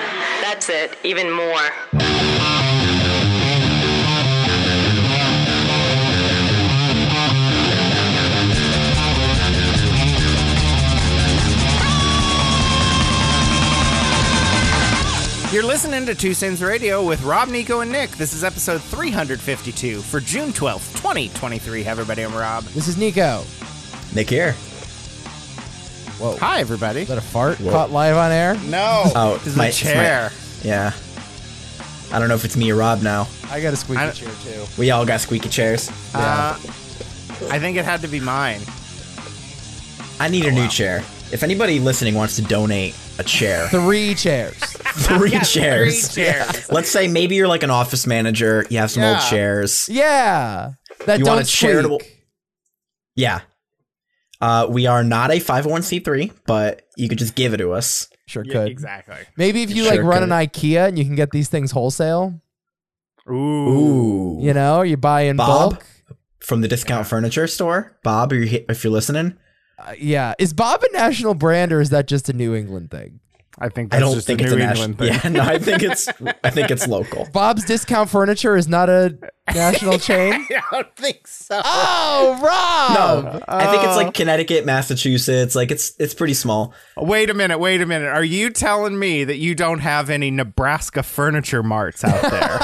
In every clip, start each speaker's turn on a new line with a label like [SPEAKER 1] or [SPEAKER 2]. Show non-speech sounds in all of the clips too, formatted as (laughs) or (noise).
[SPEAKER 1] enhance it even more.
[SPEAKER 2] You're listening to Two Sins Radio with Rob, Nico, and Nick. This is episode 352 for June 12th, 2023. Hi, everybody. I'm Rob.
[SPEAKER 3] This is Nico.
[SPEAKER 4] Nick here.
[SPEAKER 3] Whoa.
[SPEAKER 2] Hi, everybody.
[SPEAKER 3] Is that a fart caught live on air?
[SPEAKER 2] No.
[SPEAKER 4] Oh,
[SPEAKER 2] this is
[SPEAKER 4] my-
[SPEAKER 2] a
[SPEAKER 4] it's my-
[SPEAKER 2] chair.
[SPEAKER 4] Yeah. I don't know if it's me or Rob now.
[SPEAKER 3] I got a squeaky
[SPEAKER 2] I-
[SPEAKER 3] chair too.
[SPEAKER 4] We all got squeaky chairs.
[SPEAKER 2] Uh, I think it had to be mine.
[SPEAKER 4] I
[SPEAKER 2] Oh,
[SPEAKER 4] need a new chair. If anybody listening wants to donate
[SPEAKER 2] (laughs)
[SPEAKER 4] a chair,
[SPEAKER 3] Three chairs.
[SPEAKER 4] three (laughs) chairs.
[SPEAKER 2] Three chairs.
[SPEAKER 4] Let's say maybe you're like an office manager, you have some old
[SPEAKER 2] Yeah.
[SPEAKER 4] chairs.
[SPEAKER 3] yeah. That
[SPEAKER 4] You
[SPEAKER 3] don't
[SPEAKER 4] want a charitable-
[SPEAKER 3] squeak.
[SPEAKER 4] Yeah. Uh, we are not a 501c3, but you could just give it to us.
[SPEAKER 3] Sure
[SPEAKER 2] Yeah,
[SPEAKER 3] could.
[SPEAKER 2] exactly.
[SPEAKER 3] Maybe if you
[SPEAKER 4] Sure
[SPEAKER 3] like run
[SPEAKER 4] could.
[SPEAKER 3] an IKEA and you can get these things wholesale,
[SPEAKER 2] Ooh.
[SPEAKER 4] Ooh.
[SPEAKER 3] you know, you buy in
[SPEAKER 4] Bob?
[SPEAKER 3] bulk.
[SPEAKER 4] From the discount furniture store. Bob, are you, hi- if you're listening,
[SPEAKER 3] Uh, yeah. Is Bob a national brand or is that just a New England thing?
[SPEAKER 2] I think
[SPEAKER 4] I
[SPEAKER 2] that's
[SPEAKER 4] don't
[SPEAKER 2] just
[SPEAKER 4] think
[SPEAKER 2] a
[SPEAKER 4] it's
[SPEAKER 2] New
[SPEAKER 4] a national.
[SPEAKER 2] England thing.
[SPEAKER 4] (laughs) Yeah, no, I
[SPEAKER 2] (laughs)
[SPEAKER 4] think it's I think it's local.
[SPEAKER 3] Bob's Discount Furniture is not a
[SPEAKER 2] (laughs)
[SPEAKER 3] national chain?
[SPEAKER 2] I don't think so.
[SPEAKER 3] Oh, Rob!
[SPEAKER 4] No, I think it's like Connecticut, Massachusetts. Like it's it's pretty small.
[SPEAKER 2] Uh, Wait a minute. Wait a minute. Are you telling me that you don't have any Nebraska furniture marts out
[SPEAKER 4] (laughs)
[SPEAKER 2] there?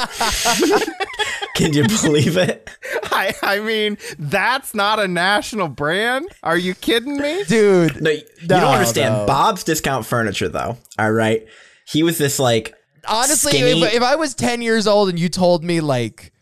[SPEAKER 3] (laughs)
[SPEAKER 4] Can you believe it?
[SPEAKER 2] (laughs) I, I mean, that's not a national brand. Are you kidding me?
[SPEAKER 3] Dude.
[SPEAKER 4] No, you you
[SPEAKER 3] No,
[SPEAKER 4] don't understand.
[SPEAKER 3] no.
[SPEAKER 4] Bob's discount furniture, though. All right, he was this like
[SPEAKER 3] honestly,
[SPEAKER 4] skinny-
[SPEAKER 3] if, if I was 10 years old and you told me like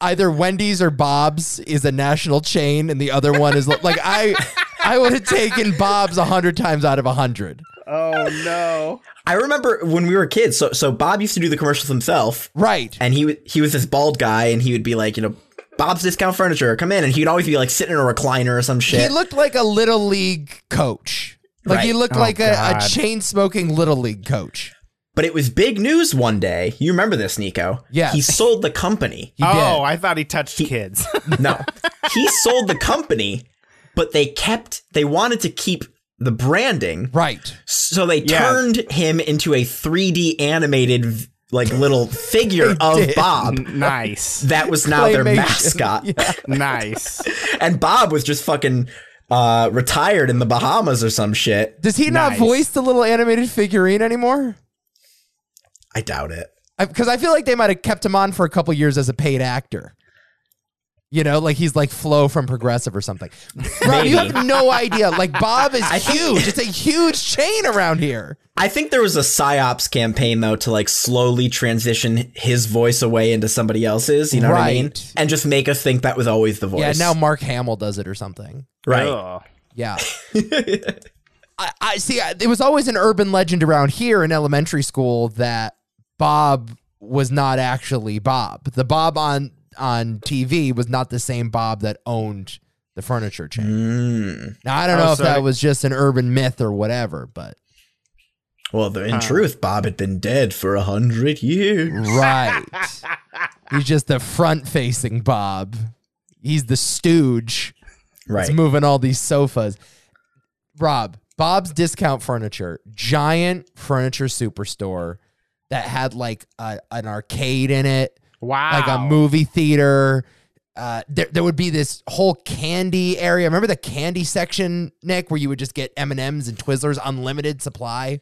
[SPEAKER 3] either Wendy's or Bob's is a national chain and the other one is like I I would have taken Bob's 100 times out of 100.
[SPEAKER 2] (laughs) Oh no.
[SPEAKER 4] I remember when we were kids. So so Bob used to do the commercials himself,
[SPEAKER 3] Right.
[SPEAKER 4] and he wa- he was this bald guy, and he would be like, you know, Bob's discount furniture, come in, and he'd always be like sitting in a recliner or some
[SPEAKER 3] He
[SPEAKER 4] shit.
[SPEAKER 3] looked like a little league coach. Like he
[SPEAKER 4] Right.
[SPEAKER 3] looked
[SPEAKER 2] Oh,
[SPEAKER 3] like a, a
[SPEAKER 2] God.
[SPEAKER 3] chain smoking little league coach.
[SPEAKER 4] but it was big news one day. You remember this, Nico?
[SPEAKER 3] Yeah.
[SPEAKER 4] He sold the company.
[SPEAKER 3] He
[SPEAKER 2] oh,
[SPEAKER 3] did.
[SPEAKER 2] I thought he touched
[SPEAKER 3] (laughs)
[SPEAKER 2] kids. (laughs)
[SPEAKER 4] No, he sold the company, but they kept. They wanted to keep the branding.
[SPEAKER 3] right.
[SPEAKER 4] So they
[SPEAKER 2] Yeah.
[SPEAKER 4] turned him into a 3D animated v- like
[SPEAKER 3] (laughs)
[SPEAKER 4] little figure of
[SPEAKER 3] did.
[SPEAKER 4] Bob.
[SPEAKER 2] nice.
[SPEAKER 4] That was now their
[SPEAKER 3] Claymation. (laughs)
[SPEAKER 4] mascot.
[SPEAKER 2] nice.
[SPEAKER 4] (laughs) And Bob was just fucking uh, retired in the Bahamas or some shit.
[SPEAKER 3] Does he not
[SPEAKER 2] Nice.
[SPEAKER 3] voice the little animated figurine anymore?
[SPEAKER 4] I doubt it.
[SPEAKER 3] because I feel like they might have kept him on for a couple years as a paid actor. You know, like he's like Flo from Progressive or something. Rob, you
[SPEAKER 4] Maybe.
[SPEAKER 3] have no idea. Like
[SPEAKER 4] (laughs)
[SPEAKER 3] Bob is
[SPEAKER 4] think-
[SPEAKER 3] huge. It's a huge chain around here.
[SPEAKER 4] I think there was a psyops campaign though to like slowly transition his voice away into somebody else's. You know what I mean?
[SPEAKER 3] Right.
[SPEAKER 4] And just make us think that was always the voice.
[SPEAKER 3] Yeah, now Mark Hamill does it or something.
[SPEAKER 4] right.
[SPEAKER 2] Ugh.
[SPEAKER 3] Yeah. I, I see. I, it was always an urban legend around here in elementary school that Bob was not actually Bob. The Bob on on TV was not the same Bob that owned the furniture chain.
[SPEAKER 4] Mm.
[SPEAKER 3] Now I don't
[SPEAKER 2] Oh,
[SPEAKER 3] know if
[SPEAKER 2] so-
[SPEAKER 3] that was just an urban myth or whatever, but
[SPEAKER 4] Well, the,
[SPEAKER 2] Uh.
[SPEAKER 4] in truth, Bob had been dead for a hundred years.
[SPEAKER 2] (laughs)
[SPEAKER 3] right, he's just the front-facing Bob. He's the stooge.
[SPEAKER 4] Right.
[SPEAKER 2] (laughs)
[SPEAKER 3] He's moving all these sofas. Rob, Bob's Discount Furniture, giant furniture superstore that had like a, an arcade in it,
[SPEAKER 2] Wow.
[SPEAKER 3] like a movie theater. Uh, there, there would be this whole candy area. Remember the candy section, Nick, where you would just get M and M's and Twizzlers, unlimited supply.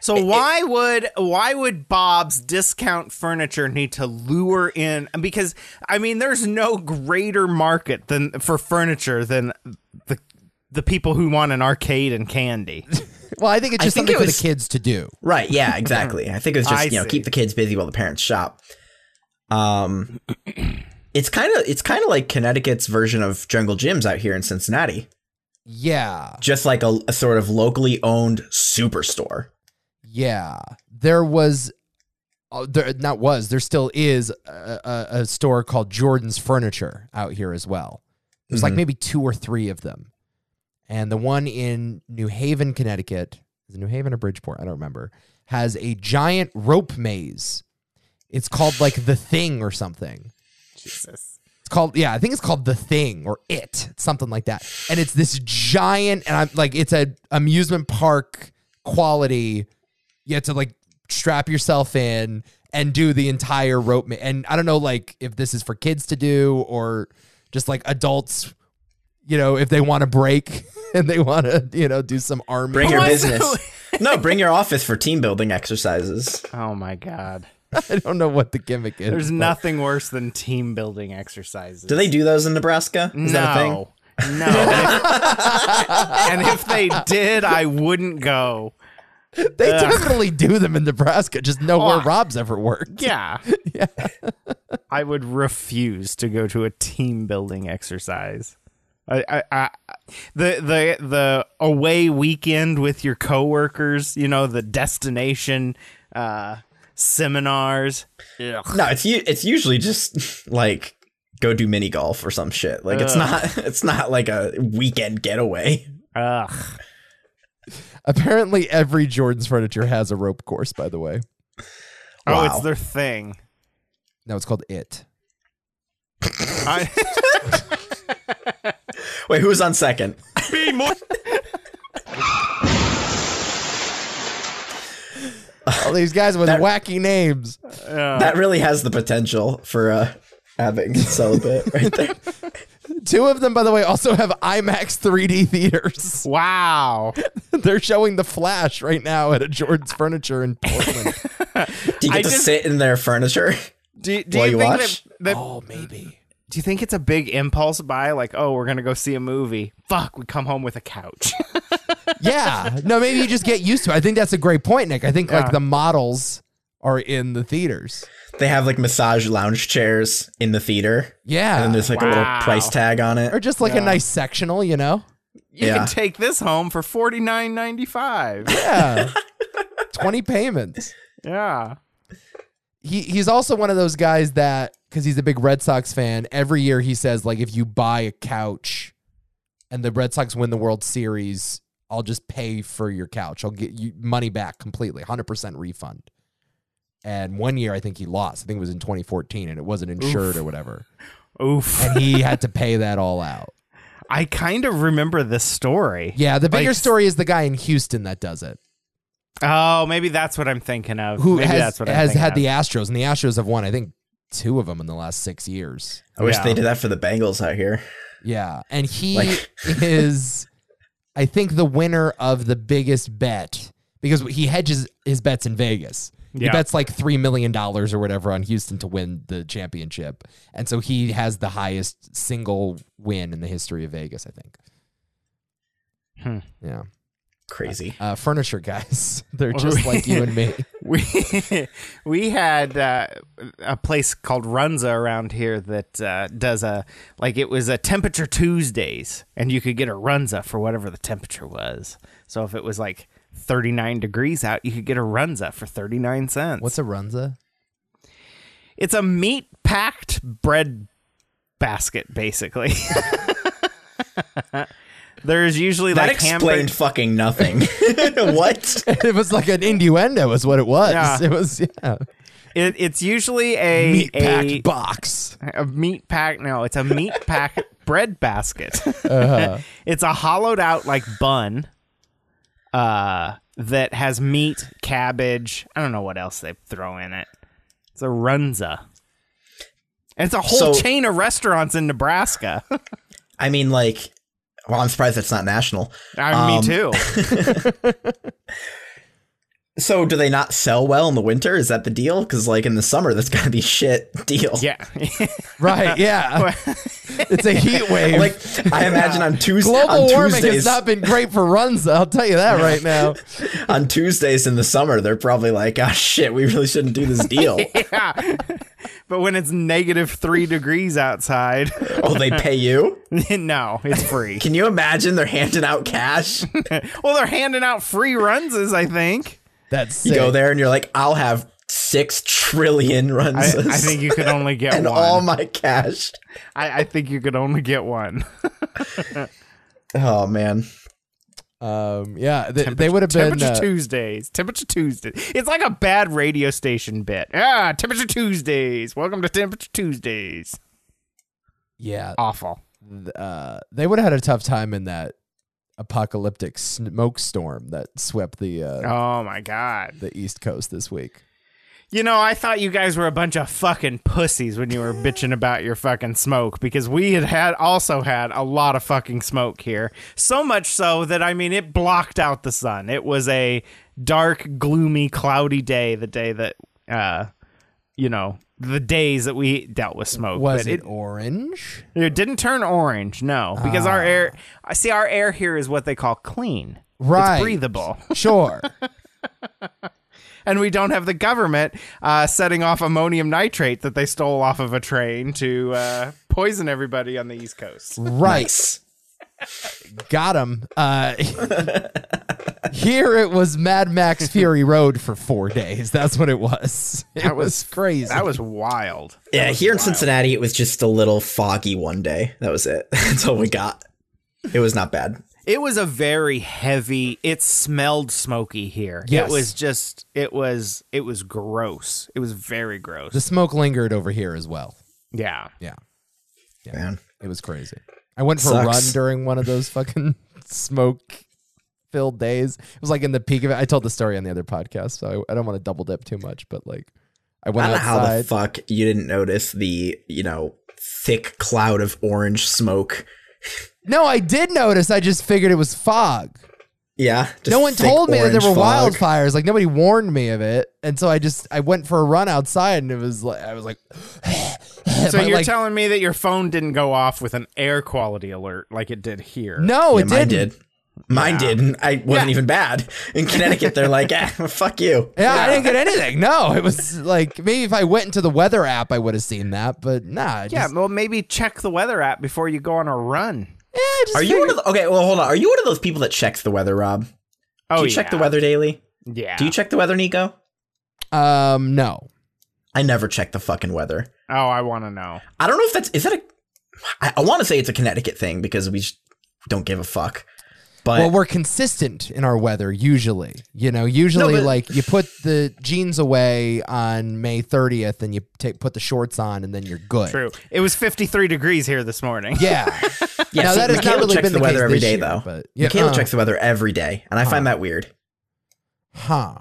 [SPEAKER 2] So why would why would Bob's discount furniture need to lure in because I mean there's no greater market than for furniture than the the people who want an arcade and candy.
[SPEAKER 3] Well, I think it's
[SPEAKER 4] I
[SPEAKER 3] just
[SPEAKER 4] think
[SPEAKER 3] something
[SPEAKER 4] it
[SPEAKER 3] for
[SPEAKER 4] was-
[SPEAKER 3] the kids to do.
[SPEAKER 4] Right. Yeah. Exactly. I think it was
[SPEAKER 2] I
[SPEAKER 4] just you know
[SPEAKER 2] see.
[SPEAKER 4] keep the kids busy while the parents shop. Um, it's kind of it's kind of like Connecticut's version of Jungle Gyms out here in Cincinnati,
[SPEAKER 3] Yeah.
[SPEAKER 4] just like a, a sort of locally owned superstore.
[SPEAKER 3] Yeah. There was uh, there not was, there still is a, a, a store called Jordan's Furniture out here as well. There's like
[SPEAKER 4] Mhm.
[SPEAKER 3] maybe two or three of them. And the one in New Haven, Connecticut, is it New Haven or Bridgeport? I don't remember. Has a giant rope maze. It's called like The Thing or something.
[SPEAKER 2] (laughs) Jesus.
[SPEAKER 3] It's called yeah, I think it's called the thing or it, something like that. And it's this giant, and I'm like, it's a amusement park quality. You have to like strap yourself in and do the entire rope. ma- and I don't know, like if this is for kids to do or just like adults, you know, if they want to break (laughs) and they want to, you know, do some arm.
[SPEAKER 4] Bring your
[SPEAKER 2] Why is
[SPEAKER 4] business.
[SPEAKER 2] (laughs)
[SPEAKER 4] no, bring your office for team building exercises.
[SPEAKER 2] Oh my god.
[SPEAKER 3] (laughs) I don't know what the gimmick is.
[SPEAKER 2] There's
[SPEAKER 3] but-
[SPEAKER 2] nothing worse than team building exercises.
[SPEAKER 4] Do they do those in Nebraska? Is
[SPEAKER 2] no.
[SPEAKER 4] that a thing?
[SPEAKER 2] No. (laughs) and, if, they did, I wouldn't go.
[SPEAKER 3] They definitely do them in Nebraska. Just nowhere
[SPEAKER 2] Oh, I-
[SPEAKER 3] Rob's ever worked.
[SPEAKER 2] Yeah. (laughs) I would refuse to go to a team building exercise. I, I, I, the the the away weekend with your coworkers, you know, the destination uh, seminars. Ugh.
[SPEAKER 4] No, it's u- it's usually just (laughs) like go do mini golf or some shit. Like it's
[SPEAKER 2] Ugh.
[SPEAKER 4] not (laughs) it's not like a weekend getaway. (laughs)
[SPEAKER 2] Ugh.
[SPEAKER 3] Apparently, every Jordan's furniture has a rope course. By the way,
[SPEAKER 2] Oh,
[SPEAKER 4] Wow.
[SPEAKER 2] it's their (laughs) thing.
[SPEAKER 3] no, it's called it.
[SPEAKER 2] I,
[SPEAKER 4] Wait, who's on second?
[SPEAKER 2] be more.
[SPEAKER 3] All these guys with
[SPEAKER 4] That-
[SPEAKER 3] wacky names.
[SPEAKER 2] Uh,
[SPEAKER 4] That really has the potential for uh, having celibate (laughs) right there.
[SPEAKER 3] Two of them, by the way, also have IMAX 3D theaters. (laughs)
[SPEAKER 2] wow.
[SPEAKER 3] They're showing The Flash right now at a Jordan's Furniture in Portland.
[SPEAKER 4] Do you get
[SPEAKER 2] I
[SPEAKER 4] to
[SPEAKER 2] just-
[SPEAKER 4] sit in their furniture? (laughs)
[SPEAKER 2] Do, do
[SPEAKER 4] While
[SPEAKER 2] you,
[SPEAKER 4] you
[SPEAKER 2] think
[SPEAKER 4] watch?
[SPEAKER 2] that, that
[SPEAKER 3] oh, maybe.
[SPEAKER 2] do you think it's a big impulse buy like oh we're gonna go see a movie fuck we come home with a couch (laughs)
[SPEAKER 3] Yeah. No, maybe you just get used to it. I think that's a great point, Nick. I think
[SPEAKER 2] Yeah.
[SPEAKER 3] like the models are in the theaters.
[SPEAKER 4] They have like massage lounge chairs in the theater,
[SPEAKER 3] Yeah.
[SPEAKER 4] and then there's like a
[SPEAKER 2] Ah, Wow.
[SPEAKER 4] little price tag on
[SPEAKER 3] or
[SPEAKER 4] it.
[SPEAKER 3] just like
[SPEAKER 2] Yeah.
[SPEAKER 3] a nice sectional, you know?
[SPEAKER 2] you
[SPEAKER 4] Yeah.
[SPEAKER 2] can take this home for forty nine ninety five
[SPEAKER 3] (laughs) Yeah. 20 payments.
[SPEAKER 2] yeah
[SPEAKER 3] he he's also one of those guys that because he's a big Red Sox fan. Every year he says like, if you buy a couch, and the Red Sox win the World Series, I'll just pay for your couch. I'll get you money back completely, hundred percent refund. And one year I think he lost. I think it was in 2014, and it wasn't insured or whatever,
[SPEAKER 2] oof
[SPEAKER 3] and he had to pay that all out.
[SPEAKER 2] I kind of remember this story
[SPEAKER 3] Yeah, the bigger
[SPEAKER 2] Like-
[SPEAKER 3] story is the guy in Houston that does it,
[SPEAKER 2] oh maybe that's what I'm thinking of
[SPEAKER 3] who
[SPEAKER 2] maybe
[SPEAKER 3] has
[SPEAKER 2] that's what I'm
[SPEAKER 3] has
[SPEAKER 2] thinking
[SPEAKER 3] had
[SPEAKER 2] of.
[SPEAKER 3] the Astros, and the Astros have won I think two of them in the last six years.
[SPEAKER 4] I wish
[SPEAKER 2] Yeah.
[SPEAKER 4] they did that for the Bengals out here.
[SPEAKER 3] Yeah, and he
[SPEAKER 4] Like-
[SPEAKER 3] is, I think, the winner of the biggest bet because he hedges his bets in Vegas. He
[SPEAKER 2] Yeah.
[SPEAKER 3] bets like three million dollars or whatever on Houston to win the championship, and so he has the highest single win in the history of Vegas. I think.
[SPEAKER 2] Hmm.
[SPEAKER 3] Yeah,
[SPEAKER 4] Crazy.
[SPEAKER 3] uh, furniture guys, (laughs) they're just like you and
[SPEAKER 2] (laughs)
[SPEAKER 3] me.
[SPEAKER 2] we we had uh, a place called Runza around here that uh, does a like it was a temperature Tuesdays, and you could get a Runza for whatever the temperature was. So if it was like 39 degrees out, you could get a Runza for 39 cents.
[SPEAKER 3] What's a runza?
[SPEAKER 2] it's a meat packed bread basket, basically. (laughs) There's usually
[SPEAKER 4] That
[SPEAKER 2] like hamburger.
[SPEAKER 4] explained
[SPEAKER 2] (laughs)
[SPEAKER 4] fucking nothing. (laughs) what?
[SPEAKER 3] it was like an innuendo, is what it was.
[SPEAKER 2] Yeah.
[SPEAKER 3] It was yeah,
[SPEAKER 2] It, it's usually a
[SPEAKER 3] meat packed
[SPEAKER 2] a-
[SPEAKER 3] box.
[SPEAKER 2] a meat pack. No, it's a
[SPEAKER 4] (laughs)
[SPEAKER 2] meat pack bread basket.
[SPEAKER 4] Uh-huh.
[SPEAKER 2] (laughs) it's a hollowed out like bun uh, that has meat, cabbage. I don't know what else they throw in it. It's a runza. And it's a whole
[SPEAKER 4] So-
[SPEAKER 2] chain of restaurants in Nebraska.
[SPEAKER 4] I mean, like, well, I'm surprised that's not national.
[SPEAKER 2] I mean, Uh,
[SPEAKER 4] Um,
[SPEAKER 2] me
[SPEAKER 4] (laughs)
[SPEAKER 2] too.
[SPEAKER 4] So, do they not sell well in the winter? Is that the deal? Because, like, in the summer, that's gotta be (laughs) shit deal.
[SPEAKER 2] Yeah. (laughs)
[SPEAKER 3] Right? Yeah, it's a heat wave.
[SPEAKER 4] (laughs) Like,
[SPEAKER 2] (laughs)
[SPEAKER 4] I imagine on Tuesday,
[SPEAKER 3] Global
[SPEAKER 4] on
[SPEAKER 3] warming
[SPEAKER 4] Tuesdays,
[SPEAKER 3] has not been great for runs. I'll tell you that right
[SPEAKER 4] (laughs)
[SPEAKER 3] now.
[SPEAKER 4] on Tuesdays in the summer, they're probably like, "Oh shit, we really shouldn't do this deal."
[SPEAKER 2] (laughs) yeah. But when it's negative three degrees outside, (laughs)
[SPEAKER 4] oh, they pay you?
[SPEAKER 2] no, it's
[SPEAKER 4] (laughs)
[SPEAKER 2] free.
[SPEAKER 4] Can you imagine? They're handing
[SPEAKER 2] (laughs)
[SPEAKER 4] out cash.
[SPEAKER 2] well, they're handing out free runzas, I think.
[SPEAKER 3] That's sick.
[SPEAKER 4] You go there and you're like, "I'll have six trillion runs
[SPEAKER 2] I, I think you could only get
[SPEAKER 4] (laughs) and
[SPEAKER 2] one.
[SPEAKER 4] all my cash."
[SPEAKER 2] I, I think you could only get one.
[SPEAKER 4] Oh man,
[SPEAKER 3] Um, yeah, they, they would have been.
[SPEAKER 2] Temperature
[SPEAKER 3] Uh,
[SPEAKER 2] Tuesdays. Temperature Tuesdays. It's like a bad radio station bit. Ah, Temperature Tuesdays. Welcome to Temperature Tuesdays.
[SPEAKER 3] yeah,
[SPEAKER 2] Awful.
[SPEAKER 3] th- uh, they would have had a tough time in that apocalyptic smoke storm that swept the uh,
[SPEAKER 2] Oh my god.
[SPEAKER 3] the East Coast this week.
[SPEAKER 2] You know, I thought you guys were a bunch of fucking pussies when you were bitching about your fucking smoke because we had had also had a lot of fucking smoke here. So much so that I mean it blocked out the sun. It was a dark, gloomy, cloudy day the day that uh you know, the days that we dealt with smoke.
[SPEAKER 3] Was
[SPEAKER 2] But
[SPEAKER 3] it, orange?
[SPEAKER 2] It didn't turn orange, no, because
[SPEAKER 3] Ah.
[SPEAKER 2] our air. I see our air here is what they call clean.
[SPEAKER 3] Right.
[SPEAKER 2] it's breathable,
[SPEAKER 4] (laughs)
[SPEAKER 3] Sure.
[SPEAKER 2] and we don't have the government uh, setting off ammonium nitrate that they stole off of a train to uh, poison everybody on the East Coast.
[SPEAKER 3] right.
[SPEAKER 4] Nice.
[SPEAKER 3] Got him. Uh, here it was Mad Max Fury Road for four days. That's what it was. (laughs) It
[SPEAKER 2] That
[SPEAKER 3] was,
[SPEAKER 2] was-
[SPEAKER 3] crazy.
[SPEAKER 2] That was wild.
[SPEAKER 4] Yeah, here in Cincinnati, it was just a little foggy one day. That was it. (laughs) That's all we got. It was not bad.
[SPEAKER 2] It was a very heavy. It smelled smoky here.
[SPEAKER 3] Yes.
[SPEAKER 2] It was just. It was. It was gross. It was very gross.
[SPEAKER 3] the smoke lingered over here as well.
[SPEAKER 2] yeah.
[SPEAKER 3] Yeah.
[SPEAKER 4] Man.
[SPEAKER 3] It was crazy. I went for a
[SPEAKER 4] Sucks.
[SPEAKER 3] run during one of
[SPEAKER 4] (laughs)
[SPEAKER 3] those fucking smoke filled days. It was like in the peak of it. I told the story on the other podcast, so I, I don't want to double dip too much, but like I went
[SPEAKER 4] I don't know how the
[SPEAKER 3] outside.
[SPEAKER 4] fuck you didn't notice the, you know, thick cloud of orange smoke.
[SPEAKER 3] no, I did notice. I just figured it was fog.
[SPEAKER 4] Yeah. just
[SPEAKER 3] no one
[SPEAKER 4] thick
[SPEAKER 3] told me that there
[SPEAKER 4] orange
[SPEAKER 3] were
[SPEAKER 4] fog.
[SPEAKER 3] wildfires. Like nobody warned me of it, and so I just I went for a run outside, and it was like I was like. (sighs)
[SPEAKER 2] So
[SPEAKER 3] but,
[SPEAKER 2] you're
[SPEAKER 3] like,
[SPEAKER 2] telling me that your phone didn't go off with an air quality alert like it did here?
[SPEAKER 3] No,
[SPEAKER 4] Yeah,
[SPEAKER 3] it
[SPEAKER 4] mine
[SPEAKER 3] didn't.
[SPEAKER 4] did. Mine
[SPEAKER 2] Yeah.
[SPEAKER 4] didn't. I wasn't
[SPEAKER 2] Yeah.
[SPEAKER 4] even bad. In Connecticut, they're like, ah, (laughs) fuck you.
[SPEAKER 3] Yeah, I didn't get anything. No, it was like maybe if I went into the weather app, I would have seen that, but nah. I
[SPEAKER 2] Yeah,
[SPEAKER 3] just,
[SPEAKER 2] well, maybe check the weather app before you go on a run.
[SPEAKER 3] yeah I just
[SPEAKER 4] Are you one of the, okay? Well, hold on. Are you one of those people that checks the weather, Rob? Do
[SPEAKER 2] Oh,
[SPEAKER 4] you
[SPEAKER 2] yeah.
[SPEAKER 4] check the weather daily?
[SPEAKER 2] Yeah.
[SPEAKER 4] Do you check the weather, Nico?
[SPEAKER 3] Um, no.
[SPEAKER 4] I never check the fucking weather.
[SPEAKER 2] oh, I want to know.
[SPEAKER 4] I don't know if that's is that a. I, I want to say it's a Connecticut thing because we just don't give a fuck. But
[SPEAKER 3] well, we're consistent in our weather usually. You know, usually
[SPEAKER 4] but-
[SPEAKER 3] like you put the jeans away on May 30th and you take put the shorts on and then you're good.
[SPEAKER 2] True. It was 53 degrees here this morning.
[SPEAKER 3] Yeah.
[SPEAKER 4] (laughs) yeah,
[SPEAKER 3] now
[SPEAKER 4] see,
[SPEAKER 3] that has not
[SPEAKER 4] Michaela
[SPEAKER 3] really
[SPEAKER 4] checks
[SPEAKER 3] been
[SPEAKER 4] the,
[SPEAKER 3] the,
[SPEAKER 4] weather
[SPEAKER 3] case
[SPEAKER 4] every
[SPEAKER 3] this
[SPEAKER 4] day
[SPEAKER 3] year,
[SPEAKER 4] though.
[SPEAKER 3] But yeah,
[SPEAKER 4] Michaela
[SPEAKER 3] uh,
[SPEAKER 4] checks the weather every day, and I find that weird.
[SPEAKER 3] Huh.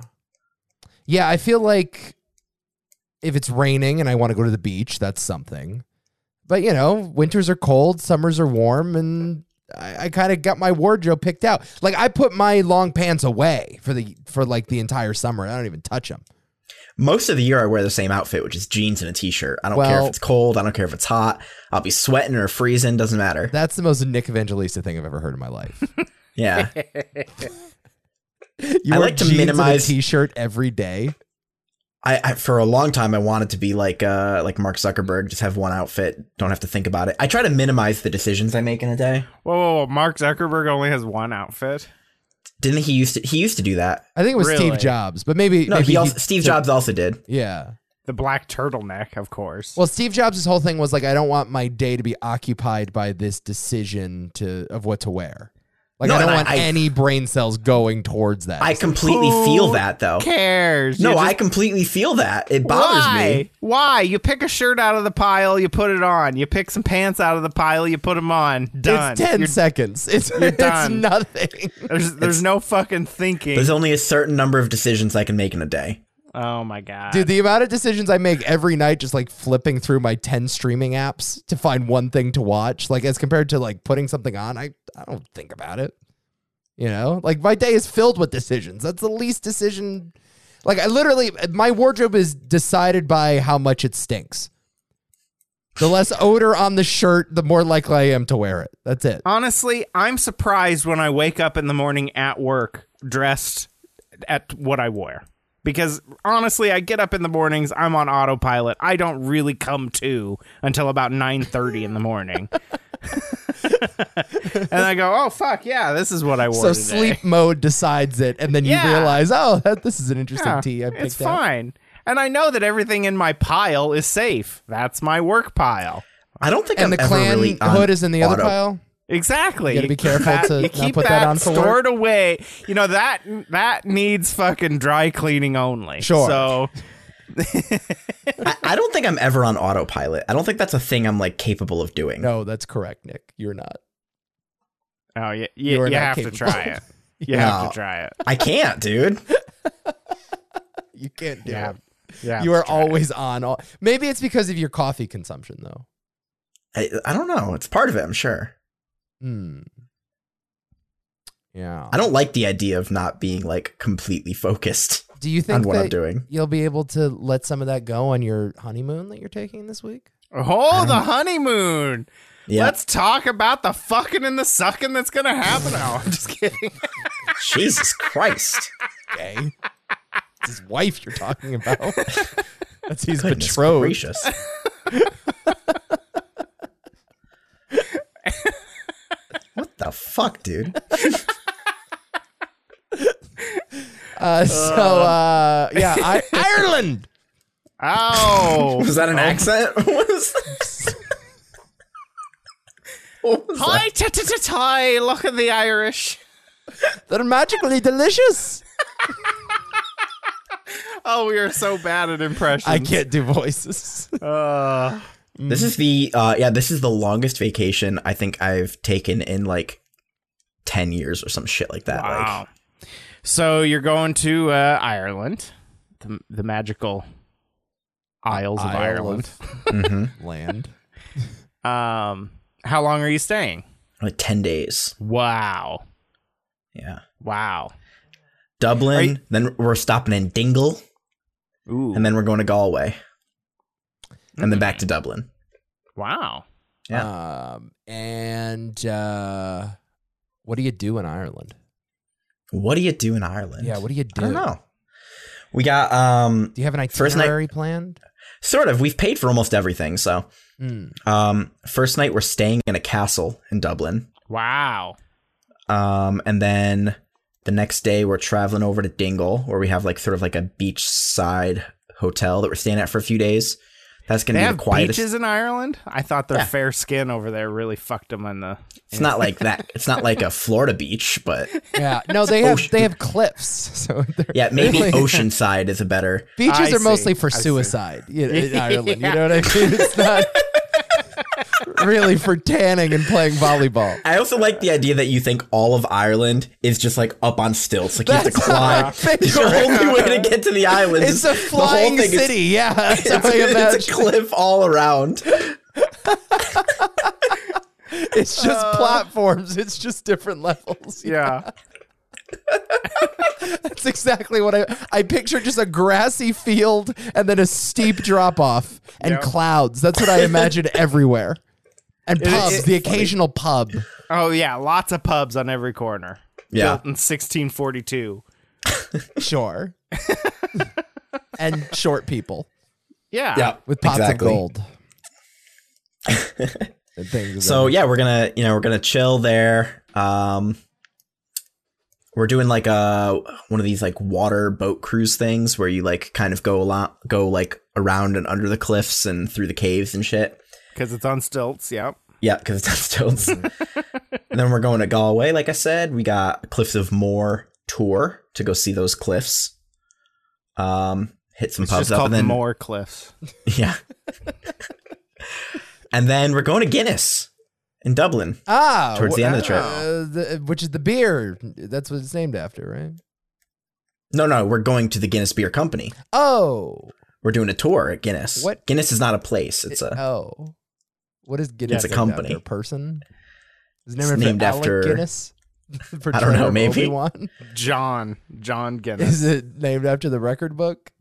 [SPEAKER 3] Yeah, I feel like if it's raining and I want to go to the beach, that's something. But you know, winters are cold, summers are warm, and I, I kind of got my wardrobe picked out. Like I put my long pants away for the for like the entire summer. I don't even touch them.
[SPEAKER 4] Most of the year, I wear the same outfit, which is jeans and a t-shirt. I don't care
[SPEAKER 3] Well-
[SPEAKER 4] if it's cold. I don't care if it's hot. I'll be sweating or freezing. Doesn't matter.
[SPEAKER 3] That's the most Nick Evangelista thing I've ever heard in my life.
[SPEAKER 4] Yeah.
[SPEAKER 3] You
[SPEAKER 4] (laughs) I
[SPEAKER 3] wear
[SPEAKER 4] like to
[SPEAKER 3] jeans and a
[SPEAKER 4] minimize-
[SPEAKER 3] t-shirt every day.
[SPEAKER 4] I, I for a long time I wanted to be like uh like Mark Zuckerberg, just have one outfit, don't have to think about it. I try to minimize the decisions I make in a day.
[SPEAKER 2] Whoa, whoa, whoa. Mark Zuckerberg only has one outfit.
[SPEAKER 4] Didn't he used to he used to do that?
[SPEAKER 3] I think it was Steve
[SPEAKER 2] Really?
[SPEAKER 3] Jobs, but maybe
[SPEAKER 4] No,
[SPEAKER 3] maybe
[SPEAKER 4] he also Steve Jobs also did.
[SPEAKER 3] Yeah.
[SPEAKER 2] The black turtleneck, of course.
[SPEAKER 3] Well, Steve Jobs' whole thing was like, I don't want my day to be occupied by this decision to of what to wear. Like,
[SPEAKER 4] No,
[SPEAKER 3] I don't
[SPEAKER 4] and I-
[SPEAKER 3] want
[SPEAKER 4] I-
[SPEAKER 3] any brain cells going towards that.
[SPEAKER 4] I completely
[SPEAKER 2] Who
[SPEAKER 4] feel that though.
[SPEAKER 2] cares?
[SPEAKER 4] No,
[SPEAKER 2] You
[SPEAKER 4] I
[SPEAKER 2] just-
[SPEAKER 4] completely feel that. It bothers
[SPEAKER 2] Why?
[SPEAKER 4] me.
[SPEAKER 2] Why? You pick a shirt out of the pile, you put it on. You pick some pants out of the pile, you put them on. Done.
[SPEAKER 3] it's 10
[SPEAKER 2] You're-
[SPEAKER 3] seconds. (laughs) It's, it's
[SPEAKER 2] done.
[SPEAKER 3] nothing.
[SPEAKER 2] there's there's no fucking thinking.
[SPEAKER 4] There's only a certain number of decisions I can make in a day.
[SPEAKER 2] oh my god.
[SPEAKER 3] Dude, the amount of decisions I make every night, just like flipping through my 10 streaming apps to find one thing to watch, like, as compared to like putting something on, I, I don't think about it. You know, like my day is filled with decisions. That's the least decision. Like, I literally, my wardrobe is decided by how much it stinks. The less odor on the shirt, the more likely I am to wear it. That's it.
[SPEAKER 2] Honestly, I'm surprised when I wake up in the morning at work dressed at what I wear. Because honestly, I get up in the mornings, I'm on autopilot. I don't really come to until about 9:30 in the morning. (laughs) and I go, "Oh fuck, yeah, this is what I wore
[SPEAKER 3] So
[SPEAKER 2] today."
[SPEAKER 3] sleep mode decides it, and then you
[SPEAKER 2] Yeah.
[SPEAKER 3] realize, oh, that, this is an interesting
[SPEAKER 2] Yeah,
[SPEAKER 3] tea I picked
[SPEAKER 2] it's
[SPEAKER 3] out.
[SPEAKER 2] fine. And I know that everything in my pile is safe. That's my work pile.
[SPEAKER 4] I don't think
[SPEAKER 3] And
[SPEAKER 4] I'm
[SPEAKER 3] the
[SPEAKER 4] ever
[SPEAKER 3] clan
[SPEAKER 4] really um, on
[SPEAKER 3] hood is in the other
[SPEAKER 4] auto.
[SPEAKER 3] pile.
[SPEAKER 2] Exactly.
[SPEAKER 3] You gotta be careful
[SPEAKER 2] That-
[SPEAKER 3] to
[SPEAKER 2] you
[SPEAKER 3] not
[SPEAKER 2] keep
[SPEAKER 3] put that on for work.
[SPEAKER 2] stored away. You know that that needs fucking dry cleaning only.
[SPEAKER 3] Sure.
[SPEAKER 2] So
[SPEAKER 4] I, I don't think I'm ever on autopilot. I don't think that's a thing I'm like capable of doing.
[SPEAKER 3] No, that's correct, Nick. You're not.
[SPEAKER 2] Oh yeah, you,
[SPEAKER 3] You
[SPEAKER 2] you,
[SPEAKER 3] are not
[SPEAKER 2] have to
[SPEAKER 3] capable.
[SPEAKER 2] try
[SPEAKER 3] (laughs)
[SPEAKER 2] it. You have
[SPEAKER 4] No.
[SPEAKER 2] to try it.
[SPEAKER 4] I can't, dude.
[SPEAKER 3] You can't do
[SPEAKER 2] Yeah,
[SPEAKER 3] it.
[SPEAKER 2] yeah.
[SPEAKER 3] (laughs) You are always on. All- Maybe it's because of your coffee consumption, though.
[SPEAKER 4] I, I don't know. It's part of it, I'm sure.
[SPEAKER 3] Hmm. Yeah.
[SPEAKER 4] I don't like the idea of not being like completely focused
[SPEAKER 3] Do you
[SPEAKER 4] on
[SPEAKER 3] think
[SPEAKER 4] what I'm
[SPEAKER 3] that
[SPEAKER 4] doing.
[SPEAKER 3] you'll be able to let some of that go on your honeymoon that you're taking this week?
[SPEAKER 2] Oh, the honeymoon.
[SPEAKER 4] Yeah.
[SPEAKER 2] Let's talk about the fucking and the sucking that's gonna happen. Oh, I'm just kidding.
[SPEAKER 4] (laughs)
[SPEAKER 2] (laughs)
[SPEAKER 4] Jesus Christ.
[SPEAKER 3] Okay. it's his wife you're talking about.
[SPEAKER 4] (laughs)
[SPEAKER 3] That's his
[SPEAKER 4] Goodness
[SPEAKER 3] betrothed. (laughs)
[SPEAKER 4] gracious. what the fuck, dude?
[SPEAKER 3] Uh, so uh, yeah,
[SPEAKER 4] (laughs)
[SPEAKER 3] I, Ireland.
[SPEAKER 2] Oh,
[SPEAKER 3] (laughs)
[SPEAKER 4] Was that an accent? (laughs) What was that? What was that?
[SPEAKER 2] hi, ta ta ta ta! Look at the Irish.
[SPEAKER 3] They're magically delicious.
[SPEAKER 2] Oh, we are so bad at impressions.
[SPEAKER 3] I can't do voices.
[SPEAKER 2] Uh,
[SPEAKER 4] This is the
[SPEAKER 3] Mm-hmm.
[SPEAKER 4] uh yeah, this is the longest vacation I think I've taken in like 10 years or some shit like that.
[SPEAKER 2] wow.
[SPEAKER 4] Like
[SPEAKER 2] so you're going to uh, Ireland, the, the magical Isles of Ireland.
[SPEAKER 4] mm-hmm.
[SPEAKER 3] Land.
[SPEAKER 2] Um, how long are you staying?
[SPEAKER 4] (laughs) like 10 days.
[SPEAKER 2] Wow,
[SPEAKER 4] Yeah.
[SPEAKER 2] wow.
[SPEAKER 4] Dublin, then we're stopping in Dingle,
[SPEAKER 2] Ooh,
[SPEAKER 4] and then we're going to Galway. And then
[SPEAKER 3] Mm.
[SPEAKER 4] back to Dublin.
[SPEAKER 2] Hmm. wow.
[SPEAKER 3] Um, and uh, what do you do in Ireland?
[SPEAKER 4] What do you do in Ireland?
[SPEAKER 3] Yeah, what do you do?
[SPEAKER 4] I don't know. We got um
[SPEAKER 3] Do you have an
[SPEAKER 4] First night-
[SPEAKER 3] itinerary planned?
[SPEAKER 4] sort of we've paid for almost everything, so
[SPEAKER 3] (laughs) Hmm.
[SPEAKER 4] um first night we're staying in a castle in Dublin.
[SPEAKER 2] Wow.
[SPEAKER 4] Um, and then the next day we're traveling over to Dingle, where we have like sort of like a beachside hotel that we're staying at for a few days. That's gonna
[SPEAKER 2] They
[SPEAKER 4] be
[SPEAKER 2] have
[SPEAKER 4] the quietest.
[SPEAKER 2] beaches in Ireland. I thought their
[SPEAKER 4] Yeah.
[SPEAKER 2] fair skin over there really fucked them in
[SPEAKER 4] (laughs)
[SPEAKER 2] the.
[SPEAKER 4] It's not like that. It's not like a Florida beach, but
[SPEAKER 3] Yeah, no, they have
[SPEAKER 4] ocean.
[SPEAKER 3] they have cliffs. (laughs) So they're- (laughs)
[SPEAKER 4] yeah, maybe
[SPEAKER 3] Really?
[SPEAKER 4] Oceanside is a better.
[SPEAKER 3] beaches
[SPEAKER 2] I
[SPEAKER 3] are mostly
[SPEAKER 2] see,
[SPEAKER 3] for
[SPEAKER 2] I see.
[SPEAKER 3] suicide you know, in (laughs)
[SPEAKER 2] Yeah.
[SPEAKER 3] Ireland. You know what I mean? (laughs) It's not really for tanning and playing volleyball.
[SPEAKER 4] I also like the idea that you think all of Ireland is just like up on stilts, like you have to
[SPEAKER 3] That's how I
[SPEAKER 4] climb. (laughs) The
[SPEAKER 3] picture it.
[SPEAKER 4] only way to get to the island
[SPEAKER 3] It's
[SPEAKER 4] is
[SPEAKER 3] a flying
[SPEAKER 4] the whole thing
[SPEAKER 3] city.
[SPEAKER 4] Is,
[SPEAKER 3] yeah, that's how
[SPEAKER 4] (laughs) it's,
[SPEAKER 3] I imagine.
[SPEAKER 4] it's a cliff all around.
[SPEAKER 3] It's just
[SPEAKER 4] Oh.
[SPEAKER 3] platforms. It's just different levels.
[SPEAKER 2] Yeah.
[SPEAKER 3] That's exactly what I I picture. Just a grassy field and then a steep drop off and
[SPEAKER 2] Yeah.
[SPEAKER 3] clouds. That's what I
[SPEAKER 2] (laughs)
[SPEAKER 3] imagine everywhere. And
[SPEAKER 2] is
[SPEAKER 3] pubs, the occasional pub.
[SPEAKER 2] Oh yeah, lots of pubs on every corner.
[SPEAKER 4] Yeah.
[SPEAKER 2] Built in 1642.
[SPEAKER 3] Sure.
[SPEAKER 2] (laughs)
[SPEAKER 3] and short people
[SPEAKER 2] Yeah.
[SPEAKER 4] Yeah,
[SPEAKER 3] with pots
[SPEAKER 4] exactly.
[SPEAKER 3] of
[SPEAKER 4] (laughs)
[SPEAKER 3] gold. And things of
[SPEAKER 4] So
[SPEAKER 3] that.
[SPEAKER 4] yeah, we're gonna you know we're gonna chill there. Um, we're doing like a one of these like water boat cruise things where you like kind of go a lot go like around and under the cliffs and through the caves and shit.
[SPEAKER 2] Because it's on stilts. Yep.
[SPEAKER 4] Yeah, because it's (laughs)
[SPEAKER 2] (laughs)
[SPEAKER 4] on stilts. and then we're going to Galway. Like I said, we got Cliffs of Moher tour to go see those cliffs. Um, hit some
[SPEAKER 2] It's
[SPEAKER 4] pubs
[SPEAKER 2] just
[SPEAKER 4] up
[SPEAKER 2] called
[SPEAKER 4] and then
[SPEAKER 2] Moor Cliffs. (laughs)
[SPEAKER 4] (laughs) yeah. and then we're going to Guinness in Dublin.
[SPEAKER 3] ah,
[SPEAKER 4] towards the end of the trip.
[SPEAKER 3] uh, the- which is the beer. That's what it's named after, right?
[SPEAKER 4] No, no, we're going to the Guinness Beer Company.
[SPEAKER 3] Oh,
[SPEAKER 4] We're doing a tour at Guinness.
[SPEAKER 3] What-
[SPEAKER 4] Guinness is not a place. It's a
[SPEAKER 3] oh. What is Guinness?
[SPEAKER 4] It's a
[SPEAKER 3] named
[SPEAKER 4] company.
[SPEAKER 3] After person. Is it
[SPEAKER 4] It's named
[SPEAKER 3] Alec
[SPEAKER 4] after- (laughs)
[SPEAKER 3] Guinness? For
[SPEAKER 4] I don't know,
[SPEAKER 3] Trevor
[SPEAKER 4] maybe.
[SPEAKER 3] Obi-Wan?
[SPEAKER 2] John. John Guinness.
[SPEAKER 3] Is it named after the record book?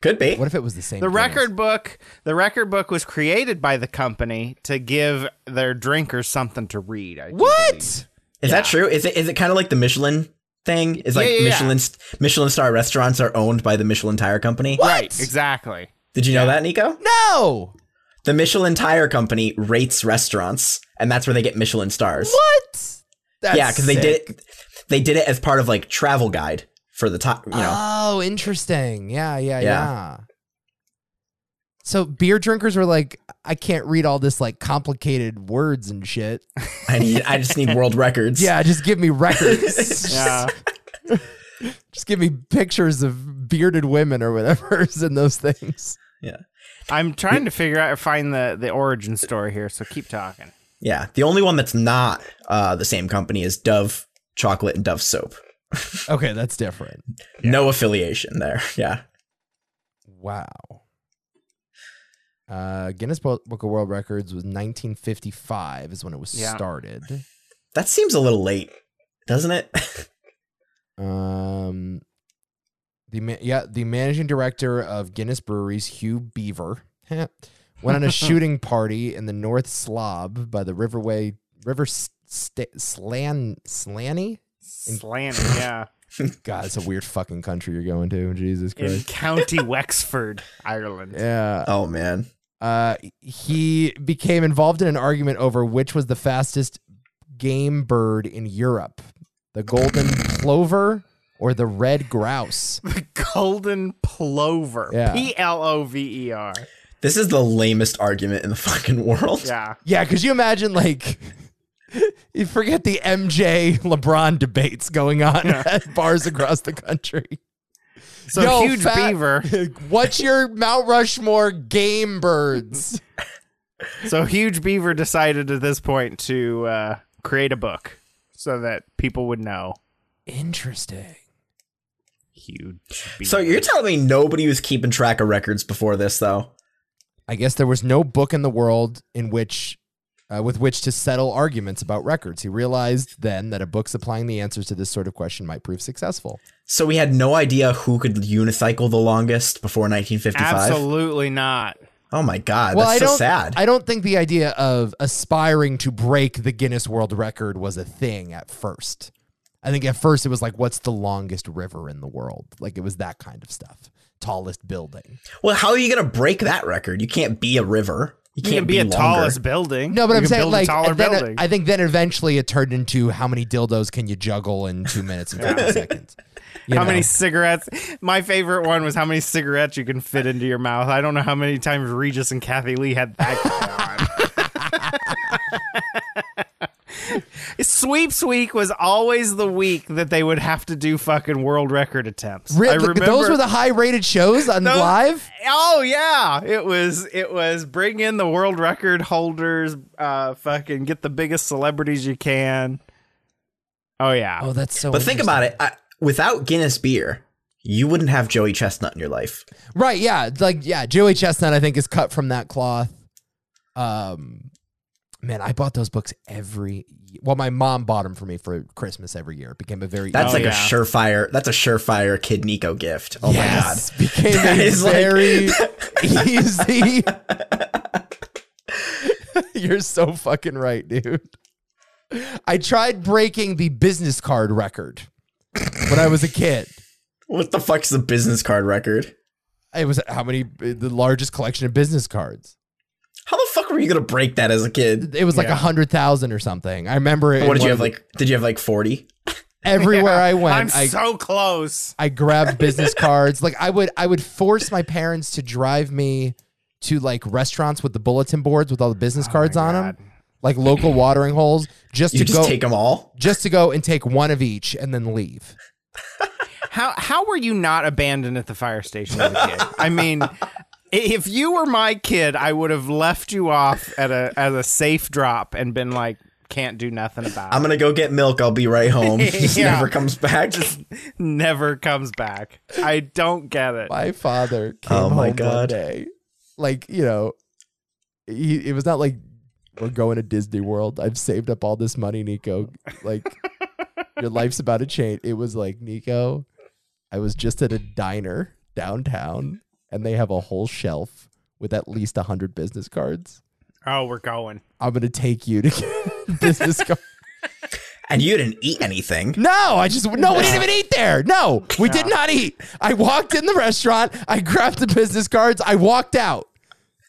[SPEAKER 4] could be.
[SPEAKER 3] What if it was the same?
[SPEAKER 2] The
[SPEAKER 3] Guinness?
[SPEAKER 2] record book. The record book was created by the company to give their drinkers something to read. I do believe.
[SPEAKER 3] What?
[SPEAKER 4] Is that true? Is it is it kind of like the Michelin thing? Is like
[SPEAKER 2] Yeah, yeah, yeah.
[SPEAKER 4] Michelin Michelin star restaurants are owned by the Michelin tire company?
[SPEAKER 3] What?
[SPEAKER 2] Right.
[SPEAKER 3] (laughs)
[SPEAKER 2] Exactly.
[SPEAKER 4] Did you know that, Nico?
[SPEAKER 3] No.
[SPEAKER 4] The Michelin tire company rates restaurants, and that's where they get Michelin stars.
[SPEAKER 3] What? That's
[SPEAKER 4] yeah, because they
[SPEAKER 3] sick.
[SPEAKER 4] did it, they did it as part of like travel guide for the top. You know,
[SPEAKER 3] Oh, interesting. Yeah, yeah, yeah,
[SPEAKER 4] Yeah.
[SPEAKER 3] So beer drinkers were like, I can't read all this like complicated words and
[SPEAKER 4] (laughs)
[SPEAKER 3] shit.
[SPEAKER 4] I need I just
[SPEAKER 3] (laughs)
[SPEAKER 4] need world records.
[SPEAKER 3] Yeah, just give me
[SPEAKER 4] (laughs)
[SPEAKER 3] records.
[SPEAKER 2] Yeah.
[SPEAKER 3] Just give me pictures of bearded women or whatever is in those things.
[SPEAKER 4] yeah.
[SPEAKER 2] I'm trying to figure out find the the origin story here. So keep talking.
[SPEAKER 4] Yeah, the only one that's not uh, the same company is Dove chocolate and Dove soap.
[SPEAKER 3] Okay, that's different.
[SPEAKER 4] No affiliation there. (laughs) Yeah.
[SPEAKER 3] Wow. Uh, Guinness Bo- Book of World Records was 1955 is when it was
[SPEAKER 2] Yeah.
[SPEAKER 3] started.
[SPEAKER 4] That seems a little late, doesn't it? (laughs)
[SPEAKER 3] Um, the ma- yeah, the managing director of Guinness Breweries, Hugh Beaver, (laughs) went on a shooting party in the North Slob by the Riverway River S- Sta- Slan Slanny. (laughs)
[SPEAKER 2] Slant, yeah.
[SPEAKER 3] God, it's a weird fucking country you're going to. Jesus
[SPEAKER 2] In
[SPEAKER 3] Christ.
[SPEAKER 2] County Wexford, Ireland.
[SPEAKER 3] Yeah.
[SPEAKER 4] oh man.
[SPEAKER 3] Uh, he became involved in an argument over which was the fastest game bird in Europe, the golden plover or the red grouse.
[SPEAKER 2] The (laughs) Golden Plover.
[SPEAKER 3] Yeah.
[SPEAKER 2] P L O V E R.
[SPEAKER 4] This is the lamest argument in the (laughs) fucking world.
[SPEAKER 2] Yeah.
[SPEAKER 3] Yeah, could you imagine like (laughs) you forget the MJ LeBron debates going on at bars across the country. (laughs)
[SPEAKER 2] So
[SPEAKER 3] Yo,
[SPEAKER 2] huge
[SPEAKER 3] fat-
[SPEAKER 2] beaver.
[SPEAKER 3] What's your Mount Rushmore game birds?
[SPEAKER 2] So huge beaver decided at this point to uh, create a book so that people would know
[SPEAKER 3] Interesting.
[SPEAKER 2] huge. Beaver.
[SPEAKER 4] So you're telling me nobody was keeping track of records before this though?
[SPEAKER 3] I guess there was no book in the world in which uh, with which to settle arguments about records. He realized then that a book supplying the answers to this sort of question might prove successful.
[SPEAKER 4] So we had no idea who could unicycle the longest before 1955.
[SPEAKER 2] absolutely not.
[SPEAKER 4] Oh my god, that's
[SPEAKER 3] I
[SPEAKER 4] so
[SPEAKER 3] don't,
[SPEAKER 4] sad.
[SPEAKER 3] I don't think the idea of aspiring to break the Guinness World Record was a thing at first. I think at first it was like, what's the longest river in the world? Like it was that kind of stuff. Tallest building.
[SPEAKER 4] well, how are you going to break that record? You can't be a river.
[SPEAKER 2] You
[SPEAKER 4] You can't
[SPEAKER 2] can be, a
[SPEAKER 4] longer.
[SPEAKER 2] tallest building.
[SPEAKER 3] No, but
[SPEAKER 2] You
[SPEAKER 3] I'm
[SPEAKER 2] can
[SPEAKER 3] saying
[SPEAKER 2] build
[SPEAKER 3] like,
[SPEAKER 2] a taller
[SPEAKER 3] and then- uh,
[SPEAKER 2] building.
[SPEAKER 3] I think then eventually it turned into how many dildos can you juggle in two minutes and
[SPEAKER 2] (laughs)
[SPEAKER 3] 50 seconds? You
[SPEAKER 2] how
[SPEAKER 3] know?
[SPEAKER 2] many cigarettes? My favorite one was how many cigarettes you can fit into your mouth. I don't know how many times Regis and Kathy Lee had that going on. (laughs) Sweeps week was always the week that they would have to do fucking world record attempts.
[SPEAKER 3] Re-
[SPEAKER 2] I
[SPEAKER 3] th-
[SPEAKER 2] remember
[SPEAKER 3] those were the high rated shows on
[SPEAKER 2] Those-
[SPEAKER 3] live.
[SPEAKER 2] Oh yeah, it was it was bring in the world record holders, uh, fucking get the biggest celebrities you can. Oh yeah,
[SPEAKER 3] Oh, that's so.
[SPEAKER 4] But think about it. I, without Guinness beer, you wouldn't have Joey Chestnut in your life.
[SPEAKER 3] right? Yeah, it's like yeah, Joey Chestnut I think is cut from that cloth. Um, man, I bought those books every. y- Well, my mom bought them for me for Christmas every year. It became a very
[SPEAKER 4] That's
[SPEAKER 2] Oh,
[SPEAKER 4] like
[SPEAKER 2] yeah.
[SPEAKER 4] a surefire. That's a surefire kid Nico gift. Oh
[SPEAKER 3] yes, became
[SPEAKER 4] That
[SPEAKER 3] a
[SPEAKER 4] is like-
[SPEAKER 3] very
[SPEAKER 4] (laughs)
[SPEAKER 3] easy. You're so fucking right, dude. I tried breaking the business card record when I was a kid.
[SPEAKER 4] my god. What the fuck's the business card record?
[SPEAKER 3] It was how many the largest collection of business cards.
[SPEAKER 4] How the fuck were you gonna break that as a kid?
[SPEAKER 3] It was like a
[SPEAKER 2] Yeah.
[SPEAKER 3] hundred thousand or something. I remember it.
[SPEAKER 4] What did you have
[SPEAKER 3] Like
[SPEAKER 4] like? Did you have like forty?
[SPEAKER 3] (laughs) everywhere I
[SPEAKER 2] I'm
[SPEAKER 3] went, I
[SPEAKER 2] so close.
[SPEAKER 3] I
[SPEAKER 4] (laughs)
[SPEAKER 3] grabbed business cards. Like I would I would force my parents to drive me to like restaurants with the bulletin boards with all the business cards on them, like local watering holes, just
[SPEAKER 4] Oh You
[SPEAKER 3] to
[SPEAKER 4] just
[SPEAKER 3] go
[SPEAKER 4] take them all.
[SPEAKER 3] just to go and take one of each and then leave.
[SPEAKER 2] How how were you not abandoned at the fire station as a kid? I mean, if you were my kid, I would have left you off at a at a safe drop and been like, can't do nothing about
[SPEAKER 4] I'm
[SPEAKER 2] it.
[SPEAKER 4] gonna go get milk. I'll be
[SPEAKER 2] (laughs)
[SPEAKER 4] right home. Just
[SPEAKER 2] Yeah.
[SPEAKER 4] never comes back.
[SPEAKER 2] Never comes back. I don't get it.
[SPEAKER 3] my father came
[SPEAKER 4] (laughs) Oh,
[SPEAKER 3] home
[SPEAKER 4] my
[SPEAKER 3] one
[SPEAKER 4] God.
[SPEAKER 3] day. Like, you know, he, it was not like we're going to Disney World. I've saved up all this money, Nico.
[SPEAKER 4] (laughs)
[SPEAKER 3] Like, your life's about to change. It was like, Nico, I was just at a diner downtown, and they have a whole shelf with at least 100 business cards.
[SPEAKER 2] Oh, we're going.
[SPEAKER 3] I'm going to take you to (laughs) get business cards.
[SPEAKER 4] and you didn't eat anything.
[SPEAKER 3] No, I just no. We didn't even eat there. No, we did not eat. I walked in the restaurant. I grabbed the business cards. I walked out.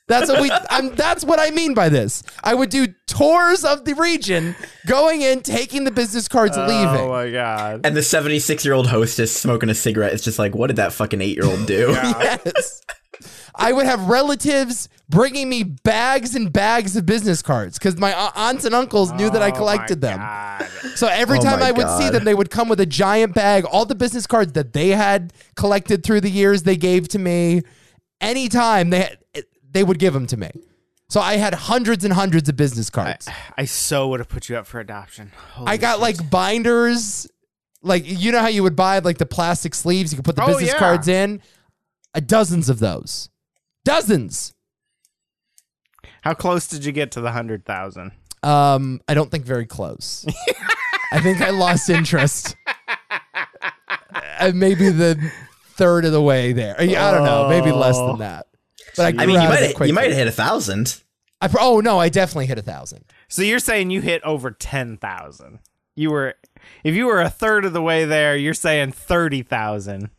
[SPEAKER 3] That's what we. I'm, that's what I mean by this. I would do tours of the region, going in, taking the business cards,
[SPEAKER 2] Oh
[SPEAKER 3] leaving.
[SPEAKER 2] my god.
[SPEAKER 4] And the 76 year old hostess smoking a cigarette is just like, what did that fucking eight year
[SPEAKER 2] (laughs)
[SPEAKER 4] old do?
[SPEAKER 3] (laughs) Yes. I would have relatives bringing me bags and bags of business cards because my a- aunts and uncles knew that I
[SPEAKER 2] Oh,
[SPEAKER 3] collected
[SPEAKER 2] my
[SPEAKER 3] them.
[SPEAKER 2] God.
[SPEAKER 3] So every
[SPEAKER 4] Oh
[SPEAKER 3] time
[SPEAKER 4] my
[SPEAKER 3] I would see
[SPEAKER 4] God.
[SPEAKER 3] them, they would come with a giant bag, all the business cards that they had collected through the years they gave to me. Anytime they they would give them to me. So I had hundreds and hundreds of business
[SPEAKER 2] I,
[SPEAKER 3] cards.
[SPEAKER 2] I so would have put you up for adoption. Holy
[SPEAKER 3] I got
[SPEAKER 2] shit.
[SPEAKER 3] like binders, like you know how you would buy like the plastic sleeves. You could put the
[SPEAKER 2] Oh,
[SPEAKER 3] business
[SPEAKER 2] yeah.
[SPEAKER 3] cards in. Uh, dozens of those, dozens.
[SPEAKER 2] How close did you get to the hundred thousand?
[SPEAKER 3] Um, I don't think very close. I think I lost interest. Uh, maybe the third of the way there. I, I don't know. Maybe less
[SPEAKER 2] Oh.
[SPEAKER 3] than that. But I,
[SPEAKER 4] I
[SPEAKER 3] grew
[SPEAKER 4] mean, you
[SPEAKER 3] out of
[SPEAKER 4] might
[SPEAKER 3] it
[SPEAKER 4] have, you might
[SPEAKER 3] quickly.
[SPEAKER 4] have hit a thousand.
[SPEAKER 3] I pro- oh no, I definitely hit a thousand.
[SPEAKER 2] So you're saying you hit over ten thousand. You were, if you were a third of the way there, you're saying thirty thousand.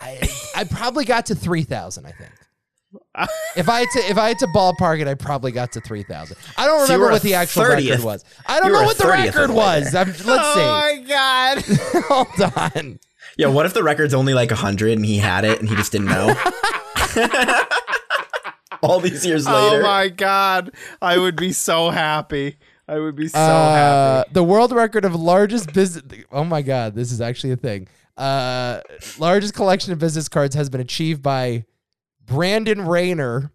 [SPEAKER 3] I I probably got to three thousand. I think.
[SPEAKER 4] (laughs)
[SPEAKER 3] if I had to, if I had to ballpark it, I probably got to three thousand. I don't
[SPEAKER 4] So you
[SPEAKER 3] remember
[SPEAKER 4] were a
[SPEAKER 3] what the actual
[SPEAKER 4] 30th.
[SPEAKER 3] record was. I don't
[SPEAKER 4] You
[SPEAKER 3] know
[SPEAKER 4] were a
[SPEAKER 3] what the
[SPEAKER 4] 30th
[SPEAKER 3] record
[SPEAKER 4] of the way Oh,
[SPEAKER 3] was. I'm,
[SPEAKER 4] (laughs)
[SPEAKER 3] let's see.
[SPEAKER 2] Oh god!
[SPEAKER 3] (laughs) Hold on.
[SPEAKER 4] Yeah, what if the record's only like 100 and he had it and he just
[SPEAKER 2] (laughs)
[SPEAKER 4] didn't know? (laughs) All these years
[SPEAKER 2] Oh
[SPEAKER 4] later.
[SPEAKER 2] my god! I would be so happy. I would be so
[SPEAKER 3] Uh,
[SPEAKER 2] happy.
[SPEAKER 3] the world record of largest business. Oh my god, this is actually a thing. Uh, largest collection of business cards has been achieved by Brandon Rayner,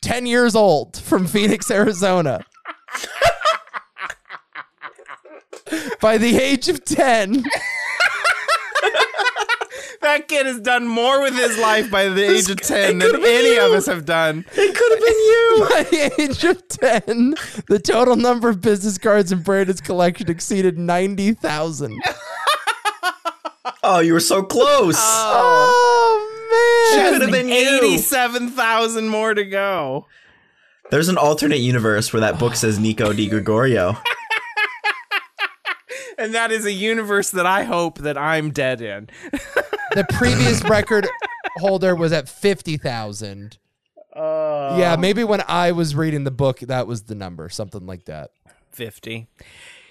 [SPEAKER 3] ten years old, from Phoenix, (laughs) Arizona. by the age of ten,
[SPEAKER 2] That kid has done more with his life by
[SPEAKER 3] (laughs)
[SPEAKER 2] the age of ten than
[SPEAKER 4] could've been
[SPEAKER 2] any of
[SPEAKER 4] you.
[SPEAKER 2] us have done.
[SPEAKER 4] It could have been
[SPEAKER 3] (laughs) by
[SPEAKER 4] you.
[SPEAKER 3] the age of ten, the total number of business cards in Brandon's collection exceeded ninety thousand.
[SPEAKER 4] Oh, you were so close.
[SPEAKER 3] Oh man!
[SPEAKER 4] It could've been you.
[SPEAKER 2] eighty-seven thousand more to go.
[SPEAKER 4] There's an alternate universe where that book says Nico Di Gregorio.
[SPEAKER 2] And that is a universe that I hope that I'm dead in.
[SPEAKER 3] The
[SPEAKER 4] (laughs)
[SPEAKER 3] previous record holder was at 50,000.
[SPEAKER 2] Uh,
[SPEAKER 3] yeah, maybe when I was reading the book, that was the number, something like that.
[SPEAKER 2] 50.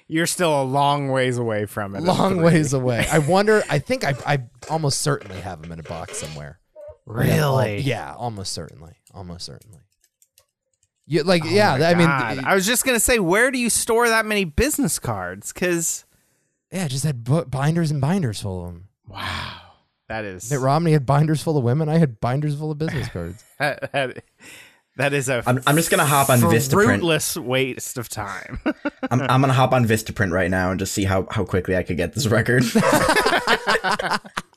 [SPEAKER 2] You're still a long ways away from it. at
[SPEAKER 3] Long
[SPEAKER 2] three.
[SPEAKER 3] ways away.
[SPEAKER 2] (laughs)
[SPEAKER 3] I wonder, I think I, I almost certainly have them in a box somewhere. Yeah, al-
[SPEAKER 2] Really?
[SPEAKER 3] Yeah, almost certainly. Almost certainly. You, like,
[SPEAKER 2] Oh
[SPEAKER 3] yeah,
[SPEAKER 2] my
[SPEAKER 3] I mean,
[SPEAKER 2] God.
[SPEAKER 3] th-
[SPEAKER 2] I was just going to say, where do you store that many business cards? Because,
[SPEAKER 3] yeah, just had bu- binders and binders full of them.
[SPEAKER 2] wow, that is.
[SPEAKER 3] Mitt Romney had binders full of women. I had binders full of business cards.
[SPEAKER 2] that- that- that is a
[SPEAKER 4] I'm, I'm just going to hop on Vistaprint.
[SPEAKER 2] fruitless waste of time. (laughs)
[SPEAKER 4] I'm, I'm going to hop on Vistaprint right now and just see how, how quickly I could get
[SPEAKER 2] (laughs)
[SPEAKER 4] this record. (laughs)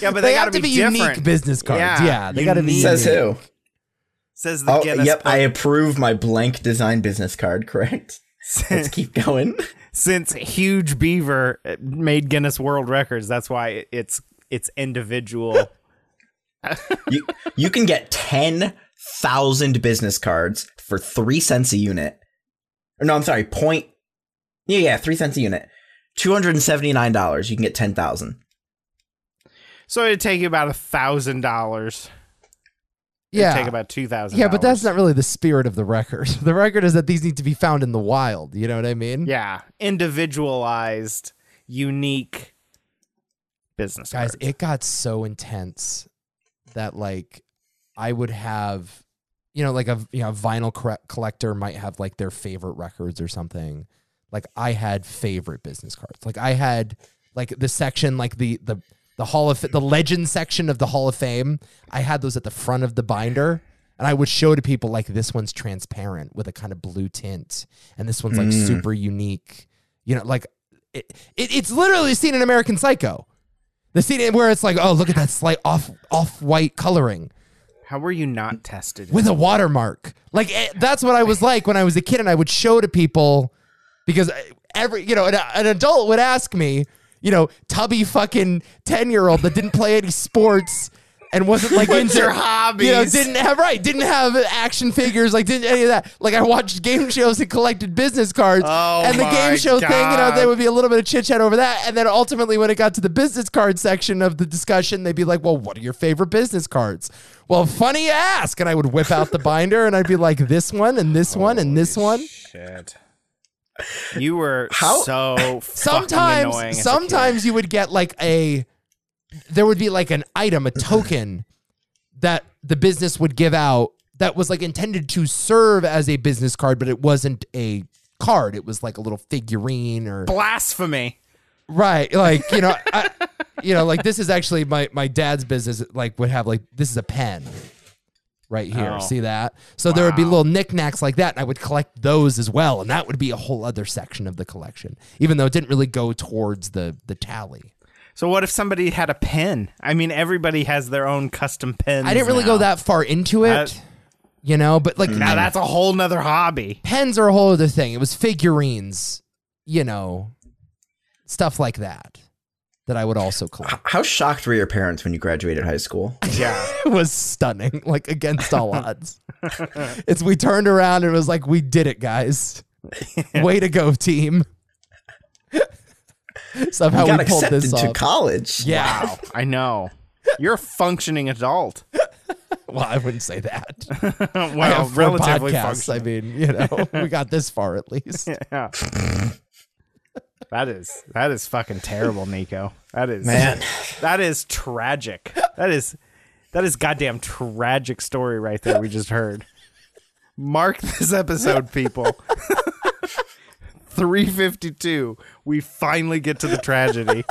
[SPEAKER 2] yeah, but (laughs)
[SPEAKER 3] They,
[SPEAKER 2] they,
[SPEAKER 3] have
[SPEAKER 2] gotta
[SPEAKER 3] to be,
[SPEAKER 2] different.
[SPEAKER 3] unique business cards. Yeah,
[SPEAKER 2] Yeah,
[SPEAKER 3] they got to be.
[SPEAKER 2] unique.
[SPEAKER 4] says
[SPEAKER 3] unique.
[SPEAKER 4] who?
[SPEAKER 2] Says the
[SPEAKER 4] Oh,
[SPEAKER 2] Guinness
[SPEAKER 4] yep,
[SPEAKER 2] Book. (laughs)
[SPEAKER 4] I approve my blank design business card, correct? Let's keep going.
[SPEAKER 2] since huge beaver uh, made guinness world records that's why it's it's
[SPEAKER 3] (laughs)
[SPEAKER 2] individual
[SPEAKER 4] you, you can get 10,000 business cards for 3 cents a unit. Or no, I'm sorry, point Yeah, yeah, 3 cents a unit. $279, you can get 10,000.
[SPEAKER 2] so it'd take you about a thousand dollars
[SPEAKER 3] Yeah.
[SPEAKER 2] take about two thousand
[SPEAKER 3] Yeah, but that's not really the spirit of the record. (laughs) The record is that these need to be found in the wild. You know what I mean?
[SPEAKER 2] yeah individualized unique business
[SPEAKER 3] Guys,
[SPEAKER 2] cards.
[SPEAKER 3] it got so intense that like I would have, you know, like a you know vinyl corre- collector might have like their favorite records or something. Like I had favorite business cards. Like I had like the section like the the the hall of the legend section of the hall of fame i had those at the front of the binder and i would show to people like this one's transparent with a kind of blue tint and this one's like
[SPEAKER 4] Mm.
[SPEAKER 3] super unique you know like it, it, it's literally a scene in american psycho the scene where it's like oh look at that slight off off white coloring
[SPEAKER 2] how were you not tested
[SPEAKER 3] with a watermark. Like eh, that's what I was like when I was a kid, and I would show to people because I- every you know an, an adult would ask me, you know, tubby fucking ten year old that didn't play any sports and wasn't like
[SPEAKER 2] What's
[SPEAKER 3] into (laughs)
[SPEAKER 2] your hobbies?
[SPEAKER 3] you know didn't have right didn't have action figures like didn't any of that like I watched game shows and collected business cards
[SPEAKER 2] Oh
[SPEAKER 3] and the
[SPEAKER 2] my
[SPEAKER 3] game show thing you know
[SPEAKER 2] God.
[SPEAKER 3] there would be a little bit of chit chat over that and then ultimately when it got to the business card section of the discussion they'd be like well what are your favorite business cards well funny you ask and I would whip out the binder and I'd be like this one and this one and this one
[SPEAKER 2] shit you were
[SPEAKER 4] How-
[SPEAKER 3] (laughs)
[SPEAKER 2] so fucking annoying as
[SPEAKER 3] sometimes
[SPEAKER 2] a
[SPEAKER 3] sometimes you would get like a there would be like an item a token that the business would give out that was like intended to serve as a business card but it wasn't a card it was like a little figurine or
[SPEAKER 2] kid. blasphemy
[SPEAKER 3] right like you know I, you know, like this is actually my my dad's business. Like would have like this is a pen right here.
[SPEAKER 2] Oh.
[SPEAKER 3] See that? So there would be
[SPEAKER 2] Wow.
[SPEAKER 3] little knickknacks like that, and I would collect those as well, and that would be a whole other section of the collection, even though it didn't really go towards the the tally.
[SPEAKER 2] So what if somebody had a pen? I mean, everybody has their own custom pens.
[SPEAKER 3] I didn't really
[SPEAKER 2] now.
[SPEAKER 3] go that far into it,
[SPEAKER 2] That-
[SPEAKER 3] you know, but like
[SPEAKER 2] Now that's a whole nother hobby.
[SPEAKER 3] pens are a whole other thing. It was figurines, you know, stuff like that that I would also collect.
[SPEAKER 4] How shocked were your parents when you graduated high school?
[SPEAKER 2] Yeah.
[SPEAKER 3] it (laughs) was stunning, like against all odds. it's we turned around and it was like, we did it, guys. Way to go, team. Somehow Oh,
[SPEAKER 4] You
[SPEAKER 3] we,
[SPEAKER 4] got
[SPEAKER 3] pulled
[SPEAKER 4] accepted
[SPEAKER 3] this
[SPEAKER 4] to
[SPEAKER 3] off.
[SPEAKER 4] college.
[SPEAKER 3] yeah.
[SPEAKER 2] Wow. I know. You're a functioning adult.
[SPEAKER 3] (laughs)
[SPEAKER 2] (laughs)
[SPEAKER 3] Well, I wouldn't say that. I
[SPEAKER 2] well,
[SPEAKER 3] have four
[SPEAKER 2] relatively
[SPEAKER 3] podcasts. I
[SPEAKER 2] functioning.
[SPEAKER 3] mean, you know, we got this far at least.
[SPEAKER 2] Yeah. that is that is fucking terrible, Nico. That is
[SPEAKER 4] Man.
[SPEAKER 2] That is tragic. That is that is goddamn tragic story right there we just heard. Mark this episode, people. 352. We finally get to the tragedy.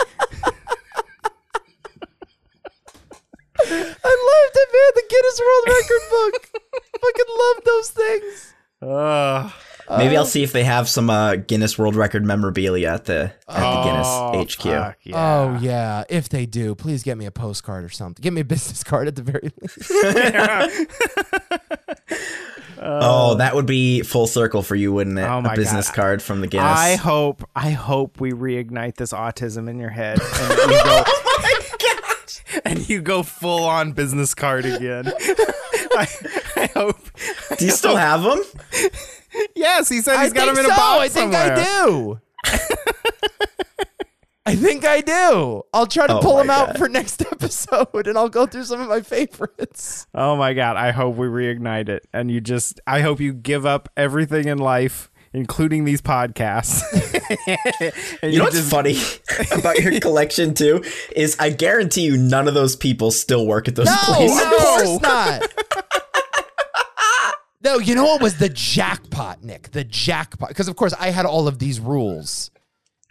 [SPEAKER 3] I loved it, man. The Guinness World Record book. Fucking love those things.
[SPEAKER 2] (laughs) Ugh.
[SPEAKER 4] Maybe I'll see if they have some uh, Guinness World Record memorabilia at the at
[SPEAKER 2] Oh,
[SPEAKER 4] the Guinness HQ.
[SPEAKER 2] fuck, yeah.
[SPEAKER 3] Oh yeah, if they do, please get me a postcard or something. Get me a business card at the very least.
[SPEAKER 4] Oh, that would be full circle for you, wouldn't it?
[SPEAKER 2] Oh my
[SPEAKER 4] a business
[SPEAKER 2] God.
[SPEAKER 4] card from the Guinness.
[SPEAKER 2] I hope I hope we reignite this autism in your head and you go (laughs) and you go full on business card again. I, I hope.
[SPEAKER 4] Do you still have them?
[SPEAKER 2] Yes, he said
[SPEAKER 3] I
[SPEAKER 2] he's got
[SPEAKER 3] think
[SPEAKER 2] him in
[SPEAKER 3] so.
[SPEAKER 2] a box
[SPEAKER 3] I think
[SPEAKER 2] somewhere.
[SPEAKER 3] I do. I think I do. I'll try to
[SPEAKER 4] Oh
[SPEAKER 3] pull
[SPEAKER 4] my
[SPEAKER 3] them out
[SPEAKER 4] God.
[SPEAKER 3] for (laughs) next episode, and I'll go through some of my favorites.
[SPEAKER 2] Oh my god, I hope we reignite it and you just I hope you give up everything in life including these podcasts. (laughs) And
[SPEAKER 4] You know
[SPEAKER 3] (laughs)
[SPEAKER 4] what's funny about your collection too is I guarantee you none of those people still work at those places.
[SPEAKER 3] of course not. No, you know what was the jackpot, Nick? The jackpot. Because of course I had all of these rules.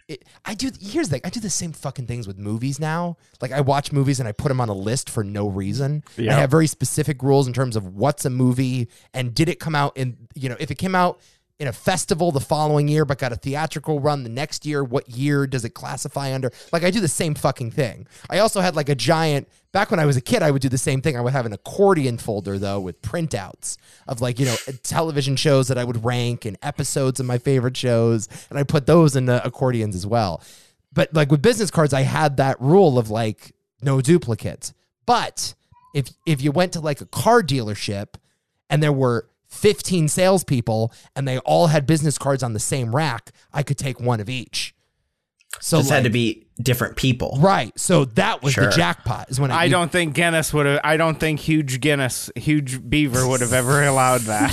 [SPEAKER 3] It, I do. Here's the. I do the same fucking things with movies now. Like I watch movies and I put them on a list for no reason. I
[SPEAKER 2] Yeah.
[SPEAKER 3] have very specific rules in terms of what's a movie and did it come out in. You know, if it came out in a festival the following year but got a theatrical run the next year, what year does it classify under? Like I do the same fucking thing. I also had like a giant. Back when I was a kid, I would do the same thing. I would have an accordion folder though with printouts of like you know television shows that I would rank and episodes of my favorite shows, and I put those in the accordions as well. But like with business cards, I had that rule of like no duplicates. But if if you went to like a car dealership and there were 15 salespeople and they all had business cards on the same rack, I could take one of each. So
[SPEAKER 4] Just had to
[SPEAKER 3] like-
[SPEAKER 4] be different people.
[SPEAKER 3] right. So that was the
[SPEAKER 4] Sure.
[SPEAKER 3] jackpot. Is when I,
[SPEAKER 2] I don't think Guinness would have I don't think huge Guinness, huge beaver would have ever allowed that.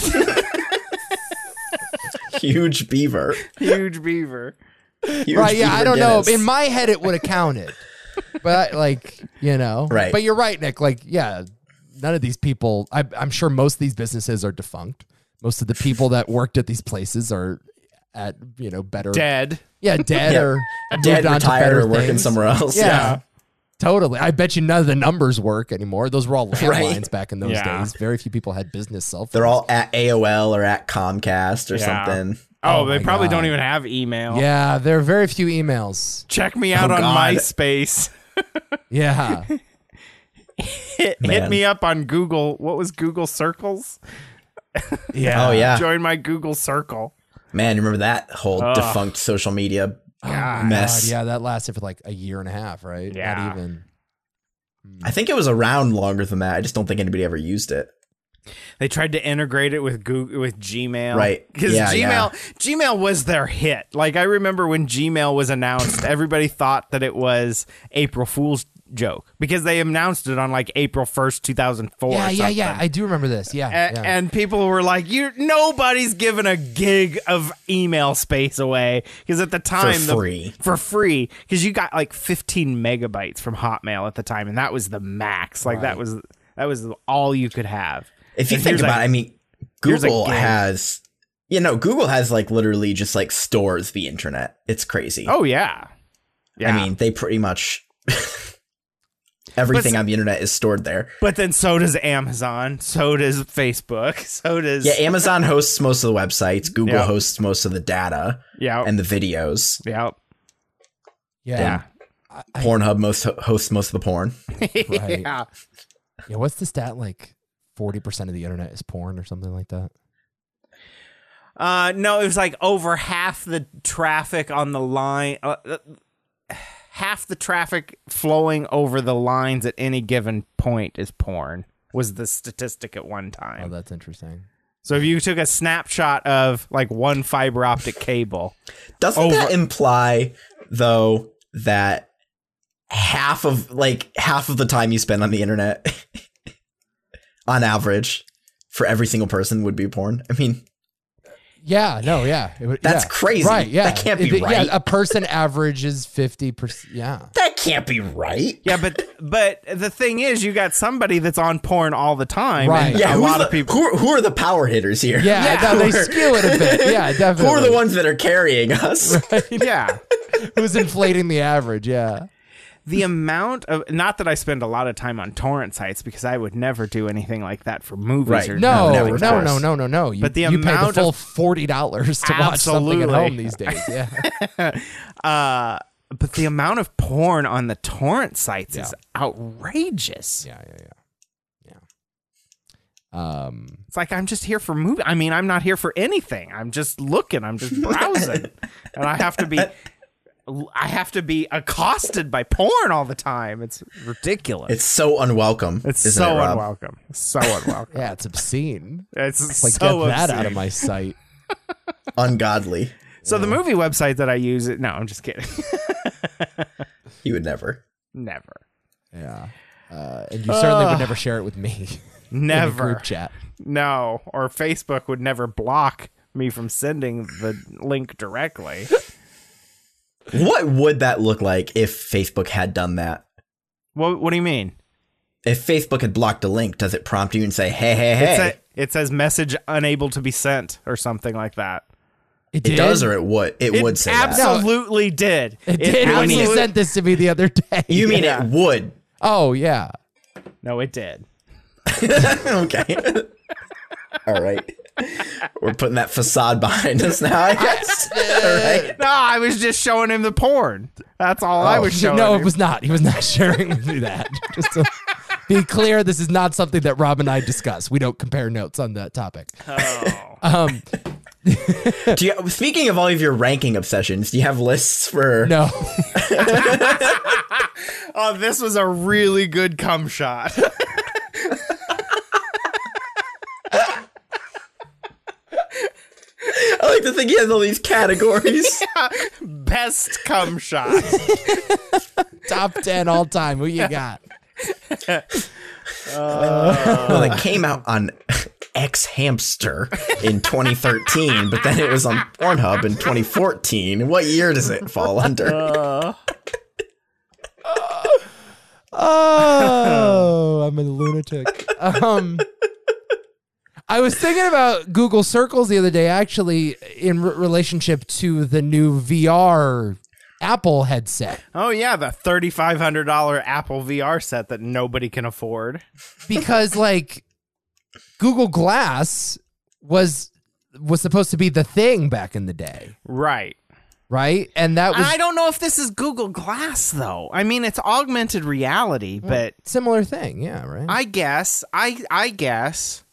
[SPEAKER 4] Huge beaver.
[SPEAKER 2] huge beaver.
[SPEAKER 4] Huge
[SPEAKER 3] right. Yeah, I
[SPEAKER 4] beaver
[SPEAKER 3] don't know.
[SPEAKER 4] Guinness.
[SPEAKER 3] In my head, it would have
[SPEAKER 4] (laughs)
[SPEAKER 3] counted, but I- like you know,
[SPEAKER 4] Right.
[SPEAKER 3] But you're right, Nick. Like, yeah, none of these people. I, I'm sure most of these businesses are defunct. Most of the people that worked at these places are at you know better,
[SPEAKER 2] Dead.
[SPEAKER 3] yeah, dead
[SPEAKER 4] Yeah.
[SPEAKER 3] or
[SPEAKER 4] dead,
[SPEAKER 3] moved on to
[SPEAKER 4] retired,
[SPEAKER 3] better
[SPEAKER 4] or working
[SPEAKER 3] things.
[SPEAKER 4] somewhere else.
[SPEAKER 3] Yeah.
[SPEAKER 4] yeah.
[SPEAKER 3] Totally. I bet you none of the numbers work anymore. Those were all
[SPEAKER 4] (laughs) Right.
[SPEAKER 3] landlines back in those
[SPEAKER 2] Yeah.
[SPEAKER 3] days. Very few people had business cell phones.
[SPEAKER 4] They're all at AOL or at Comcast or
[SPEAKER 2] Yeah.
[SPEAKER 4] something.
[SPEAKER 2] Oh,
[SPEAKER 3] Oh
[SPEAKER 2] they
[SPEAKER 3] my
[SPEAKER 2] probably
[SPEAKER 3] God.
[SPEAKER 2] don't even have email.
[SPEAKER 3] Yeah, there are very few emails.
[SPEAKER 2] Check me out on
[SPEAKER 4] God.
[SPEAKER 2] MySpace.
[SPEAKER 3] Yeah.
[SPEAKER 2] Hit, hit
[SPEAKER 4] Man.
[SPEAKER 2] me up on Google. What was Google Circles?
[SPEAKER 3] yeah.
[SPEAKER 4] Oh
[SPEAKER 2] (laughs)
[SPEAKER 4] yeah,
[SPEAKER 2] Join my Google Circle.
[SPEAKER 4] man! You remember that whole
[SPEAKER 2] Ugh.
[SPEAKER 4] defunct social media
[SPEAKER 2] God.
[SPEAKER 4] (laughs) mess?
[SPEAKER 3] God, yeah, that lasted for like a year and a half, right?
[SPEAKER 2] Yeah.
[SPEAKER 3] Not even.
[SPEAKER 4] I think it was around longer than that. I just don't think anybody ever used it.
[SPEAKER 2] They tried to integrate it with Google, with Gmail,
[SPEAKER 4] Right.
[SPEAKER 2] Because
[SPEAKER 4] Yeah,
[SPEAKER 2] Gmail Gmail was their hit. Like I remember when Gmail was announced, everybody thought that it was April Fool's joke because they announced it on like April first, two thousand four.
[SPEAKER 3] Yeah, yeah, yeah. I do remember this. Yeah.
[SPEAKER 2] A-
[SPEAKER 3] yeah.
[SPEAKER 2] and people were like, "You nobody's giving a gig of email space away because at the time the-
[SPEAKER 4] free.
[SPEAKER 2] for free because you got like 15 megabytes from Hotmail at the time, and that was the max. Like that was that was all you could have.
[SPEAKER 4] If you
[SPEAKER 2] And
[SPEAKER 4] think
[SPEAKER 2] here's
[SPEAKER 4] about,
[SPEAKER 2] like-
[SPEAKER 4] it, I mean,
[SPEAKER 2] here's a
[SPEAKER 4] Google
[SPEAKER 2] game.
[SPEAKER 4] has, you know, Google has like literally just like stores the internet. It's crazy.
[SPEAKER 2] Oh yeah, yeah.
[SPEAKER 4] I mean, they pretty much (laughs) Everything on the internet is stored there.
[SPEAKER 2] But then so does Amazon, so does Facebook, (laughs) so does
[SPEAKER 4] Yeah, Amazon hosts most of the websites. Google
[SPEAKER 2] Yeah. Oh.
[SPEAKER 4] hosts most of the data
[SPEAKER 2] yeah,
[SPEAKER 4] and the videos.
[SPEAKER 2] yeah,
[SPEAKER 3] Yeah.
[SPEAKER 2] yeah,
[SPEAKER 4] Pornhub most hosts most of the porn.
[SPEAKER 2] (laughs)
[SPEAKER 3] Right.
[SPEAKER 2] yeah.
[SPEAKER 3] Yeah. What's the stat like? Forty percent of the internet is porn or something like that. Oh,
[SPEAKER 2] Uh, no, it was like over half the traffic on the line, uh, uh, half the traffic flowing over the lines at any given point is porn. Was the statistic at one
[SPEAKER 3] Oh,
[SPEAKER 2] time?
[SPEAKER 3] that's interesting.
[SPEAKER 2] So if you took a snapshot of like one fiber optic cable,
[SPEAKER 4] Doesn't that
[SPEAKER 2] Over-
[SPEAKER 4] imply though that half of like half of the time you spend on the internet (laughs) on average for every single person would be porn? I mean,
[SPEAKER 3] Yeah, no, yeah. It would-
[SPEAKER 4] That's
[SPEAKER 3] yeah.
[SPEAKER 4] crazy.
[SPEAKER 3] Right, yeah.
[SPEAKER 4] That can't be
[SPEAKER 3] It-
[SPEAKER 4] right.
[SPEAKER 3] Yeah, uh, a person averages 50%. Yeah.
[SPEAKER 4] that can't be right.
[SPEAKER 2] yeah, but but the thing is, you got somebody that's on porn all the time.
[SPEAKER 3] Right.
[SPEAKER 2] and
[SPEAKER 4] Yeah,
[SPEAKER 2] a
[SPEAKER 4] who's
[SPEAKER 2] lot
[SPEAKER 4] the,
[SPEAKER 2] of people.
[SPEAKER 4] Who, are- who are the power hitters here?
[SPEAKER 3] Yeah, no, they skew it a bit.
[SPEAKER 4] (laughs)
[SPEAKER 3] Yeah,
[SPEAKER 4] Who
[SPEAKER 3] definitely.
[SPEAKER 4] are the ones that are carrying us?
[SPEAKER 2] Yeah.
[SPEAKER 3] who's inflating the average? Yeah.
[SPEAKER 2] the amount of not that I spend a lot of time on torrent sites because I would never do anything like that for movies
[SPEAKER 4] Right.
[SPEAKER 2] or
[SPEAKER 3] No,
[SPEAKER 4] no,
[SPEAKER 3] no,
[SPEAKER 4] of
[SPEAKER 3] no,
[SPEAKER 4] course.
[SPEAKER 3] no, no, no, You,
[SPEAKER 2] But the
[SPEAKER 3] you pay the
[SPEAKER 2] amount
[SPEAKER 3] full
[SPEAKER 2] of-
[SPEAKER 3] forty dollars to watch something at
[SPEAKER 2] Absolutely.
[SPEAKER 3] home these days. Yeah,
[SPEAKER 2] (laughs) Uh, but the amount of porn on the torrent sites
[SPEAKER 3] Yeah.
[SPEAKER 2] is outrageous.
[SPEAKER 3] yeah, yeah, yeah, yeah. Um,
[SPEAKER 2] It's like I'm just here for movie. I mean, I'm not here for anything. I'm just looking. I'm
[SPEAKER 3] (laughs)
[SPEAKER 2] just browsing, and I have to be. I have to be accosted by porn all the time. It's ridiculous.
[SPEAKER 4] It's so unwelcome.
[SPEAKER 2] It's
[SPEAKER 4] isn't it,
[SPEAKER 2] so
[SPEAKER 4] Rob?
[SPEAKER 2] unwelcome. So
[SPEAKER 3] (laughs)
[SPEAKER 2] unwelcome.
[SPEAKER 3] yeah, it's obscene.
[SPEAKER 2] It's
[SPEAKER 3] Like,
[SPEAKER 2] so
[SPEAKER 3] get that
[SPEAKER 2] obscene.
[SPEAKER 3] out of my sight.
[SPEAKER 4] Ungodly.
[SPEAKER 2] So the movie website that I use. No, I'm just kidding. (laughs)
[SPEAKER 4] You would never.
[SPEAKER 2] Never.
[SPEAKER 3] Yeah, uh, and you certainly would never share it with me. (laughs) in a
[SPEAKER 2] Never.
[SPEAKER 3] group chat.
[SPEAKER 2] No. Or Facebook would never block me from sending the link directly.
[SPEAKER 4] What would that look like if Facebook had done that?
[SPEAKER 2] what what do you mean?
[SPEAKER 4] If Facebook had blocked a link, does it prompt you and say, "Hey, hey, hey"?
[SPEAKER 2] It, sa- it says message unable to be sent or something like that.
[SPEAKER 4] it
[SPEAKER 3] did?
[SPEAKER 4] does, or it would. It, would say that.
[SPEAKER 2] absolutely did.
[SPEAKER 3] It did when you
[SPEAKER 2] absolute-
[SPEAKER 3] sent this to me the other day.
[SPEAKER 4] You
[SPEAKER 3] (laughs)
[SPEAKER 4] mean it would?
[SPEAKER 3] Oh yeah.
[SPEAKER 2] No, it did.
[SPEAKER 4] (laughs) okay. (laughs) All right. We're putting that facade behind us now, I guess. All right.
[SPEAKER 2] No, I was just showing him the porn. That's all
[SPEAKER 4] Oh.
[SPEAKER 2] I was showing.
[SPEAKER 3] Oh, (laughs) no,
[SPEAKER 2] him.
[SPEAKER 3] it was not. He was not (laughs) sharing with me that. (laughs) Just to be clear, this is not something that Rob and I discuss. We don't compare notes on that topic.
[SPEAKER 2] Oh.
[SPEAKER 3] (laughs) Um,
[SPEAKER 4] Do you, speaking of all of your ranking obsessions, do you have lists for?
[SPEAKER 3] no, (laughs)
[SPEAKER 2] Oh, this was a really good cum shot. (laughs)
[SPEAKER 4] I like to think he has all these (laughs) categories.
[SPEAKER 2] Best cum shot.
[SPEAKER 3] top ten all time. Who you got?
[SPEAKER 4] Well, it came out on (laughs) X Hamster in 2013, but then it was on Pornhub in 2014. What year does it fall under?
[SPEAKER 3] Oh, I'm a lunatic. Um, I was thinking about Google Circles the other day, actually, in re- relationship to the new VR Apple headset.
[SPEAKER 2] Oh yeah, the thirty-five hundred dollar Apple VR set that nobody can afford.
[SPEAKER 3] because like Google Glass was was supposed to be the thing back in the day,
[SPEAKER 2] Right.
[SPEAKER 3] right? And that
[SPEAKER 2] And I
[SPEAKER 3] was
[SPEAKER 2] don't know if this is Google Glass though. I mean, it's augmented reality, but
[SPEAKER 3] similar thing, yeah, right?
[SPEAKER 2] I guess I I guess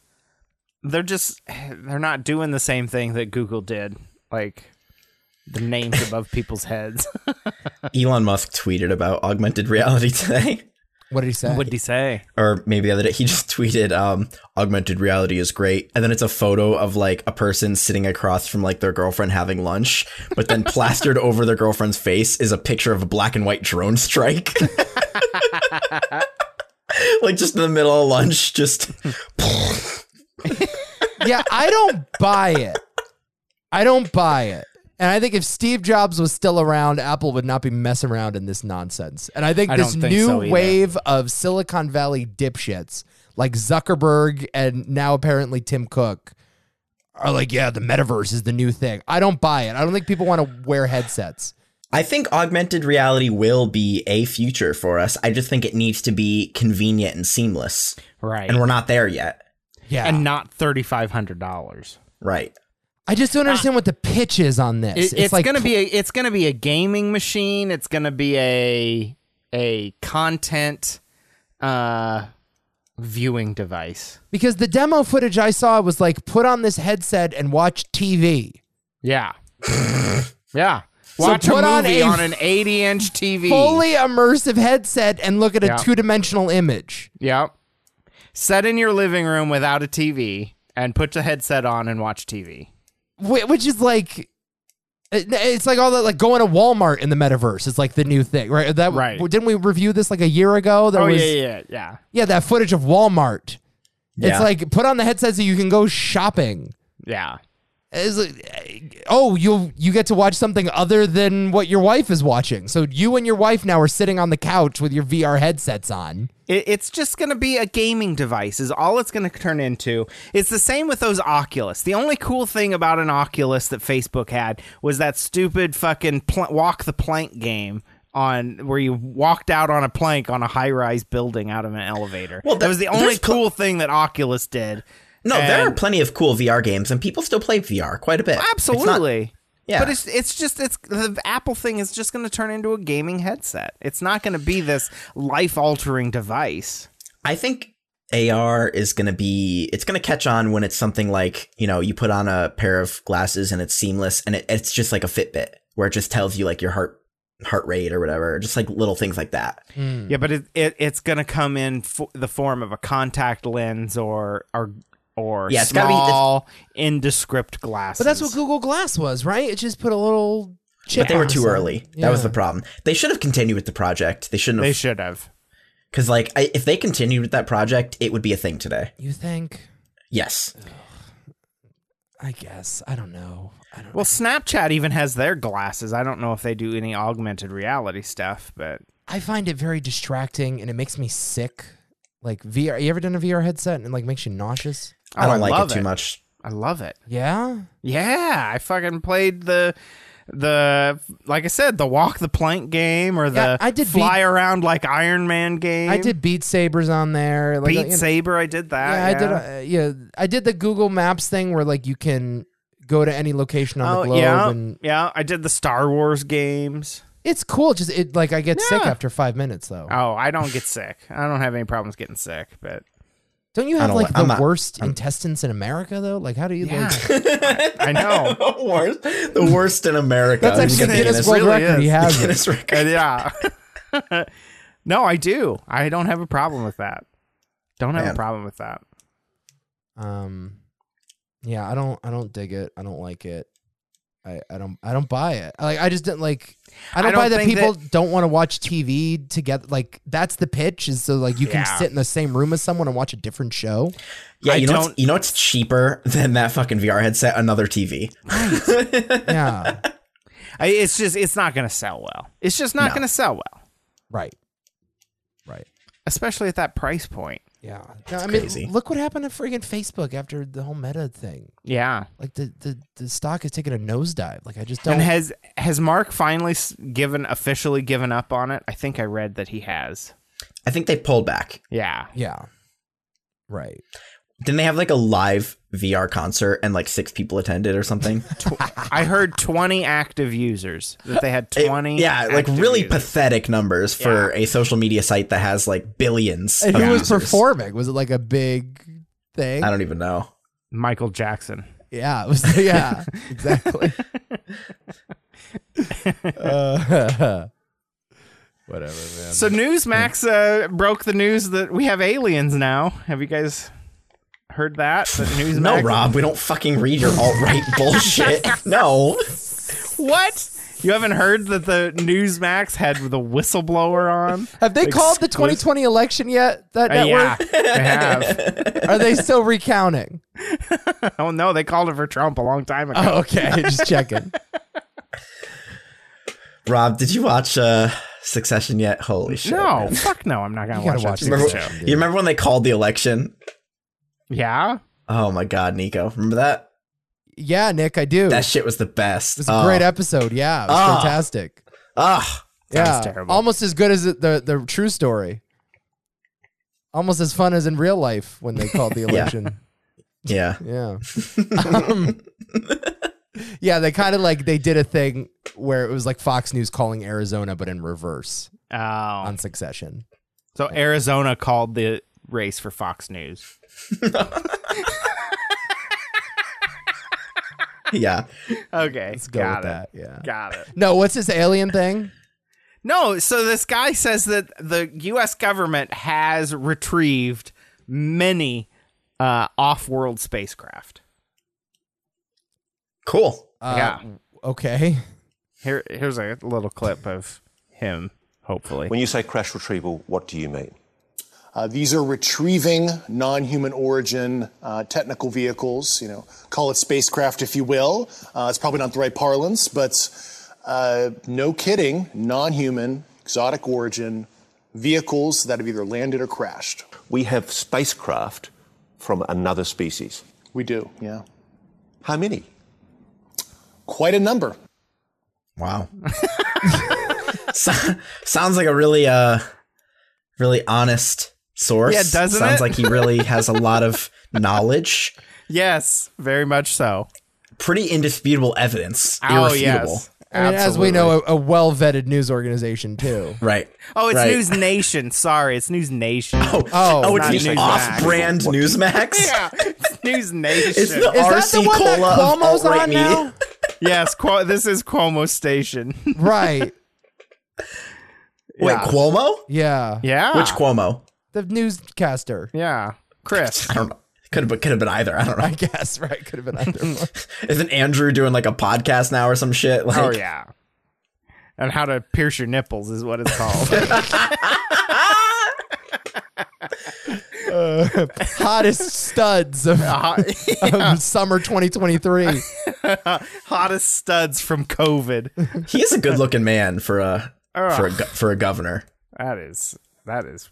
[SPEAKER 2] they're just they're not doing the same thing that Google did. Like the (laughs) names above people's heads.
[SPEAKER 4] Elon Musk tweeted about augmented reality (laughs) today.
[SPEAKER 3] what did
[SPEAKER 2] (laughs)
[SPEAKER 3] he say?
[SPEAKER 2] what did he say?
[SPEAKER 4] or maybe the other day he just tweeted um augmented reality is great and then it's a photo of like a person sitting across from like their girlfriend having lunch but then plastered over their girlfriend's face is a picture of a black and white drone strike (laughs) like just in the middle of lunch just
[SPEAKER 3] yeah, I don't buy it. I don't buy it. And I think if Steve Jobs was still around, Apple would not be messing around in this nonsense. And I think
[SPEAKER 2] I
[SPEAKER 3] this
[SPEAKER 2] don't think
[SPEAKER 3] new
[SPEAKER 2] so either.
[SPEAKER 3] wave of Silicon Valley dipshits like Zuckerberg and now apparently Tim Cook are like, yeah, the metaverse is the new thing. I don't buy it. I don't think people want to wear headsets.
[SPEAKER 4] I think augmented reality will be a future for us. I just think it needs to be convenient and seamless.
[SPEAKER 2] Right.
[SPEAKER 4] And we're not there yet.
[SPEAKER 3] Yeah.
[SPEAKER 2] and not thirty five hundred dollars.
[SPEAKER 4] Right.
[SPEAKER 3] I just don't understand what the pitch is on this.
[SPEAKER 2] It's,
[SPEAKER 3] like
[SPEAKER 2] gonna be a it's gonna be a gaming machine. It's gonna be a a content uh, viewing device.
[SPEAKER 3] because the demo footage I saw was like put on this headset and watch TV.
[SPEAKER 2] (laughs) Yeah, yeah.
[SPEAKER 3] So
[SPEAKER 2] Watch
[SPEAKER 3] put
[SPEAKER 2] a
[SPEAKER 3] on
[SPEAKER 2] movie
[SPEAKER 3] a
[SPEAKER 2] on, an eighty inch TV.
[SPEAKER 3] Fully immersive headset and look at a
[SPEAKER 2] Yeah.
[SPEAKER 3] two dimensional image.
[SPEAKER 2] Yep. Set in your living room without a TV and put the headset on and watch TV.
[SPEAKER 3] Wh- which is like it- it's like all that like going to Walmart in the metaverse is like the new thing, right? That
[SPEAKER 2] Right.
[SPEAKER 3] didn't we review this like a year ago? There
[SPEAKER 2] Oh
[SPEAKER 3] was
[SPEAKER 2] yeah, yeah, yeah.
[SPEAKER 3] yeah, that footage of Walmart. It's
[SPEAKER 4] Yeah.
[SPEAKER 3] like put on the headset so you can go shopping.
[SPEAKER 2] Yeah.
[SPEAKER 3] It's like, oh, you you get to watch something other than what your wife is watching. So you and your wife now are sitting on the couch with your VR headsets on.
[SPEAKER 2] It, it's just going to be a gaming device, is all it's going to turn into. It's the same with those Oculus. The only cool thing about an Oculus that Facebook had was that stupid fucking pl- walk the plank game. On where you walked out on a plank on a high rise building out of an elevator. Well,
[SPEAKER 4] Well,
[SPEAKER 2] that,
[SPEAKER 4] there-
[SPEAKER 2] was the only
[SPEAKER 4] there's pl-
[SPEAKER 2] cool thing that Oculus did.
[SPEAKER 4] No, there are
[SPEAKER 2] And-
[SPEAKER 4] plenty of cool VR games, and people still play VR quite a bit. It's not-
[SPEAKER 2] Absolutely.
[SPEAKER 4] Yeah.
[SPEAKER 2] But it's it's just it's the Apple thing is just going to turn into a gaming headset. It's not going to be this life altering device.
[SPEAKER 4] I think AR is going to be, it's going to catch on when it's something like, you know, you put on a pair of glasses and it's seamless and it, it's just like a Fitbit where it just tells you like your heart heart rate or whatever, just like little things like that.
[SPEAKER 2] Yeah, but it, it it's going to come in fo- the form of a contact lens or or or
[SPEAKER 4] Yeah, it's gotta be- it's-
[SPEAKER 2] small indescript glasses.
[SPEAKER 3] But that's what Google Glass was, right? It just put a little chip.
[SPEAKER 4] But they were
[SPEAKER 3] on
[SPEAKER 4] too
[SPEAKER 3] something.
[SPEAKER 4] early. That was
[SPEAKER 3] Yeah.
[SPEAKER 4] the problem. They should have continued with the project. They shouldn't
[SPEAKER 2] they
[SPEAKER 4] have.
[SPEAKER 2] should have.
[SPEAKER 4] Because, like, I, if they continued with that project, it would be a thing today.
[SPEAKER 3] You think?
[SPEAKER 4] Yes.
[SPEAKER 3] I guess. I don't know. I don't
[SPEAKER 2] Well, Snapchat even has their glasses. I don't know if they do any augmented reality stuff, but
[SPEAKER 3] I find it very distracting and it makes me sick. Like VR, you ever done a VR headset and like makes you nauseous?
[SPEAKER 2] oh,
[SPEAKER 4] I don't like
[SPEAKER 2] love
[SPEAKER 4] it too much.
[SPEAKER 2] I love it.
[SPEAKER 3] Yeah.
[SPEAKER 2] Yeah, I fucking played the the like I said, the walk the plank game or the
[SPEAKER 3] Yeah, I did
[SPEAKER 2] fly around like Iron Man game.
[SPEAKER 3] I did Beat Sabers on there. Like, uh,
[SPEAKER 2] Beat
[SPEAKER 3] you know-
[SPEAKER 2] Saber. I did that.
[SPEAKER 3] Yeah, I did. Uh, yeah, I did the Google Maps thing where like you can go to any location on
[SPEAKER 2] Oh
[SPEAKER 3] the globe,
[SPEAKER 2] yeah,
[SPEAKER 3] and
[SPEAKER 2] yeah. I did the Star Wars games.
[SPEAKER 3] it's cool. Just it like I get sick
[SPEAKER 2] Yeah.
[SPEAKER 3] after five minutes though.
[SPEAKER 2] Oh, I don't get sick. I don't have any problems getting sick. But
[SPEAKER 3] Don't you
[SPEAKER 4] I
[SPEAKER 3] have
[SPEAKER 4] don't
[SPEAKER 3] like
[SPEAKER 4] like-
[SPEAKER 3] the
[SPEAKER 4] I'm not-
[SPEAKER 3] worst intestines in America though? Like how do you
[SPEAKER 2] yeah,
[SPEAKER 3] like?
[SPEAKER 2] (laughs) I know.
[SPEAKER 4] (laughs) the, worst, the worst in America.
[SPEAKER 3] That's
[SPEAKER 4] He's
[SPEAKER 3] actually
[SPEAKER 4] got the
[SPEAKER 3] Guinness World
[SPEAKER 2] really
[SPEAKER 3] Record. He
[SPEAKER 2] is.
[SPEAKER 3] (laughs) has it.
[SPEAKER 4] Guinness record.
[SPEAKER 2] Uh, yeah. (laughs) no, I do. I don't have a problem with that. Don't have
[SPEAKER 4] Man.
[SPEAKER 2] a problem with that.
[SPEAKER 3] Um, yeah, I don't. I don't dig it. I don't like it. I, I don't I don't buy it. Like I just didn't like I don't,
[SPEAKER 2] don't
[SPEAKER 3] buy that
[SPEAKER 2] think
[SPEAKER 3] people don't want to watch TV together. Like that's the pitch is so like you can
[SPEAKER 2] Yeah.
[SPEAKER 3] sit in the same room as someone and watch a different (laughs) show.
[SPEAKER 4] Yeah,
[SPEAKER 2] I
[SPEAKER 4] you know, what's-
[SPEAKER 2] don't-
[SPEAKER 4] you know what's cheaper than that fucking VR headset? Another TV.
[SPEAKER 3] Yeah.
[SPEAKER 2] I, it's just it's not going to sell well. It's just not
[SPEAKER 4] No.
[SPEAKER 2] going to sell well,
[SPEAKER 3] right. Right.
[SPEAKER 2] especially at that price point.
[SPEAKER 3] Yeah. No, I mean,
[SPEAKER 4] crazy.
[SPEAKER 3] look what happened to friggin' Facebook after the whole meta thing.
[SPEAKER 2] Yeah.
[SPEAKER 3] Like the, the, the stock is taking a nosedive. Like I just
[SPEAKER 2] And
[SPEAKER 3] don't.
[SPEAKER 2] has has Mark finally s- given officially given up on it? I think I read that he has.
[SPEAKER 4] I think they pulled back.
[SPEAKER 2] Yeah.
[SPEAKER 3] yeah. Right.
[SPEAKER 4] Didn't they have like a live VR concert and like six people attended or
[SPEAKER 2] (laughs)
[SPEAKER 4] something?
[SPEAKER 2] I heard 20 active users that they had
[SPEAKER 4] (laughs) It-
[SPEAKER 2] 20.
[SPEAKER 4] yeah, like
[SPEAKER 2] active
[SPEAKER 4] really
[SPEAKER 2] users.
[SPEAKER 4] pathetic numbers for a social media site that has like
[SPEAKER 3] (laughs)
[SPEAKER 4] billions.
[SPEAKER 3] And
[SPEAKER 4] of
[SPEAKER 3] who was
[SPEAKER 4] users.
[SPEAKER 3] performing? Was it like a big thing?
[SPEAKER 4] I don't even know.
[SPEAKER 2] Michael Jackson.
[SPEAKER 3] Yeah. It was, (laughs)
[SPEAKER 4] (laughs)
[SPEAKER 3] yeah. exactly. Uh, (laughs) whatever, man.
[SPEAKER 2] So Newsmax uh, broke the news that we have aliens now. Have you guys heard that?
[SPEAKER 3] (laughs)
[SPEAKER 2] That Newsmax.
[SPEAKER 4] No, Rob, we don't fucking read your alt
[SPEAKER 2] (laughs)
[SPEAKER 4] right bullshit. No.
[SPEAKER 2] What? You haven't heard that the Newsmax had the whistleblower on?
[SPEAKER 3] Have they called the 2020 election yet? (laughs) That
[SPEAKER 2] Uh, yeah,
[SPEAKER 3] network?
[SPEAKER 2] they
[SPEAKER 3] (laughs)
[SPEAKER 2] have.
[SPEAKER 3] Are they still
[SPEAKER 4] (laughs)
[SPEAKER 3] recounting?
[SPEAKER 2] Oh no, they called it for Trump a long time ago.
[SPEAKER 3] Oh, okay. Just checking.
[SPEAKER 4] Rob, did you watch uh, Succession yet? Holy shit.
[SPEAKER 2] no,
[SPEAKER 4] man.
[SPEAKER 2] fuck no, I'm not gonna
[SPEAKER 3] You gotta
[SPEAKER 2] watch,
[SPEAKER 3] watch
[SPEAKER 2] that
[SPEAKER 3] it.
[SPEAKER 4] Remember,
[SPEAKER 2] shit show.
[SPEAKER 4] you remember when they called the election?
[SPEAKER 2] Yeah,
[SPEAKER 4] Oh my god, Nico. Remember that?
[SPEAKER 3] Yeah, Nick, I do.
[SPEAKER 4] That shit was the best.
[SPEAKER 3] It was a
[SPEAKER 4] Oh.
[SPEAKER 3] great episode. Yeah, it was
[SPEAKER 4] Ah.
[SPEAKER 3] fantastic.
[SPEAKER 4] Ah,
[SPEAKER 3] Yeah,
[SPEAKER 2] Sounds terrible.
[SPEAKER 3] almost as good as the, the the true story. Almost as fun as in real life when they
[SPEAKER 4] (laughs)
[SPEAKER 3] called the election.
[SPEAKER 4] yeah.
[SPEAKER 3] yeah. Um, yeah, they kind of like they did a thing where it was like Fox News calling Arizona, but in reverse
[SPEAKER 2] Oh.
[SPEAKER 3] on Succession.
[SPEAKER 2] So Arizona called the race for Fox News.
[SPEAKER 4] Yeah.
[SPEAKER 2] Okay.
[SPEAKER 3] Let's go
[SPEAKER 2] got
[SPEAKER 3] with
[SPEAKER 2] it.
[SPEAKER 3] that. Yeah.
[SPEAKER 2] Got it.
[SPEAKER 3] No, what's this alien thing?
[SPEAKER 2] No, so this guy says that the US government has retrieved many uh, off world spacecraft.
[SPEAKER 4] Cool.
[SPEAKER 3] Uh,
[SPEAKER 2] Yeah.
[SPEAKER 3] Okay.
[SPEAKER 2] Here, here's a little clip of him, hopefully.
[SPEAKER 1] When you say crash retrieval, what do you mean?
[SPEAKER 5] Uh, these are retrieving non-human origin uh, technical vehicles. You know, call it spacecraft if you will. Uh, it's probably not the right parlance, but uh, no kidding. Non-human, exotic origin vehicles that have either landed or crashed.
[SPEAKER 1] We have spacecraft from another species.
[SPEAKER 5] We do, yeah.
[SPEAKER 1] How many?
[SPEAKER 5] Quite a number.
[SPEAKER 2] (laughs)
[SPEAKER 4] Wow. so, sounds like a really uh really honest source.
[SPEAKER 2] Yeah, doesn't
[SPEAKER 4] sounds
[SPEAKER 2] it?
[SPEAKER 4] like he really has a lot of knowledge.
[SPEAKER 2] Yes, very much so.
[SPEAKER 4] Pretty indisputable evidence.
[SPEAKER 2] Oh,
[SPEAKER 4] Irrefutable.
[SPEAKER 2] yes.
[SPEAKER 3] I mean, as we
[SPEAKER 2] Absolutely.
[SPEAKER 3] know, a, a well vetted news organization, too.
[SPEAKER 4] Right.
[SPEAKER 2] Oh, it's
[SPEAKER 4] right.
[SPEAKER 2] News Nation. Sorry, it's News Nation.
[SPEAKER 4] Oh,
[SPEAKER 3] Oh,
[SPEAKER 4] oh,
[SPEAKER 2] not
[SPEAKER 4] it's
[SPEAKER 2] Newsmax.
[SPEAKER 4] the off-brand
[SPEAKER 2] (laughs)
[SPEAKER 4] Newsmax.
[SPEAKER 2] yeah, it's News Nation.
[SPEAKER 4] It's the
[SPEAKER 3] Is that
[SPEAKER 4] RC
[SPEAKER 3] the one that
[SPEAKER 4] cola of
[SPEAKER 3] Cuomo's
[SPEAKER 4] alt-right
[SPEAKER 3] on
[SPEAKER 4] media.
[SPEAKER 3] now?
[SPEAKER 2] yes, Cuo- this is Cuomo Station. (laughs)
[SPEAKER 3] Right.
[SPEAKER 4] Wait,
[SPEAKER 2] Yeah.
[SPEAKER 4] Cuomo?
[SPEAKER 3] Yeah.
[SPEAKER 2] yeah,
[SPEAKER 4] Which Cuomo?
[SPEAKER 3] The newscaster.
[SPEAKER 2] yeah, Chris.
[SPEAKER 4] I don't know. Could have been, could have been either. I don't
[SPEAKER 3] I
[SPEAKER 4] know.
[SPEAKER 3] guess, (laughs) right? Could have been either one.
[SPEAKER 4] Isn't Andrew doing like a podcast now or some shit? Like,
[SPEAKER 2] Oh yeah, and how to pierce your nipples is what it's called.
[SPEAKER 3] Uh, hottest studs of,
[SPEAKER 2] Hot-
[SPEAKER 3] of summer 2023.
[SPEAKER 2] hottest studs from COVID.
[SPEAKER 4] he is a good-looking man for a
[SPEAKER 2] Oh.
[SPEAKER 4] for a go- for a governor.
[SPEAKER 2] That is that is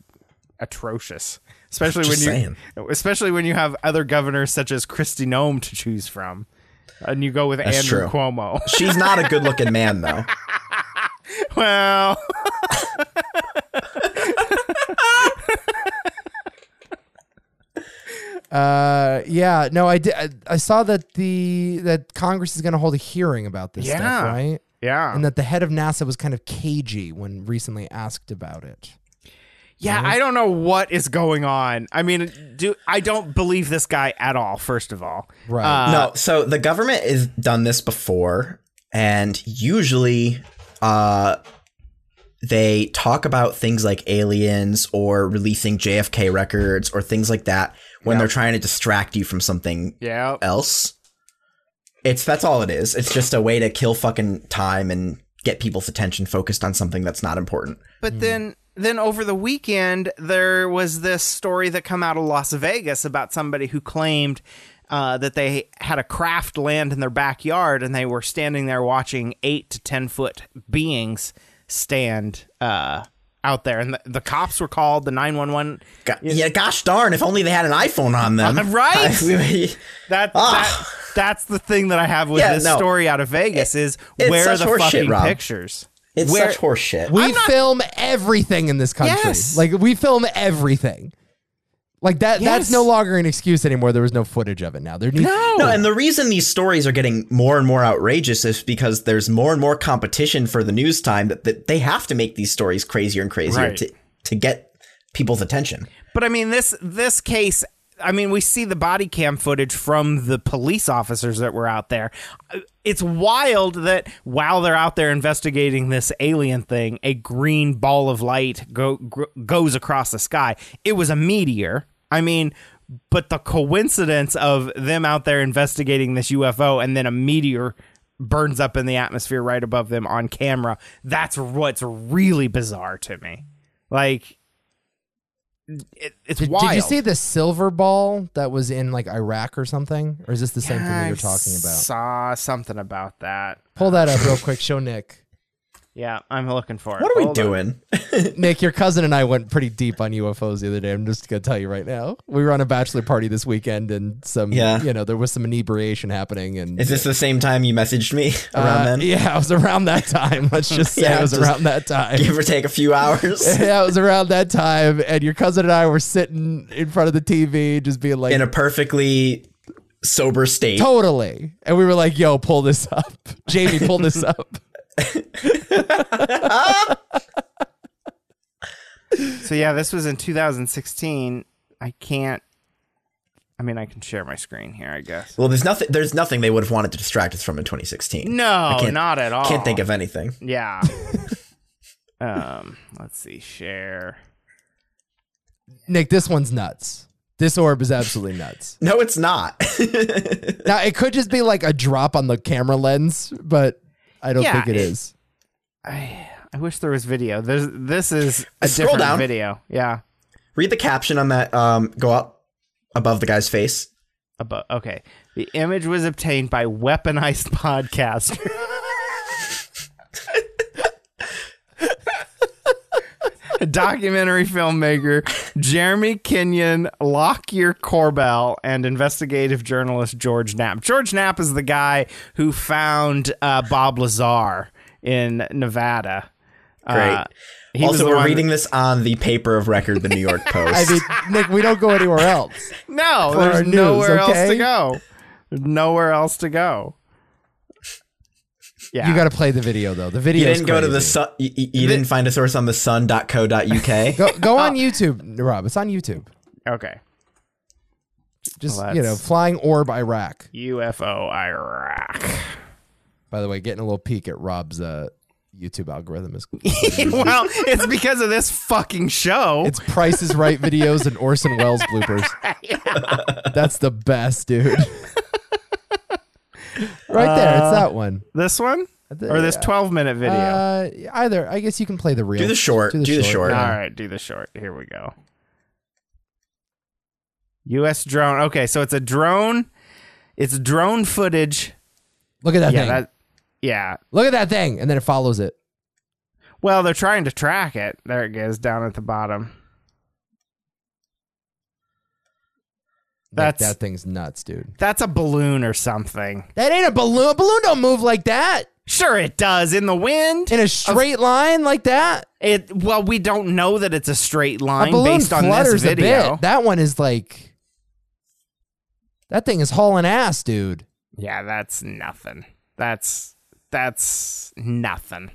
[SPEAKER 2] atrocious. Especially when you,
[SPEAKER 4] Just saying.
[SPEAKER 2] especially when you have other governors such as Christy Nome to choose from, and you go with
[SPEAKER 4] That's
[SPEAKER 2] Andrew
[SPEAKER 4] true.
[SPEAKER 2] Cuomo. (laughs)
[SPEAKER 4] She's not a good-looking man though.
[SPEAKER 2] well,
[SPEAKER 3] Uh, yeah. No, I did. I, I saw that the that Congress is going to hold a hearing about this stuff,
[SPEAKER 2] Yeah. Uh,
[SPEAKER 3] right?
[SPEAKER 2] yeah,
[SPEAKER 3] And that the head of NASA was kind of cagey when recently asked about it.
[SPEAKER 2] yeah. I don't know what is going on. I mean, do I don't believe this guy at all. First of all,
[SPEAKER 3] Right.
[SPEAKER 2] Uh.
[SPEAKER 4] no, so the government has done this before, and usually, uh, they talk about things like aliens or releasing JFK records or things like that when they're trying to distract you from something
[SPEAKER 2] yeah,
[SPEAKER 4] else. It's that's all it is. It's just a way to kill fucking time and get people's attention focused on something that's not important.
[SPEAKER 2] But then then over the weekend there was this story that come out of Las Vegas about somebody who claimed uh, that they had a craft land in their backyard and they were standing there watching eight to ten foot beings stand uh, out there and the, the cops were called the 911
[SPEAKER 4] Go- yeah, gosh darn! If only they had an iPhone on them,
[SPEAKER 2] Uh,
[SPEAKER 4] (laughs)
[SPEAKER 2] right? that,
[SPEAKER 4] Ah.
[SPEAKER 2] that that's the thing that I have with
[SPEAKER 4] Yeah,
[SPEAKER 2] this
[SPEAKER 4] no.
[SPEAKER 2] story out of Vegas is
[SPEAKER 4] it's
[SPEAKER 2] where are
[SPEAKER 4] such
[SPEAKER 2] the
[SPEAKER 4] horseshit,
[SPEAKER 2] fucking
[SPEAKER 4] Rob.
[SPEAKER 2] pictures
[SPEAKER 4] it's
[SPEAKER 2] Where-
[SPEAKER 4] such horseshit.
[SPEAKER 3] we film everything in this country.
[SPEAKER 2] Yes.
[SPEAKER 3] Like we film everything. Like that. That's
[SPEAKER 2] Yes.
[SPEAKER 3] no longer an excuse anymore. There was no footage of it. Now there. Needs,
[SPEAKER 2] no,
[SPEAKER 4] No, and the reason these stories are getting more and more outrageous is because there's more and more competition for the news time that, that they have to make these stories crazier and crazier
[SPEAKER 2] Right.
[SPEAKER 4] to, to get people's attention.
[SPEAKER 2] But I mean this this case I mean we see the body cam footage from the police officers that were out there. Uh, It's wild that while they're out there investigating this alien thing, a green ball of light go, gr- goes across the sky. It was a meteor. I mean, but the coincidence of them out there investigating this UFO and then a meteor burns up in the atmosphere right above them on camera. That's what's really bizarre to me. Like it, it's
[SPEAKER 3] Did,
[SPEAKER 2] wild.
[SPEAKER 3] did you see the silver ball that was in like Iraq or something? Or is this the same thing that
[SPEAKER 2] I
[SPEAKER 3] you're talking about?
[SPEAKER 2] Saw something about that.
[SPEAKER 3] Pull that up real quick. Show Nick.
[SPEAKER 2] Yeah, I'm looking for it.
[SPEAKER 4] What are we
[SPEAKER 2] Hold on.
[SPEAKER 4] doing?
[SPEAKER 3] Nick, your cousin and I went pretty deep on UFOs the other day. I'm just gonna tell you right now. We were on a bachelor party this weekend, and some,
[SPEAKER 4] Yeah.
[SPEAKER 3] you know, there was some inebriation happening. And
[SPEAKER 4] Is this the same time you messaged me around
[SPEAKER 3] uh,
[SPEAKER 4] then?
[SPEAKER 3] yeah, it was around that time. (laughs) Let's just say
[SPEAKER 4] Yeah,
[SPEAKER 3] it was
[SPEAKER 4] just-
[SPEAKER 3] around that time.
[SPEAKER 4] Give or take a few
[SPEAKER 3] (laughs)
[SPEAKER 4] hours
[SPEAKER 3] yeah, it was around that time, and your cousin and I were sitting in front of the TV, just being like,
[SPEAKER 4] in a perfectly sober state.
[SPEAKER 3] totally. And we were like, "Yo, pull this up, (laughs) Jamie, pull this
[SPEAKER 4] (laughs)
[SPEAKER 3] up."
[SPEAKER 2] So yeah, this was in 2016. I can't. I mean, I can share my screen here, I guess.
[SPEAKER 4] Well, there's nothing. There's nothing they would have wanted to distract us from in 2016.
[SPEAKER 2] No,
[SPEAKER 4] I can't-
[SPEAKER 2] not at all.
[SPEAKER 4] Can't think of anything. (laughs)
[SPEAKER 2] Yeah. um. Let's see. Share.
[SPEAKER 3] Nick, this one's nuts. This orb is absolutely nuts.
[SPEAKER 4] No, it's not. (laughs)
[SPEAKER 3] Now, it could just be like a drop on the camera lens, but I don't
[SPEAKER 2] Yeah,
[SPEAKER 3] think
[SPEAKER 2] it-
[SPEAKER 3] it is.
[SPEAKER 2] I I wish there was video. There's this is
[SPEAKER 4] Uh,
[SPEAKER 2] a
[SPEAKER 4] scroll
[SPEAKER 2] different
[SPEAKER 4] down.
[SPEAKER 2] video. Yeah.
[SPEAKER 4] Read the caption on that. Um, go up above the guy's face.
[SPEAKER 2] Abo- okay. The image was obtained by weaponized (laughs) podcaster. A documentary filmmaker, Jeremy Kenyon, Lockyer Corbell, and investigative journalist George Knapp. George Knapp is the guy who found uh, Bob Lazar in Nevada.
[SPEAKER 4] Great.
[SPEAKER 2] Uh, he was
[SPEAKER 4] also,
[SPEAKER 2] the
[SPEAKER 4] we're
[SPEAKER 2] one-
[SPEAKER 4] reading this on the paper of record, the
[SPEAKER 2] (laughs)
[SPEAKER 4] New York Post.
[SPEAKER 3] I mean, Nick, we don't go anywhere else.
[SPEAKER 2] No,
[SPEAKER 3] for our
[SPEAKER 2] there's
[SPEAKER 3] news,
[SPEAKER 2] nowhere else
[SPEAKER 3] okay?
[SPEAKER 2] to go. There's nowhere else to go. Yeah.
[SPEAKER 3] You got to play the video though. The video.
[SPEAKER 4] you didn't go to the
[SPEAKER 3] sun.
[SPEAKER 4] sun. You, you- you didn't find a source on the
[SPEAKER 2] (laughs)
[SPEAKER 4] sun.co.uk.
[SPEAKER 3] Go,
[SPEAKER 4] (laughs)
[SPEAKER 3] go on YouTube, Rob. It's on YouTube.
[SPEAKER 2] okay.
[SPEAKER 3] Just
[SPEAKER 2] Well,
[SPEAKER 3] you know,
[SPEAKER 2] that's-
[SPEAKER 3] flying orb Iraq.
[SPEAKER 2] UFO Iraq.
[SPEAKER 3] By the way, getting a little peek at Rob's uh, YouTube algorithm
[SPEAKER 2] (laughs)
[SPEAKER 3] is
[SPEAKER 2] (laughs) well, it's because of this fucking show.
[SPEAKER 3] it's Price is Right videos and Orson Welles
[SPEAKER 2] (laughs)
[SPEAKER 3] bloopers. That's the best, dude. (laughs) right there, it's that one.
[SPEAKER 2] this one Uh, or this 12 minute video.
[SPEAKER 3] Uh, either I guess you can play the real.
[SPEAKER 4] Do the short. Do the, short.
[SPEAKER 2] All right, do the short. Here we go. U.S. drone. Okay, so it's a drone. It's drone footage.
[SPEAKER 3] Look at that
[SPEAKER 2] yeah,
[SPEAKER 3] thing.
[SPEAKER 2] that. Yeah.
[SPEAKER 3] Look at that thing, and then it follows it.
[SPEAKER 2] Well, they're trying to track it. There it goes down at the bottom.
[SPEAKER 3] Nick,
[SPEAKER 2] That's-
[SPEAKER 3] that thing's nuts, dude.
[SPEAKER 2] That's a balloon or something.
[SPEAKER 3] That ain't a balloon. A balloon don't move like that
[SPEAKER 2] Sure, it does. In the wind,
[SPEAKER 3] in a straight line like that.
[SPEAKER 2] it. Well, we don't know that it's a straight
[SPEAKER 3] A
[SPEAKER 2] line
[SPEAKER 3] balloon
[SPEAKER 2] based on this
[SPEAKER 3] flutters a
[SPEAKER 2] video.
[SPEAKER 3] bit. That one is like. That thing is hauling ass, dude.
[SPEAKER 2] yeah, that's nothing. That's that's nothing.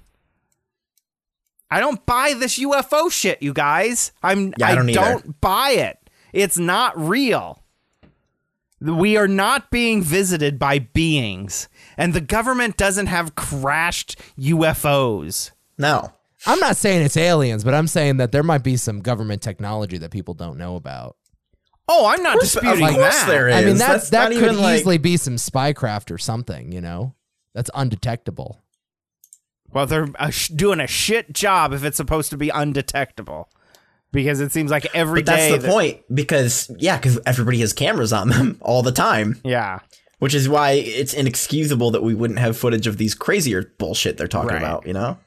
[SPEAKER 2] I don't buy this UFO shit, you guys. I'm.
[SPEAKER 4] Yeah, I
[SPEAKER 2] I
[SPEAKER 4] don't either.
[SPEAKER 2] don't buy it. It's not real. We are not being visited by beings, and the government doesn't have crashed UFOs.
[SPEAKER 4] No.
[SPEAKER 3] I'm not saying it's aliens, but I'm saying that there might be some government technology that people don't know about.
[SPEAKER 2] Oh, I'm not
[SPEAKER 4] course- of
[SPEAKER 2] disputing
[SPEAKER 4] course
[SPEAKER 2] that.
[SPEAKER 4] there is.
[SPEAKER 3] I mean,
[SPEAKER 4] That's
[SPEAKER 3] that's, that
[SPEAKER 4] not
[SPEAKER 3] could
[SPEAKER 4] even, like-
[SPEAKER 3] easily be some spycraft or something, you know? That's undetectable.
[SPEAKER 2] Well, they're uh, sh- doing a shit job if it's supposed to be undetectable, because it seems like every
[SPEAKER 4] But
[SPEAKER 2] day.
[SPEAKER 4] that's the
[SPEAKER 2] that-
[SPEAKER 4] point because yeah, because everybody has cameras on them (laughs) all the time,
[SPEAKER 2] Yeah,
[SPEAKER 4] which is why it's inexcusable that we wouldn't have footage of these crazier bullshit they're talking
[SPEAKER 2] Right.
[SPEAKER 4] about. You know.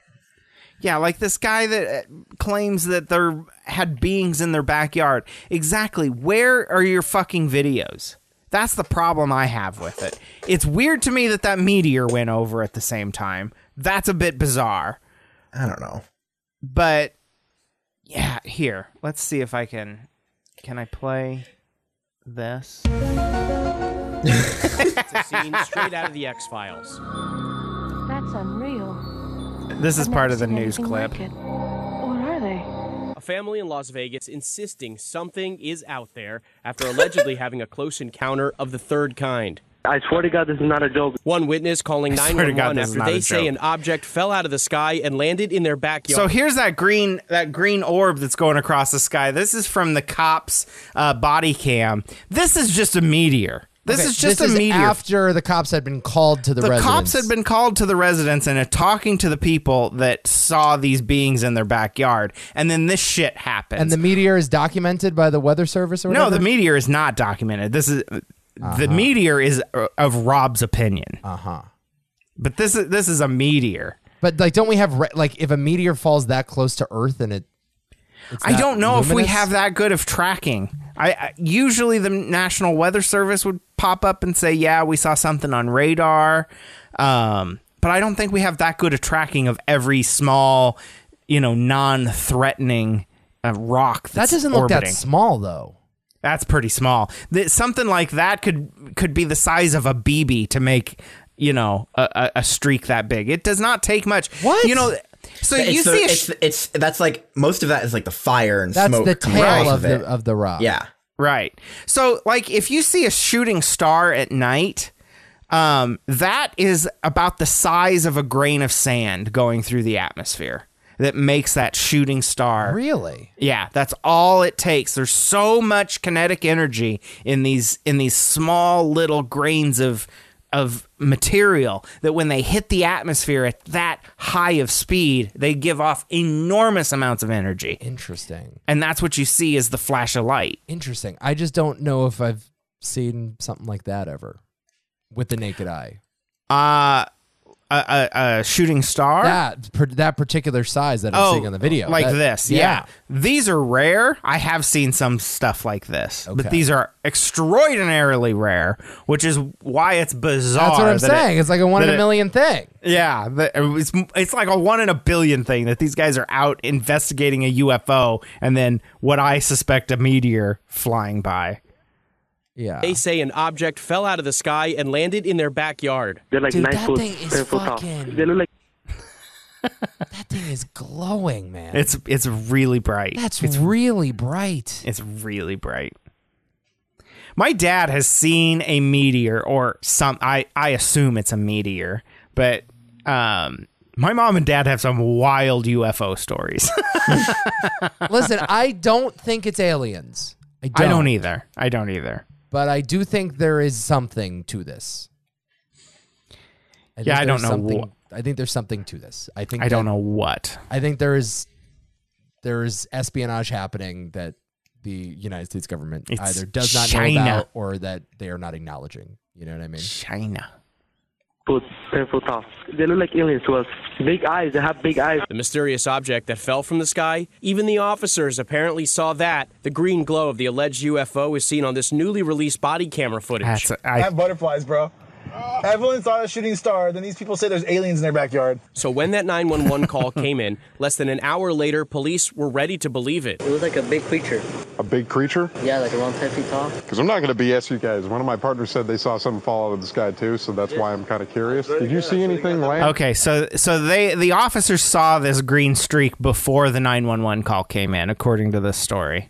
[SPEAKER 2] yeah, like this guy that uh, claims that there had beings in their backyard. Exactly. Where are your fucking videos? That's the problem I have with it. It's weird to me that that meteor went over at the same time. That's a bit bizarre.
[SPEAKER 4] I don't know.
[SPEAKER 2] But yeah, here. Let's see if I can can I play this?
[SPEAKER 6] It's a scene straight out of the X Files.
[SPEAKER 7] That's unreal.
[SPEAKER 2] This is
[SPEAKER 7] I've
[SPEAKER 2] part
[SPEAKER 7] never
[SPEAKER 2] of the
[SPEAKER 7] seen
[SPEAKER 2] news
[SPEAKER 7] anything
[SPEAKER 2] clip.
[SPEAKER 7] like it. What are they?
[SPEAKER 6] A family in Las Vegas insisting something is out there after allegedly having a close encounter of the third kind.
[SPEAKER 8] I swear to God, this is not a joke.
[SPEAKER 6] One witness calling
[SPEAKER 2] I swear to God,
[SPEAKER 6] 911
[SPEAKER 2] this is
[SPEAKER 6] after
[SPEAKER 2] not
[SPEAKER 6] they
[SPEAKER 2] a
[SPEAKER 6] say
[SPEAKER 2] joke.
[SPEAKER 6] an object fell out of the sky and landed in their backyard.
[SPEAKER 2] So here's that green that green orb that's going across the sky. This is from the cops' uh, body cam. This is just a meteor. This
[SPEAKER 3] Okay,
[SPEAKER 2] is just
[SPEAKER 3] this
[SPEAKER 2] a
[SPEAKER 3] is
[SPEAKER 2] meteor.
[SPEAKER 3] After the cops had been called to the,
[SPEAKER 2] the
[SPEAKER 3] residence.
[SPEAKER 2] cops had been called to the residence and are talking to the people that saw these beings in their backyard, and then this shit happens.
[SPEAKER 3] And the meteor is documented by the weather service or
[SPEAKER 2] no,
[SPEAKER 3] whatever?
[SPEAKER 2] the meteor is not documented. This is
[SPEAKER 3] Uh-huh.
[SPEAKER 2] the meteor is uh, of Rob's opinion,
[SPEAKER 3] Uh huh.
[SPEAKER 2] but this is this is a meteor.
[SPEAKER 3] But like, don't we have re- like if a meteor falls that close to Earth and it? it's
[SPEAKER 2] I
[SPEAKER 3] not
[SPEAKER 2] don't know if we
[SPEAKER 3] luminous?
[SPEAKER 2] have that good of tracking. I, I usually the National Weather Service would pop up and say, "Yeah, we saw something on radar," um, but I don't think we have that good of tracking of every small, you know, non-threatening uh, rock.
[SPEAKER 3] That
[SPEAKER 2] That's
[SPEAKER 3] doesn't look
[SPEAKER 2] orbiting.
[SPEAKER 3] that small though.
[SPEAKER 2] That's pretty small. Th- something like that could could be the size of a BB to make you know a, a, a streak that big. It does not take much.
[SPEAKER 3] What?
[SPEAKER 2] you know? So
[SPEAKER 4] It's,
[SPEAKER 2] you
[SPEAKER 4] the-
[SPEAKER 2] see, a
[SPEAKER 4] it's,
[SPEAKER 2] sh-
[SPEAKER 4] it's that's like most of that is like the fire and
[SPEAKER 3] That's
[SPEAKER 4] smoke.
[SPEAKER 3] the
[SPEAKER 4] coming
[SPEAKER 3] tail
[SPEAKER 4] off
[SPEAKER 3] of the
[SPEAKER 4] it.
[SPEAKER 3] of the rock.
[SPEAKER 4] yeah.
[SPEAKER 2] Right. So like if you see a shooting star at night, um, that is about the size of a grain of sand going through the atmosphere that makes that shooting star.
[SPEAKER 3] Really?
[SPEAKER 2] Yeah, that's all it takes. There's so much kinetic energy in these in these small little grains of of material that when they hit the atmosphere at that high of speed, they give off enormous amounts of energy.
[SPEAKER 3] Interesting.
[SPEAKER 2] And that's what you see is the flash of light.
[SPEAKER 3] Interesting. I just don't know if I've seen something like that ever with the naked eye.
[SPEAKER 2] uh a, a, a shooting star
[SPEAKER 3] That per, that particular size that I'm seeing on the video,
[SPEAKER 2] Oh, like
[SPEAKER 3] That-
[SPEAKER 2] this yeah. these are rare i have seen some stuff like this
[SPEAKER 3] Okay.
[SPEAKER 2] but these are extraordinarily rare which is why it's bizarre
[SPEAKER 3] That's what I'm
[SPEAKER 2] that it-
[SPEAKER 3] saying. it's like a one in
[SPEAKER 2] that
[SPEAKER 3] a
[SPEAKER 2] it-
[SPEAKER 3] million thing.
[SPEAKER 2] yeah that- it's, it's like a one in a billion thing that these guys are out investigating a ufo and then what i suspect a meteor flying by
[SPEAKER 3] Yeah.
[SPEAKER 6] They say an object fell out of the sky and landed in their backyard.
[SPEAKER 8] They're like
[SPEAKER 3] Dude,
[SPEAKER 8] nine
[SPEAKER 3] that
[SPEAKER 8] foot,
[SPEAKER 3] thing is
[SPEAKER 8] ten foot
[SPEAKER 3] fucking-
[SPEAKER 8] tall. They look like
[SPEAKER 3] (laughs) that thing is glowing, man.
[SPEAKER 2] it's it's really bright
[SPEAKER 3] That's really
[SPEAKER 2] (laughs)
[SPEAKER 3] bright.
[SPEAKER 2] It's really bright. My dad has seen a meteor or some I I assume it's a meteor, but um my mom and dad have some wild UFO stories. (laughs)
[SPEAKER 3] Listen, I don't think it's aliens. I don't,
[SPEAKER 2] I don't e- either. I don't either.
[SPEAKER 3] But I do think there is something to this. I
[SPEAKER 2] Yeah,
[SPEAKER 3] think
[SPEAKER 2] I don't
[SPEAKER 3] there's
[SPEAKER 2] know
[SPEAKER 3] something-
[SPEAKER 2] what-
[SPEAKER 3] I think there's something to this. I think
[SPEAKER 2] I don't
[SPEAKER 3] that-
[SPEAKER 2] know what.
[SPEAKER 3] I think there is there is espionage happening that the United States government
[SPEAKER 2] It's
[SPEAKER 3] either does not
[SPEAKER 2] China.
[SPEAKER 3] know about or that they are not acknowledging. You know what I mean?
[SPEAKER 2] China.
[SPEAKER 8] foot, ten foot tall. They look like aliens to us. Big eyes. They have big eyes.
[SPEAKER 6] The mysterious object that fell from the sky, even the officers apparently saw that. The green glow of the alleged UFO is seen on this newly released body camera footage.
[SPEAKER 2] That's a,
[SPEAKER 9] I
[SPEAKER 2] I,
[SPEAKER 9] have butterflies, bro. Everyone saw a shooting star. Then these people say there's aliens in their backyard.
[SPEAKER 6] so when that 911 call came in, less than an hour later, police were ready to believe it.
[SPEAKER 10] It was like a big creature.
[SPEAKER 11] A big creature?
[SPEAKER 10] Yeah, like around 10 feet tall.
[SPEAKER 11] Because I'm not going to BS you guys. One of my partners said they saw something fall out of the sky too, so that's why I'm kind of curious. Did you see anything land?
[SPEAKER 2] Okay, so so they the officers saw this green streak before the 911 call came in according to this story.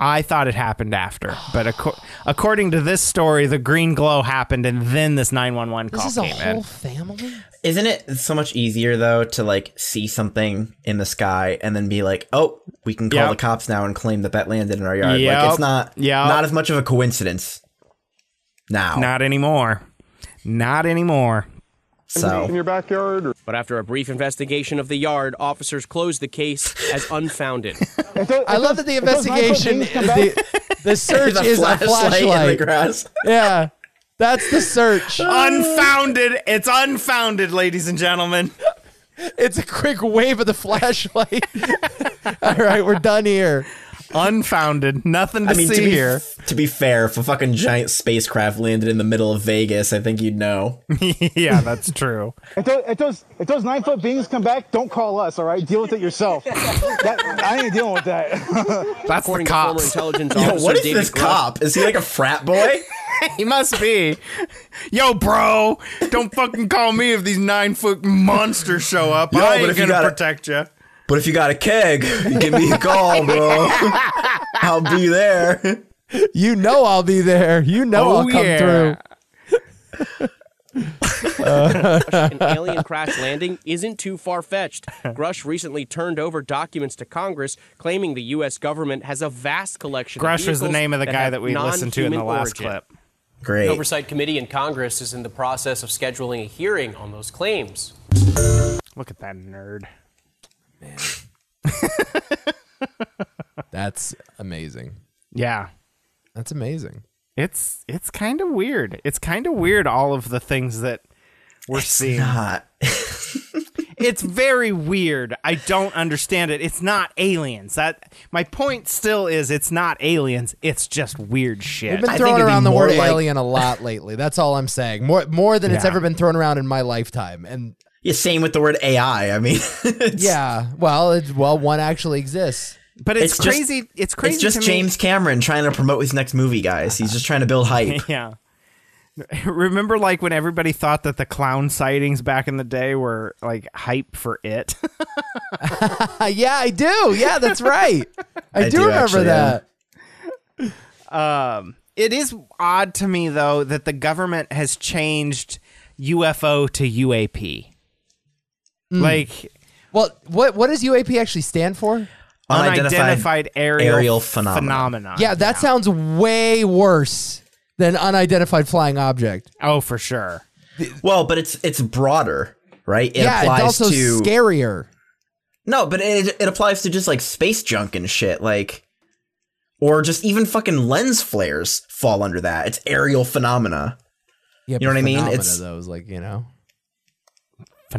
[SPEAKER 2] I thought it happened after, but acco- according to this story, the green glow happened and then this 911
[SPEAKER 3] This
[SPEAKER 2] call
[SPEAKER 3] is a
[SPEAKER 2] came
[SPEAKER 3] whole
[SPEAKER 2] in.
[SPEAKER 3] family.
[SPEAKER 4] Isn't it so much easier though to like see something in the sky and then be like, "Oh, we can call
[SPEAKER 2] Yep.
[SPEAKER 4] the cops now and claim that that landed in our yard." Like
[SPEAKER 2] Yep.
[SPEAKER 4] it's not
[SPEAKER 2] Yep.
[SPEAKER 4] not as much of a coincidence now.
[SPEAKER 2] Not anymore. Not anymore.
[SPEAKER 11] in
[SPEAKER 5] (laughs)
[SPEAKER 4] so
[SPEAKER 11] your backyard? Or-
[SPEAKER 6] But after a brief investigation of the yard, officers closed the case as
[SPEAKER 2] (laughs)
[SPEAKER 6] unfounded.
[SPEAKER 3] I love that the investigation,
[SPEAKER 9] things come back.
[SPEAKER 3] the, the search
[SPEAKER 4] The
[SPEAKER 3] is a
[SPEAKER 4] in the
[SPEAKER 3] flashlight.
[SPEAKER 4] grass. (laughs)
[SPEAKER 3] Yeah, that's the search.
[SPEAKER 2] Unfounded. It's unfounded, ladies and gentlemen.
[SPEAKER 3] It's a quick wave of the flashlight. (laughs) All right, we're done here.
[SPEAKER 2] Unfounded. Nothing to
[SPEAKER 4] I mean,
[SPEAKER 2] see
[SPEAKER 4] to be,
[SPEAKER 2] here.
[SPEAKER 4] to be fair, if a fucking giant spacecraft landed in the middle of Vegas, I think you'd (laughs) know.
[SPEAKER 2] (laughs) yeah, that's true.
[SPEAKER 9] If those, if those, if those nine foot beings come back, don't call us. All right, deal with it yourself. That, I ain't dealing with that.
[SPEAKER 2] That's
[SPEAKER 6] According
[SPEAKER 2] the
[SPEAKER 6] to former
[SPEAKER 2] cops.
[SPEAKER 6] intelligence
[SPEAKER 4] Yo,
[SPEAKER 6] officer
[SPEAKER 4] what is
[SPEAKER 6] David
[SPEAKER 4] this
[SPEAKER 6] Grubb-
[SPEAKER 4] cop? Is he like a frat boy?
[SPEAKER 2] He must be. Yo, bro, don't fucking call me if these nine foot monsters show up.
[SPEAKER 4] Yo,
[SPEAKER 2] I
[SPEAKER 4] but
[SPEAKER 2] ain't
[SPEAKER 4] if you
[SPEAKER 2] gonna
[SPEAKER 4] got a-
[SPEAKER 2] protect you.
[SPEAKER 4] (laughs) but if you got a keg, give me a call, (laughs) bro. I'll be there.
[SPEAKER 3] You know I'll be there. You
[SPEAKER 2] Oh,
[SPEAKER 3] know
[SPEAKER 4] Oh,
[SPEAKER 3] I'll come through.
[SPEAKER 6] an alien crash landing isn't too far fetched.
[SPEAKER 2] (laughs)
[SPEAKER 6] Grush recently turned over documents to Congress claiming the U.S. government has a vast collection of
[SPEAKER 2] Grush was the
[SPEAKER 6] vehicles
[SPEAKER 2] name of the guy
[SPEAKER 6] have
[SPEAKER 2] that we listened to in the
[SPEAKER 6] non-human
[SPEAKER 2] last
[SPEAKER 6] origin.
[SPEAKER 2] clip.
[SPEAKER 6] The
[SPEAKER 4] Great. (laughs)
[SPEAKER 6] Oversight Committee in Congress is in the process of scheduling a hearing on those claims.
[SPEAKER 2] Look at that nerd.
[SPEAKER 3] That's amazing.
[SPEAKER 2] Yeah.
[SPEAKER 3] That's amazing.
[SPEAKER 2] It's it's kind of weird. It's kind of weird all of the things that we're seeing.
[SPEAKER 4] Not.
[SPEAKER 2] it's very weird. I don't understand it. It's not aliens. That my point still is it's not aliens. It's just weird shit.
[SPEAKER 3] We've been throwing around the word alien a lot lately. That's all I'm saying. More more than it's
[SPEAKER 2] Yeah.
[SPEAKER 3] ever been thrown around in my lifetime. And
[SPEAKER 4] yeah, same with the word AI. I mean, (laughs)
[SPEAKER 3] yeah, well, it's, well, one actually exists. (laughs)
[SPEAKER 2] But
[SPEAKER 4] just- It's just
[SPEAKER 3] to me-
[SPEAKER 4] James Cameron trying to promote his next movie, guys. He's just trying to build (laughs) hype.
[SPEAKER 2] yeah. (laughs) Remember, like when everybody thought that the clown sightings back in the day were like hype for it. (laughs)
[SPEAKER 3] Uh, yeah, I do. Yeah, that's right. I, do, remember that.
[SPEAKER 2] Um, it is odd to me though that the government has changed UFO to UAP. Hmm.
[SPEAKER 3] Mm.
[SPEAKER 2] Like
[SPEAKER 3] well, what what does UAP actually stand for?
[SPEAKER 2] Unidentified Unidentified aerial aerial phenomena. phenomena.
[SPEAKER 3] Yeah, that sounds way worse than unidentified flying object.
[SPEAKER 2] Oh, for sure.
[SPEAKER 4] Well, but it's it's broader, right? It
[SPEAKER 3] yeah, it's
[SPEAKER 4] applies
[SPEAKER 3] also
[SPEAKER 4] to
[SPEAKER 3] scarier.
[SPEAKER 4] no, but it it applies to just like space junk and shit, like or just even fucking lens flares fall under that. It's aerial phenomena.
[SPEAKER 3] Yeah,
[SPEAKER 4] you know what I mean?
[SPEAKER 3] phenomena,
[SPEAKER 4] It's
[SPEAKER 3] though, is like you know.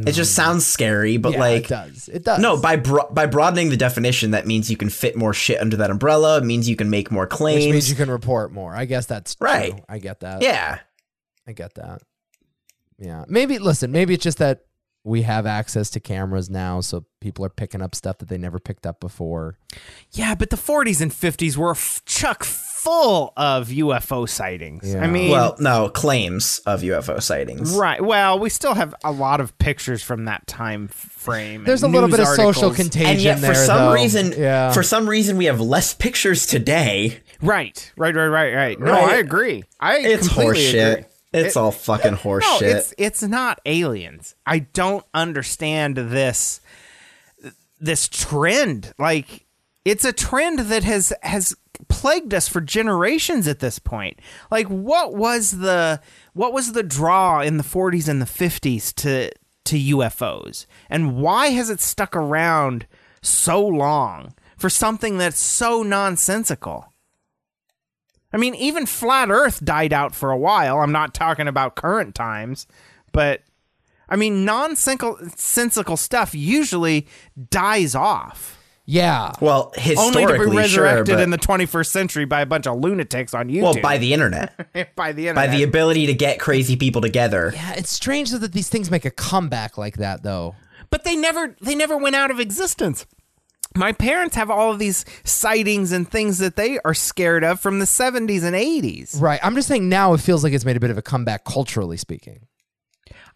[SPEAKER 4] it just sounds scary, but
[SPEAKER 3] Yeah,
[SPEAKER 4] like
[SPEAKER 3] it does. It does.
[SPEAKER 4] No, by bro- by broadening the definition, that means you can fit more shit under that umbrella. It means you can make more claims.
[SPEAKER 3] Which means you can report more. I guess that's true.
[SPEAKER 4] Right.
[SPEAKER 3] I get that.
[SPEAKER 4] Yeah.
[SPEAKER 3] I get that. Yeah. Maybe listen, maybe it's just that we have access to cameras now, so people are picking up stuff that they never picked up before.
[SPEAKER 2] Yeah, but the 40s and 50s were f- chuck full of UFO sightings. I mean,
[SPEAKER 4] well, no claims of UFO sightings.
[SPEAKER 2] right. Well, we still have a lot of pictures from that time f- frame.
[SPEAKER 3] There's
[SPEAKER 2] and
[SPEAKER 3] a little
[SPEAKER 2] news
[SPEAKER 3] bit of social
[SPEAKER 2] articles.
[SPEAKER 3] contagion
[SPEAKER 4] And yet, for
[SPEAKER 3] there,
[SPEAKER 4] some
[SPEAKER 3] though.
[SPEAKER 4] reason,
[SPEAKER 3] Yeah.
[SPEAKER 4] for some reason, we have less pictures today.
[SPEAKER 2] Right, right, right, right, right. No,
[SPEAKER 4] Right.
[SPEAKER 2] I agree. I
[SPEAKER 4] It's
[SPEAKER 2] completely
[SPEAKER 4] horseshit.
[SPEAKER 2] agree.
[SPEAKER 4] It's all fucking
[SPEAKER 2] no,
[SPEAKER 4] horseshit.
[SPEAKER 2] it's it's not aliens. I don't understand this this trend. Like it's a trend that has has plagued us for generations at this point. Like what was the what was the draw in the 40s and the 50s to to UFOs? And why has it stuck around so long for something that's so nonsensical? I mean, even flat Earth died out for a while. I'm not talking about current times, but I mean, nonsensical stuff usually dies off.
[SPEAKER 3] Yeah.
[SPEAKER 4] Well,
[SPEAKER 2] only to be
[SPEAKER 4] historically, sure,
[SPEAKER 2] resurrected
[SPEAKER 4] but-
[SPEAKER 2] in the 21st century by a bunch of lunatics on YouTube.
[SPEAKER 4] well, by the internet,
[SPEAKER 2] (laughs) by the
[SPEAKER 4] by
[SPEAKER 2] internet.
[SPEAKER 4] the ability to get crazy people together.
[SPEAKER 3] Yeah, it's strange that these things make a comeback like that though.
[SPEAKER 2] but they never they never went out of existence. My parents have all of these sightings and things that they are scared of from the 70s and 80s.
[SPEAKER 3] Right. I'm just saying now it feels like it's made a bit of a comeback culturally speaking.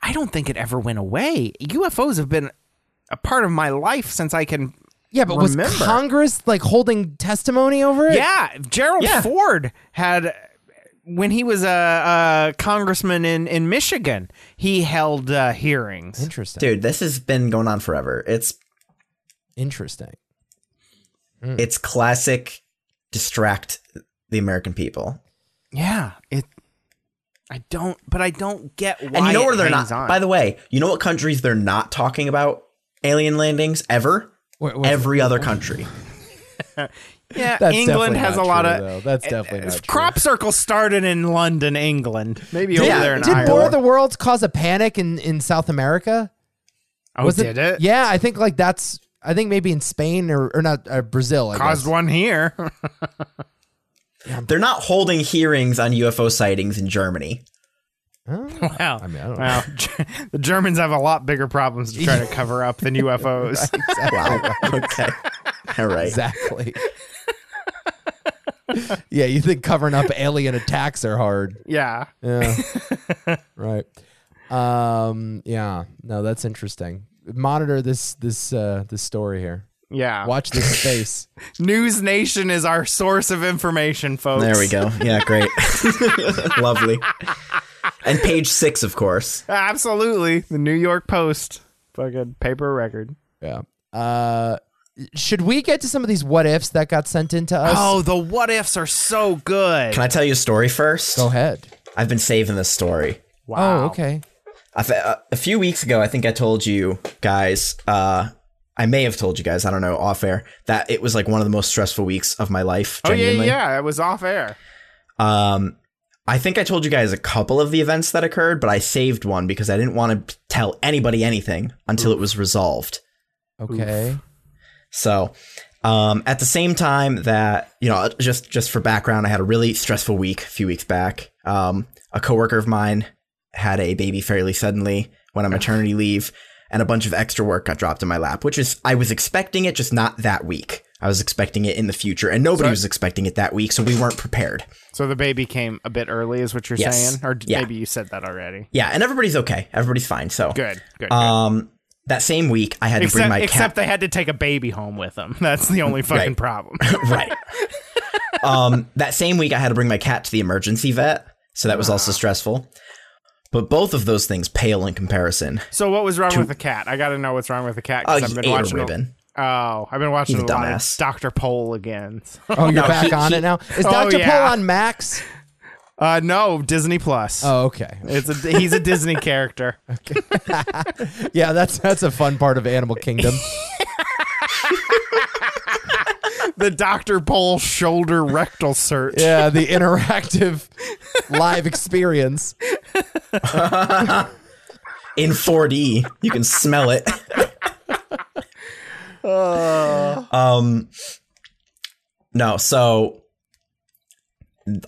[SPEAKER 2] I don't think it ever went away. UFOs have been a part of my life since I can.
[SPEAKER 3] Yeah, but
[SPEAKER 2] remember.
[SPEAKER 3] was Congress like holding testimony over it?
[SPEAKER 2] Yeah, Gerald Ford had when he was a, a congressman in in Michigan, he held uh, hearings.
[SPEAKER 3] Interesting,
[SPEAKER 4] Dude, this has been going on forever. It's
[SPEAKER 3] Interesting.
[SPEAKER 2] Mm.
[SPEAKER 4] it's classic distract the American people.
[SPEAKER 2] Yeah, it. I don't, but I don't get why.
[SPEAKER 4] and you know
[SPEAKER 2] it
[SPEAKER 4] where they're not.
[SPEAKER 2] hangs On.
[SPEAKER 4] By the way, you know what countries they're not talking about alien landings ever? Every other country.
[SPEAKER 2] yeah,
[SPEAKER 4] That's
[SPEAKER 2] England
[SPEAKER 4] definitely
[SPEAKER 2] has a
[SPEAKER 4] not
[SPEAKER 2] lot
[SPEAKER 4] true,
[SPEAKER 2] of.
[SPEAKER 4] though.
[SPEAKER 3] That's definitely not
[SPEAKER 2] Crop circle started in London, England. Maybe over there in
[SPEAKER 3] did
[SPEAKER 2] Ireland.
[SPEAKER 3] War of the Worlds cause a panic in, in South America?
[SPEAKER 2] Oh, did it?
[SPEAKER 3] Yeah, I think like that's. I think maybe in Spain or or not uh, Brazil. I
[SPEAKER 2] Caused
[SPEAKER 3] guess. (laughs)
[SPEAKER 2] one here. (laughs)
[SPEAKER 4] They're not holding hearings on UFO sightings
[SPEAKER 2] (laughs)
[SPEAKER 4] in Germany.
[SPEAKER 2] Wow. I
[SPEAKER 3] mean, I don't
[SPEAKER 2] wow. (laughs) the Germans have a lot bigger problems to try to cover up than UFOs.
[SPEAKER 4] Wow.
[SPEAKER 2] (laughs)
[SPEAKER 4] okay. All
[SPEAKER 3] (laughs)
[SPEAKER 4] right.
[SPEAKER 3] Exactly. (laughs) yeah, you think covering up alien attacks are hard?
[SPEAKER 2] Yeah. (laughs)
[SPEAKER 3] Yeah. right. Um. Yeah. No, that's interesting. Monitor this this uh this story here.
[SPEAKER 2] Yeah.
[SPEAKER 3] Watch
[SPEAKER 2] (laughs)
[SPEAKER 3] this space.
[SPEAKER 2] News Nation is our source of information, folks.
[SPEAKER 4] There we go. Yeah,
[SPEAKER 2] (laughs)
[SPEAKER 4] great. Lovely. And page six, of course.
[SPEAKER 2] Absolutely. The New York Post. Fucking paper record.
[SPEAKER 3] Yeah. Uh, should we get to some of these what ifs that got sent into us?
[SPEAKER 2] Oh, the what ifs are so good.
[SPEAKER 4] Can I tell you a story first? Go
[SPEAKER 3] ahead.
[SPEAKER 4] I've been saving this story.
[SPEAKER 3] Oh, okay.
[SPEAKER 4] A fe- uh, a- a few weeks ago, I think I told you guys, uh, I may have told you guys, I don't know, off air, that it was like one of the most stressful weeks of my life.
[SPEAKER 2] Oh, yeah,
[SPEAKER 4] Genuinely.
[SPEAKER 2] yeah. It was off air.
[SPEAKER 4] Um, I think I told you guys a couple of the events that occurred, but I saved one because I didn't want to tell anybody anything until it was resolved.
[SPEAKER 3] Okay.
[SPEAKER 4] So, um, at the same time that you know, just just for background, I had a really stressful week a few weeks back. Um, a coworker of mine had a baby fairly suddenly, went on maternity leave, and a bunch of extra work got dropped in my lap, which is I was expecting it, just not that week. I was expecting it in the future, and nobody
[SPEAKER 2] Sorry?
[SPEAKER 4] was expecting it that week, so we weren't prepared.
[SPEAKER 2] So the baby came a bit early, is what you're
[SPEAKER 4] Yes.
[SPEAKER 2] saying, or d-
[SPEAKER 4] Yeah.
[SPEAKER 2] maybe you said that already.
[SPEAKER 4] Yeah, and everybody's okay. Everybody's fine. So
[SPEAKER 2] Good, good, good.
[SPEAKER 4] Um, that same week, I had to
[SPEAKER 2] except
[SPEAKER 4] bring my
[SPEAKER 2] except
[SPEAKER 4] cat.
[SPEAKER 2] they had to take a baby home with them. (laughs) That's the only fucking
[SPEAKER 4] Right.
[SPEAKER 2] problem.
[SPEAKER 4] right. um, that same week, I had to bring my cat to the emergency vet, so that was also stressful. But both of those things pale in comparison.
[SPEAKER 2] So what was wrong with the cat? I got to know what's wrong with the cat
[SPEAKER 4] Oh, he ate a ribbon.
[SPEAKER 2] oh, I've been watching
[SPEAKER 4] He's
[SPEAKER 2] a
[SPEAKER 4] a
[SPEAKER 2] lot of
[SPEAKER 4] dumbass.
[SPEAKER 2] Doctor Pole again. (laughs)
[SPEAKER 3] Oh, you're back on it now. Is
[SPEAKER 2] Oh,
[SPEAKER 3] Doctor
[SPEAKER 2] yeah.
[SPEAKER 3] Poe on Max?
[SPEAKER 2] Uh, no, Disney Plus.
[SPEAKER 3] Oh, okay.
[SPEAKER 2] (laughs) It's a, he's a Disney character.
[SPEAKER 3] Yeah, that's that's a fun part of
[SPEAKER 2] (laughs)
[SPEAKER 3] Animal Kingdom.
[SPEAKER 2] (laughs) The Doctor Pole shoulder rectal search.
[SPEAKER 3] Yeah, the interactive live experience.
[SPEAKER 4] In 4D, you can smell it. um, no, so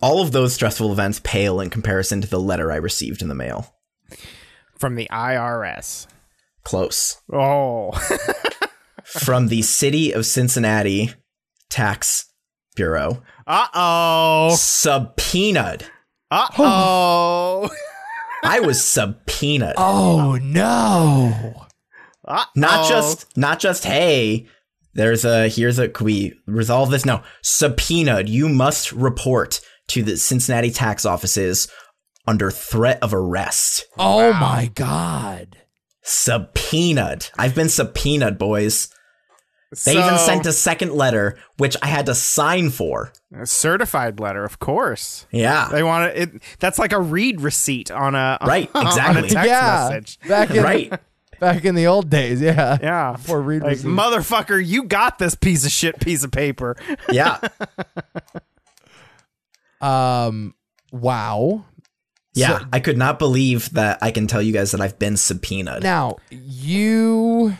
[SPEAKER 4] all of those stressful events pale in comparison to the letter I received in the mail.
[SPEAKER 2] from the IRS.
[SPEAKER 4] Close.
[SPEAKER 2] (laughs) Oh,
[SPEAKER 4] From the city of Cincinnati tax bureau.
[SPEAKER 2] uh oh,
[SPEAKER 4] Subpoenaed.
[SPEAKER 2] uh oh,
[SPEAKER 4] I
[SPEAKER 2] (laughs)
[SPEAKER 4] was subpoenaed.
[SPEAKER 3] Oh no.
[SPEAKER 4] Not just not just hey, there's a here's a can we resolve this? No. Subpoenaed. You must report to the Cincinnati tax offices under threat of arrest.
[SPEAKER 3] Oh my god.
[SPEAKER 4] Subpoenaed. I've been subpoenaed, boys. They even sent a second letter, which I had to sign for.
[SPEAKER 2] a certified letter, of course.
[SPEAKER 4] Yeah.
[SPEAKER 2] They (laughs) want to, it. That's like a read receipt on a
[SPEAKER 4] Right,
[SPEAKER 2] on a
[SPEAKER 4] exactly.
[SPEAKER 2] text
[SPEAKER 3] yeah.
[SPEAKER 2] message.
[SPEAKER 3] Back
[SPEAKER 2] (laughs)
[SPEAKER 3] in
[SPEAKER 4] (laughs) Right.
[SPEAKER 3] back in the old days, yeah.
[SPEAKER 2] Yeah,
[SPEAKER 3] Before read
[SPEAKER 2] like,
[SPEAKER 3] receipts.
[SPEAKER 2] motherfucker, you got this piece of shit piece of paper.
[SPEAKER 4] Yeah.
[SPEAKER 3] Um wow.
[SPEAKER 4] Yeah, I could not believe that I can tell you guys that I've been subpoenaed.
[SPEAKER 3] Now, you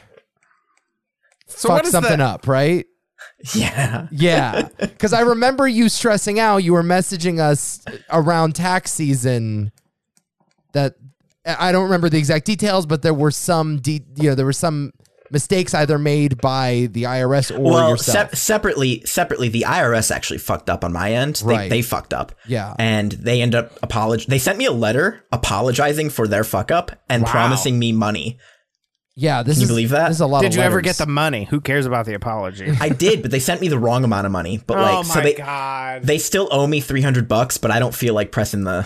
[SPEAKER 2] So
[SPEAKER 3] fucked
[SPEAKER 2] what is
[SPEAKER 3] something
[SPEAKER 2] the,
[SPEAKER 3] up, right?
[SPEAKER 4] (laughs) yeah.
[SPEAKER 3] Yeah. Cuz I remember you stressing out, you were messaging us around tax season that I I don't remember the exact details, but there were some de- you know, there were some mistakes either made by the IRS or
[SPEAKER 4] well,
[SPEAKER 3] yourself.
[SPEAKER 4] sep- separately, separately, the IRS actually fucked up on my end. They,
[SPEAKER 3] Right.
[SPEAKER 4] they fucked up.
[SPEAKER 3] Yeah.
[SPEAKER 4] and they end up apolog. They sent me a letter apologizing for their fuck up and promising me money.
[SPEAKER 3] yeah, this
[SPEAKER 4] Can you
[SPEAKER 3] is
[SPEAKER 4] believe that?
[SPEAKER 3] This is a lot
[SPEAKER 2] Did
[SPEAKER 3] of
[SPEAKER 2] you ever get
[SPEAKER 3] letters.
[SPEAKER 2] the money? Who cares about the apology?
[SPEAKER 4] I did, but they sent me the wrong amount of money.
[SPEAKER 3] (laughs)
[SPEAKER 4] But like,
[SPEAKER 2] oh my
[SPEAKER 4] so they
[SPEAKER 2] god!
[SPEAKER 4] they still owe me three hundred bucks, but I don't feel like pressing the.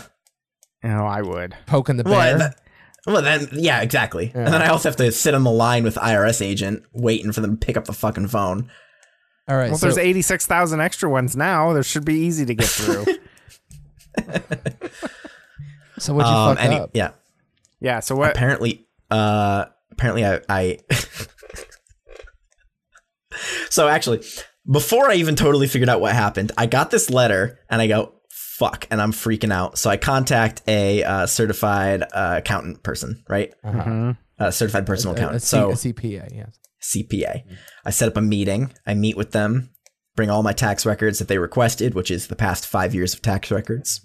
[SPEAKER 2] oh, I would.
[SPEAKER 3] poking the bear?
[SPEAKER 4] Well, th- well, then, yeah, exactly. And then I also have to sit on the line with IRS agent waiting for them to pick up the fucking phone.
[SPEAKER 3] All right.
[SPEAKER 2] Well,
[SPEAKER 3] so,
[SPEAKER 2] there's eighty six thousand extra ones now. There should be easy to get
[SPEAKER 3] (laughs)
[SPEAKER 2] through.
[SPEAKER 3] so what'd you
[SPEAKER 4] Um,
[SPEAKER 3] fuck
[SPEAKER 4] any-
[SPEAKER 3] up?
[SPEAKER 4] yeah,
[SPEAKER 2] yeah. So what?
[SPEAKER 4] apparently uh apparently i i (laughs) so actually before i even totally figured out what happened i got this letter and i go fuck and i'm freaking out so i contact a uh, certified uh, accountant person right uh, certified personal
[SPEAKER 3] Mm-hmm. A- a
[SPEAKER 4] accountant
[SPEAKER 3] C-
[SPEAKER 4] so
[SPEAKER 3] a CPA, yes.
[SPEAKER 4] cpa i set up a meeting i meet with them bring all my tax records that they requested which is the past five years of tax records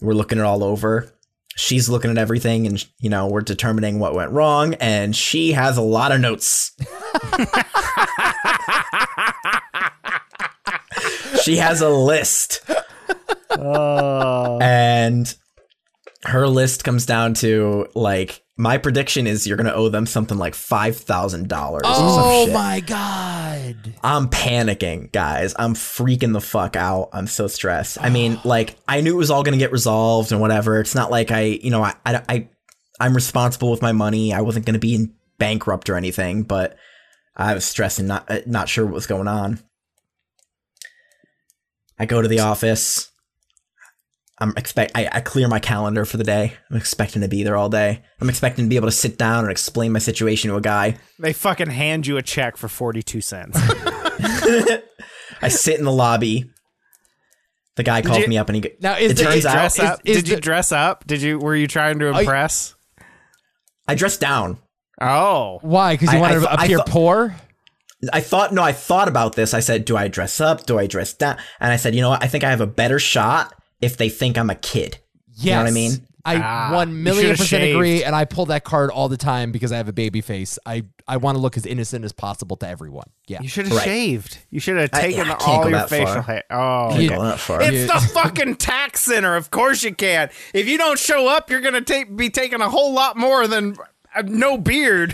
[SPEAKER 4] we're looking it all over. She's looking at everything and, you know, we're determining what went wrong. And she has a lot of notes. she has a list. And her list comes down to like, my prediction is you're going to owe them something like $5,000 or some
[SPEAKER 3] Oh
[SPEAKER 4] shit.
[SPEAKER 3] my god.
[SPEAKER 4] I'm panicking, guys. I'm freaking the fuck out. I'm so stressed. I mean, like, I knew it was all gonna get resolved and whatever. It's not like I, you know, I, I, I I'm responsible with my money. I wasn't gonna be in bankrupt or anything, but I was stressed and not, uh, not sure what was going on. I go to the office. I'm expect. I, I clear my calendar for the day. I'm expecting to be there all day. I'm expecting to be able to sit down and explain my situation to a guy.
[SPEAKER 2] They fucking hand you a check for 42 cents.
[SPEAKER 4] I sit in the lobby The guy
[SPEAKER 2] Did
[SPEAKER 4] called
[SPEAKER 2] you-
[SPEAKER 4] me up and he. g-
[SPEAKER 2] Now, is
[SPEAKER 4] it
[SPEAKER 2] the-
[SPEAKER 4] turns
[SPEAKER 2] did you
[SPEAKER 4] out
[SPEAKER 2] dress up? Did you dress up? Did you? Were you trying
[SPEAKER 3] Oh,
[SPEAKER 2] to impress?
[SPEAKER 4] I dressed down.
[SPEAKER 2] Oh,
[SPEAKER 3] why? Because you wanted to appear poor.
[SPEAKER 4] I thought no. I thought about this. I said, "Do I dress up? Do I dress down?" And I said, "You know what? I think I have a better shot if they think I'm a kid." You know what I
[SPEAKER 3] Yes.
[SPEAKER 4] mean?
[SPEAKER 3] I
[SPEAKER 4] Ah, you
[SPEAKER 3] one million
[SPEAKER 4] should've
[SPEAKER 3] percent
[SPEAKER 4] shaved.
[SPEAKER 3] agree, and I pull that card all the time because I have a baby face. I, I want to look as innocent as possible to everyone. Yeah,
[SPEAKER 2] You should have shaved. You should have
[SPEAKER 3] I-
[SPEAKER 2] taken
[SPEAKER 3] I can't
[SPEAKER 2] all
[SPEAKER 3] go
[SPEAKER 2] your
[SPEAKER 3] that
[SPEAKER 2] facial
[SPEAKER 3] far.
[SPEAKER 2] hair. Oh,
[SPEAKER 3] Can't
[SPEAKER 2] okay.
[SPEAKER 3] go that far.
[SPEAKER 2] It's
[SPEAKER 3] You-
[SPEAKER 2] the fucking tax center. Of course you can. If you don't show up, you're gonna take be taking a whole lot more than uh, no beard.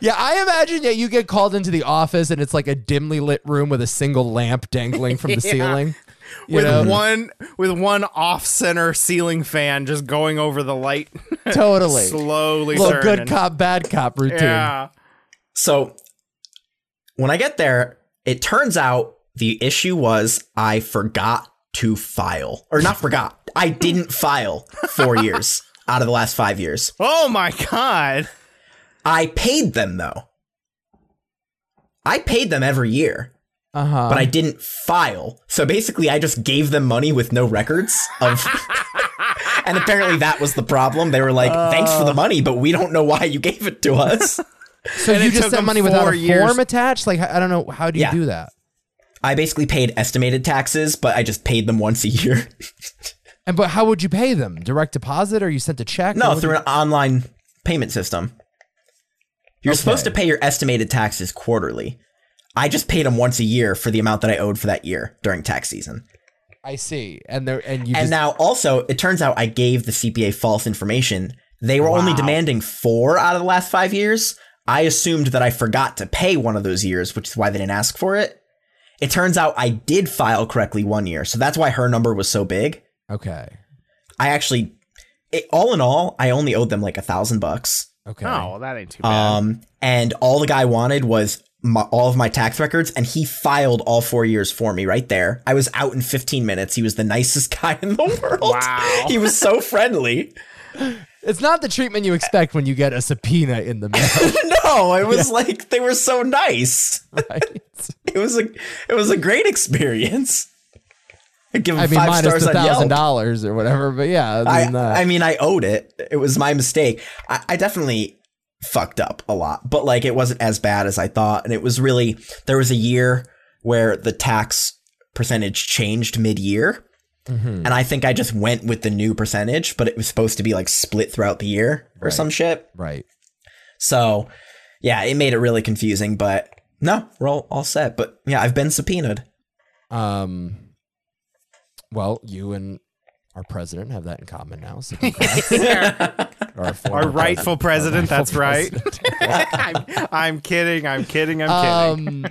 [SPEAKER 3] yeah, I imagine that you get called into the office and it's like a dimly lit room with a single lamp dangling from the
[SPEAKER 4] (laughs)
[SPEAKER 2] Yeah.
[SPEAKER 3] ceiling. (laughs) You
[SPEAKER 2] with
[SPEAKER 3] know?
[SPEAKER 2] one with one off center ceiling fan just going over the light.
[SPEAKER 3] Totally.
[SPEAKER 2] Slowly
[SPEAKER 3] Little
[SPEAKER 2] turning.
[SPEAKER 3] good cop, bad cop routine.
[SPEAKER 2] Yeah.
[SPEAKER 4] So when I get there, it turns out the issue was I forgot to file, or not forgot. I didn't file
[SPEAKER 2] (laughs)
[SPEAKER 4] four years out of the last five years.
[SPEAKER 2] Oh my god!
[SPEAKER 4] I paid them though. I paid them every year,
[SPEAKER 3] Uh-huh.
[SPEAKER 4] but I didn't file. So basically, I just gave them money with no records of. and apparently, that was the problem. They were like, "Thanks for the money, but we don't know why you gave it to us."
[SPEAKER 3] So
[SPEAKER 4] And
[SPEAKER 3] you
[SPEAKER 4] it
[SPEAKER 3] just
[SPEAKER 4] took
[SPEAKER 3] sent
[SPEAKER 4] them
[SPEAKER 3] money without
[SPEAKER 4] four
[SPEAKER 3] a
[SPEAKER 4] years-
[SPEAKER 3] form attached? Like I I don't know how do you
[SPEAKER 4] Yeah.
[SPEAKER 3] do that?
[SPEAKER 4] I basically paid estimated taxes, but I just paid them once a year.
[SPEAKER 3] And but how would you pay them? Direct deposit or you sent a check? How
[SPEAKER 4] no,
[SPEAKER 3] would
[SPEAKER 4] through
[SPEAKER 3] you-
[SPEAKER 4] an online payment system. You're supposed to pay your estimated taxes quarterly. I just paid them once a year for the amount that I owed for that year during tax season.
[SPEAKER 3] I see. And there and you
[SPEAKER 4] and
[SPEAKER 3] just
[SPEAKER 4] now also, it turns out I gave the CPA false information. They were only
[SPEAKER 3] Wow.
[SPEAKER 4] demanding four out of the last five years. I assumed that I forgot to pay one of those years, which is why they didn't ask for it. It turns out I did file correctly one year, so that's why her number was so big.
[SPEAKER 3] Okay.
[SPEAKER 4] I actually, it, all in all, I only owed them like a thousand bucks.
[SPEAKER 3] Okay.
[SPEAKER 2] Oh, that ain't too bad.
[SPEAKER 4] Um, and all the guy wanted was my, all of my tax records, and he filed all four years for me right there. I was out in 15 minutes. He was the (laughs) nicest guy in the world.
[SPEAKER 2] Wow.
[SPEAKER 4] He was so friendly. (laughs)
[SPEAKER 3] it's not the treatment you expect when you get a subpoena in the mail. (laughs)
[SPEAKER 4] no, it was like they were so nice. it was a it was a great (laughs) experience. I give him
[SPEAKER 3] I mean,
[SPEAKER 4] five
[SPEAKER 3] minus
[SPEAKER 4] stars
[SPEAKER 3] the
[SPEAKER 4] on
[SPEAKER 3] thousand
[SPEAKER 4] Yelp.
[SPEAKER 3] dollars or whatever. But yeah, other
[SPEAKER 4] I,
[SPEAKER 3] than that.
[SPEAKER 4] I mean, I owed it. It was my mistake. I, I definitely fucked up a lot, but like it wasn't as bad as I thought. And it was really, there was a year where the tax percentage changed mid year. And I think I just went with the new percentage, but it was supposed to be like split throughout the year or
[SPEAKER 3] Right.
[SPEAKER 4] some shit.
[SPEAKER 3] Right.
[SPEAKER 4] So yeah, it made it really confusing, but no, we're all, all set. But yeah, I've been subpoenaed.
[SPEAKER 3] Um. Well, you and our president have that in common now. So
[SPEAKER 2] (laughs)
[SPEAKER 3] congrats. Or our, former
[SPEAKER 2] Our
[SPEAKER 4] (laughs)
[SPEAKER 2] rightful president,
[SPEAKER 3] Our (laughs)
[SPEAKER 2] that's
[SPEAKER 3] rightful
[SPEAKER 2] right. (laughs)
[SPEAKER 3] president.
[SPEAKER 2] I'm, I'm kidding. I'm kidding.
[SPEAKER 4] Um,
[SPEAKER 2] I'm kidding. Um,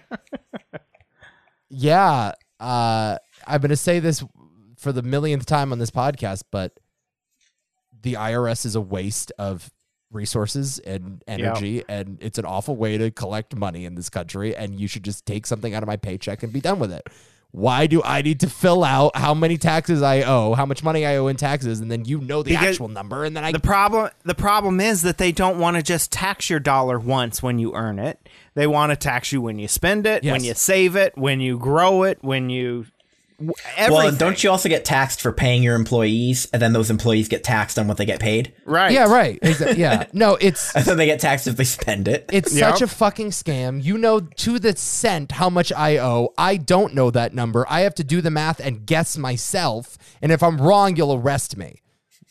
[SPEAKER 3] (laughs) yeah. Uh, I'm going to say this for the millionth time on this podcast, but the IRS is a waste of resources and energy, and it's an awful way to collect money in this country. And you should just take something out of my paycheck and be done with it. Why do I need to fill out how many taxes I owe, how much money I owe in taxes, and then you know the
[SPEAKER 2] Because-
[SPEAKER 3] actual number, and then I
[SPEAKER 2] the problem the problem is that they don't want to just tax your dollar once when you earn it. They want to tax you when you spend it, when
[SPEAKER 4] Yes.
[SPEAKER 2] you save it, when you grow it, when you w- everything.
[SPEAKER 4] Well, don't you also get taxed for paying your employees, and then those employees get taxed on what they get paid?
[SPEAKER 2] Right.
[SPEAKER 3] Yeah, right. Exa- yeah. No,
[SPEAKER 2] (laughs)
[SPEAKER 3] it's
[SPEAKER 4] and then they get taxed if they spend it.
[SPEAKER 3] It's such a fucking scam. You know to the cent how much I owe. I don't know that number. I have to do the math and guess myself. And if I'm wrong, you'll arrest me.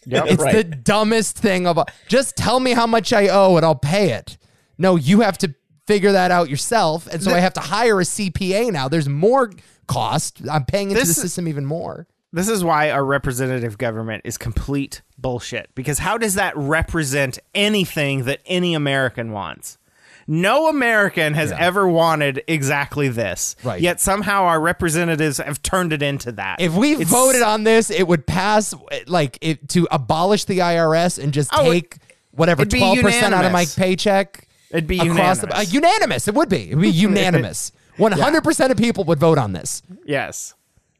[SPEAKER 2] Yep.
[SPEAKER 3] It's the
[SPEAKER 2] Right.
[SPEAKER 3] dumbest thing of all. Just tell me how much I owe and I'll pay it. No, you have to figure that out yourself. And so I have to hire a CPA now. There's more cost. I'm paying into
[SPEAKER 2] This
[SPEAKER 3] the
[SPEAKER 2] is-
[SPEAKER 3] system even more.
[SPEAKER 2] This is why our representative government is complete bullshit. Because how does that represent anything that any American wants? No American has ever wanted exactly this. Right. Yet somehow our representatives have turned it into that.
[SPEAKER 3] If we
[SPEAKER 2] It's-
[SPEAKER 3] voted on this, it would pass like it to abolish the IRS and just
[SPEAKER 2] Oh, it-
[SPEAKER 3] take whatever
[SPEAKER 2] it'd be
[SPEAKER 3] twelve percent out of my
[SPEAKER 2] unanimous.
[SPEAKER 3] paycheck.
[SPEAKER 2] It'd be
[SPEAKER 3] uh, unanimous. It would be.
[SPEAKER 4] (laughs)
[SPEAKER 3] It'd be unanimous. One hundred percent of people would vote on this.
[SPEAKER 2] yes.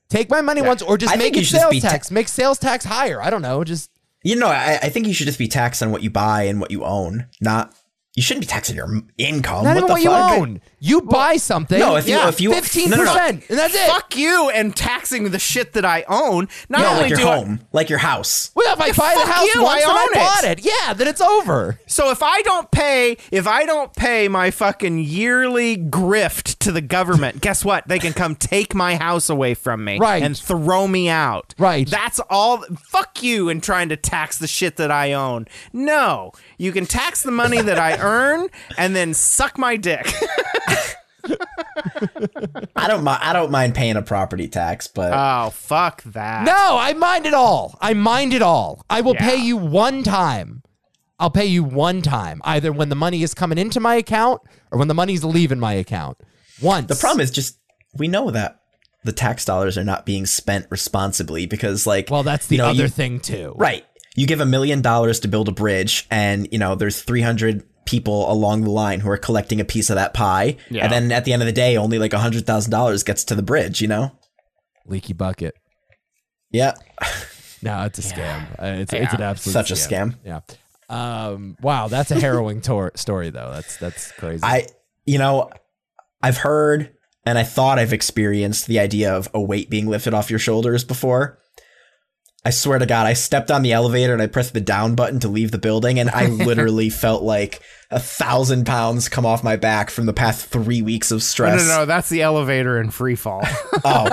[SPEAKER 3] Take my money
[SPEAKER 4] Yeah.
[SPEAKER 3] once, or just
[SPEAKER 4] I
[SPEAKER 3] make
[SPEAKER 4] think
[SPEAKER 3] it
[SPEAKER 4] you should just
[SPEAKER 3] sales
[SPEAKER 4] be ta-
[SPEAKER 3] tax. make sales tax higher. I don't know. Just
[SPEAKER 4] You know, I, I think you should just be taxed on what you buy and what you own, not You shouldn't be taxing your m- income.
[SPEAKER 3] Not
[SPEAKER 4] what
[SPEAKER 3] even
[SPEAKER 4] the
[SPEAKER 3] what
[SPEAKER 4] fuck?
[SPEAKER 3] you own. You buy something.
[SPEAKER 4] No, if you-
[SPEAKER 3] yeah,
[SPEAKER 4] if you- no, no, no.
[SPEAKER 3] 15%, and that's it.
[SPEAKER 2] Fuck you and taxing the shit that I own. Not
[SPEAKER 4] No,
[SPEAKER 2] only
[SPEAKER 4] like your
[SPEAKER 2] do I-
[SPEAKER 4] home, like your house.
[SPEAKER 3] Well, if I
[SPEAKER 2] Yeah,
[SPEAKER 3] buy the
[SPEAKER 2] fuck
[SPEAKER 3] house
[SPEAKER 2] you,
[SPEAKER 3] once
[SPEAKER 2] I
[SPEAKER 3] and I
[SPEAKER 2] own it.
[SPEAKER 3] bought it, yeah, then it's over.
[SPEAKER 2] So if I don't pay, if I don't pay my fucking yearly grift to the government, guess what? They can come take my house away from me
[SPEAKER 3] Right.
[SPEAKER 2] and throw me out.
[SPEAKER 3] Right.
[SPEAKER 2] That's all fuck you in trying to tax the shit that I own. No. You can tax the money that I earn and then suck my dick.
[SPEAKER 4] I don't mind. I don't mind paying a property tax, but
[SPEAKER 3] Uh,
[SPEAKER 2] oh, fuck that.
[SPEAKER 3] No, I mind it all. I mind it all. I will
[SPEAKER 2] Yeah.
[SPEAKER 3] pay you one time. I'll pay you one time, either when the money is coming into my account or when the money's leaving my account. Once.
[SPEAKER 4] the problem is just we know that the tax dollars are not being spent responsibly because, like,
[SPEAKER 3] Well, that's the
[SPEAKER 4] you know,
[SPEAKER 3] other
[SPEAKER 4] you-
[SPEAKER 3] thing too.
[SPEAKER 4] Right. You give a million dollars to build a bridge, and you know there's 300 people along the line who are collecting a piece of that pie,
[SPEAKER 2] Yeah.
[SPEAKER 4] and then at the end of the day, only like hundred thousand dollars gets to the bridge. You know?
[SPEAKER 3] Leaky bucket.
[SPEAKER 4] Yeah.
[SPEAKER 3] No, it's a scam. Uh, It's, it's an absolute
[SPEAKER 4] Such a scam.
[SPEAKER 3] Yeah. Um, wow, that's a harrowing tor- story though. That's that's crazy.
[SPEAKER 4] I, you know, I've heard and I thought I've experienced the idea of a weight being lifted off your shoulders before. I swear to God, I stepped on the elevator and I pressed the down button to leave the
[SPEAKER 2] (laughs)
[SPEAKER 4] building, and I literally felt like a thousand pounds come off my back from the past three weeks
[SPEAKER 2] Oh,
[SPEAKER 4] of
[SPEAKER 2] No,
[SPEAKER 4] stress.
[SPEAKER 2] no, no, that's the elevator in free fall.
[SPEAKER 4] Oh,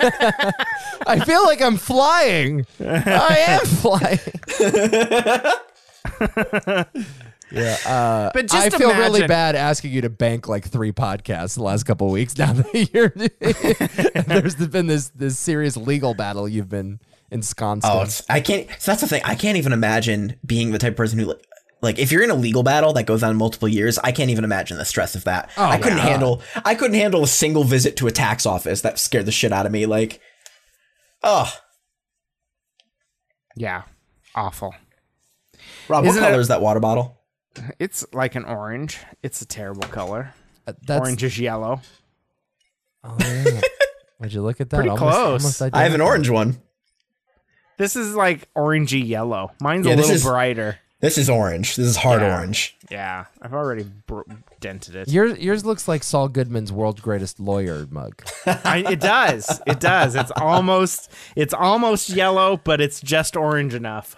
[SPEAKER 3] I feel like I'm
[SPEAKER 4] (laughs)
[SPEAKER 3] flying. I am flying. yeah. Uh,
[SPEAKER 2] (laughs) But
[SPEAKER 3] I
[SPEAKER 2] just
[SPEAKER 3] feel really
[SPEAKER 2] imagine-
[SPEAKER 3] bad asking you to bank like three podcasts the last couple of weeks. Now that you're (laughs) there's been this this serious legal battle you've been ensconced.
[SPEAKER 4] oh,
[SPEAKER 3] in.
[SPEAKER 4] it's- I can't. So that's the thing. I can't even imagine being the type of person who, like, like, if you're in a legal battle that goes on multiple years, I can't even imagine the stress of that.
[SPEAKER 2] Oh,
[SPEAKER 4] I couldn't
[SPEAKER 3] yeah.
[SPEAKER 4] handle. I couldn't handle a single visit to a tax office. That scared the shit out of me. Like, oh,
[SPEAKER 2] yeah. Awful.
[SPEAKER 4] Rob,
[SPEAKER 2] Isn't it-
[SPEAKER 4] what color is that water bottle?
[SPEAKER 2] It's like an orange. It's a terrible color.
[SPEAKER 3] Uh, that's,
[SPEAKER 2] orange is yellow.
[SPEAKER 3] Oh, yeah. Would you look at that?
[SPEAKER 2] Pretty
[SPEAKER 3] Almost-
[SPEAKER 2] close.
[SPEAKER 3] almost
[SPEAKER 4] I have an
[SPEAKER 3] identical.
[SPEAKER 4] orange one.
[SPEAKER 2] This is like orangey yellow. Mine's
[SPEAKER 4] Yeah,
[SPEAKER 2] a
[SPEAKER 4] this
[SPEAKER 2] little
[SPEAKER 4] is-
[SPEAKER 2] brighter.
[SPEAKER 4] This is orange. This is hard
[SPEAKER 2] Yeah.
[SPEAKER 4] orange.
[SPEAKER 2] Yeah, I've already br- dented it.
[SPEAKER 3] Yours, yours looks like Saul Goodman's world greatest lawyer mug.
[SPEAKER 2] I, it does. It does. It's almost. It's almost yellow, but it's just orange enough.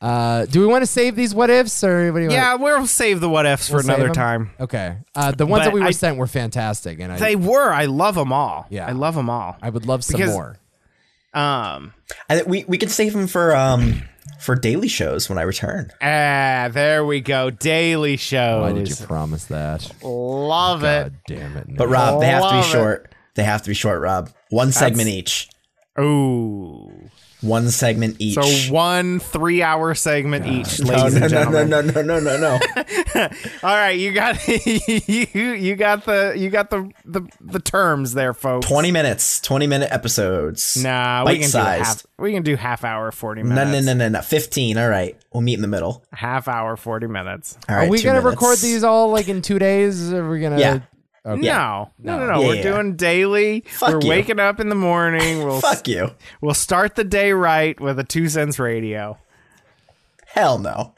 [SPEAKER 3] Uh, do we want to save these what ifs or what do you want?
[SPEAKER 2] Yeah, we'll save the what ifs for
[SPEAKER 3] We'll save
[SPEAKER 2] another
[SPEAKER 3] them?
[SPEAKER 2] time.
[SPEAKER 3] Okay. Uh, the ones
[SPEAKER 2] But
[SPEAKER 3] that we were
[SPEAKER 2] I-
[SPEAKER 3] sent were fantastic, and I
[SPEAKER 2] They were. I love them all.
[SPEAKER 3] Yeah.
[SPEAKER 2] I love them all.
[SPEAKER 3] I would love some
[SPEAKER 2] because-
[SPEAKER 3] more.
[SPEAKER 2] Um.
[SPEAKER 4] I, think we we can save them for um for daily shows when I return.
[SPEAKER 2] Ah, there we go. Daily
[SPEAKER 3] Why did you
[SPEAKER 2] shows.
[SPEAKER 3] promise that?
[SPEAKER 2] Love it.
[SPEAKER 3] God damn it!
[SPEAKER 4] But Rob, they have to be
[SPEAKER 2] Love it.
[SPEAKER 4] short. They have to be short, Rob. One segment each.
[SPEAKER 2] Ooh.
[SPEAKER 4] One segment each.
[SPEAKER 2] So one three-hour segment each,
[SPEAKER 4] no,
[SPEAKER 2] ladies and
[SPEAKER 4] no, no,
[SPEAKER 2] gentlemen.
[SPEAKER 4] no, no, no, no, no, no. (laughs)
[SPEAKER 2] All right, you got (laughs) you you got the you got the the, the terms there, folks.
[SPEAKER 4] 20 minutes, 20 minute episodes.
[SPEAKER 2] Nah, we
[SPEAKER 4] bite
[SPEAKER 2] can do half.
[SPEAKER 4] sized.
[SPEAKER 2] We can do half hour, forty
[SPEAKER 4] No,
[SPEAKER 2] minutes.
[SPEAKER 4] no, no, no, no. 15. All right. We'll meet in the middle.
[SPEAKER 2] Half hour, forty minutes.
[SPEAKER 4] All right.
[SPEAKER 3] Are we
[SPEAKER 4] two
[SPEAKER 3] gonna
[SPEAKER 4] minutes.
[SPEAKER 3] record these all like in two days? Are we gonna?
[SPEAKER 4] Yeah.
[SPEAKER 3] Okay.
[SPEAKER 2] No, no, no, no.
[SPEAKER 4] Yeah,
[SPEAKER 2] We're
[SPEAKER 4] yeah.
[SPEAKER 2] doing daily.
[SPEAKER 4] Fuck
[SPEAKER 2] We're
[SPEAKER 4] you.
[SPEAKER 2] waking up in the morning.
[SPEAKER 3] (laughs)
[SPEAKER 2] We'll
[SPEAKER 4] Fuck you.
[SPEAKER 2] we'll start the day right with a two cents radio.
[SPEAKER 4] Hell no.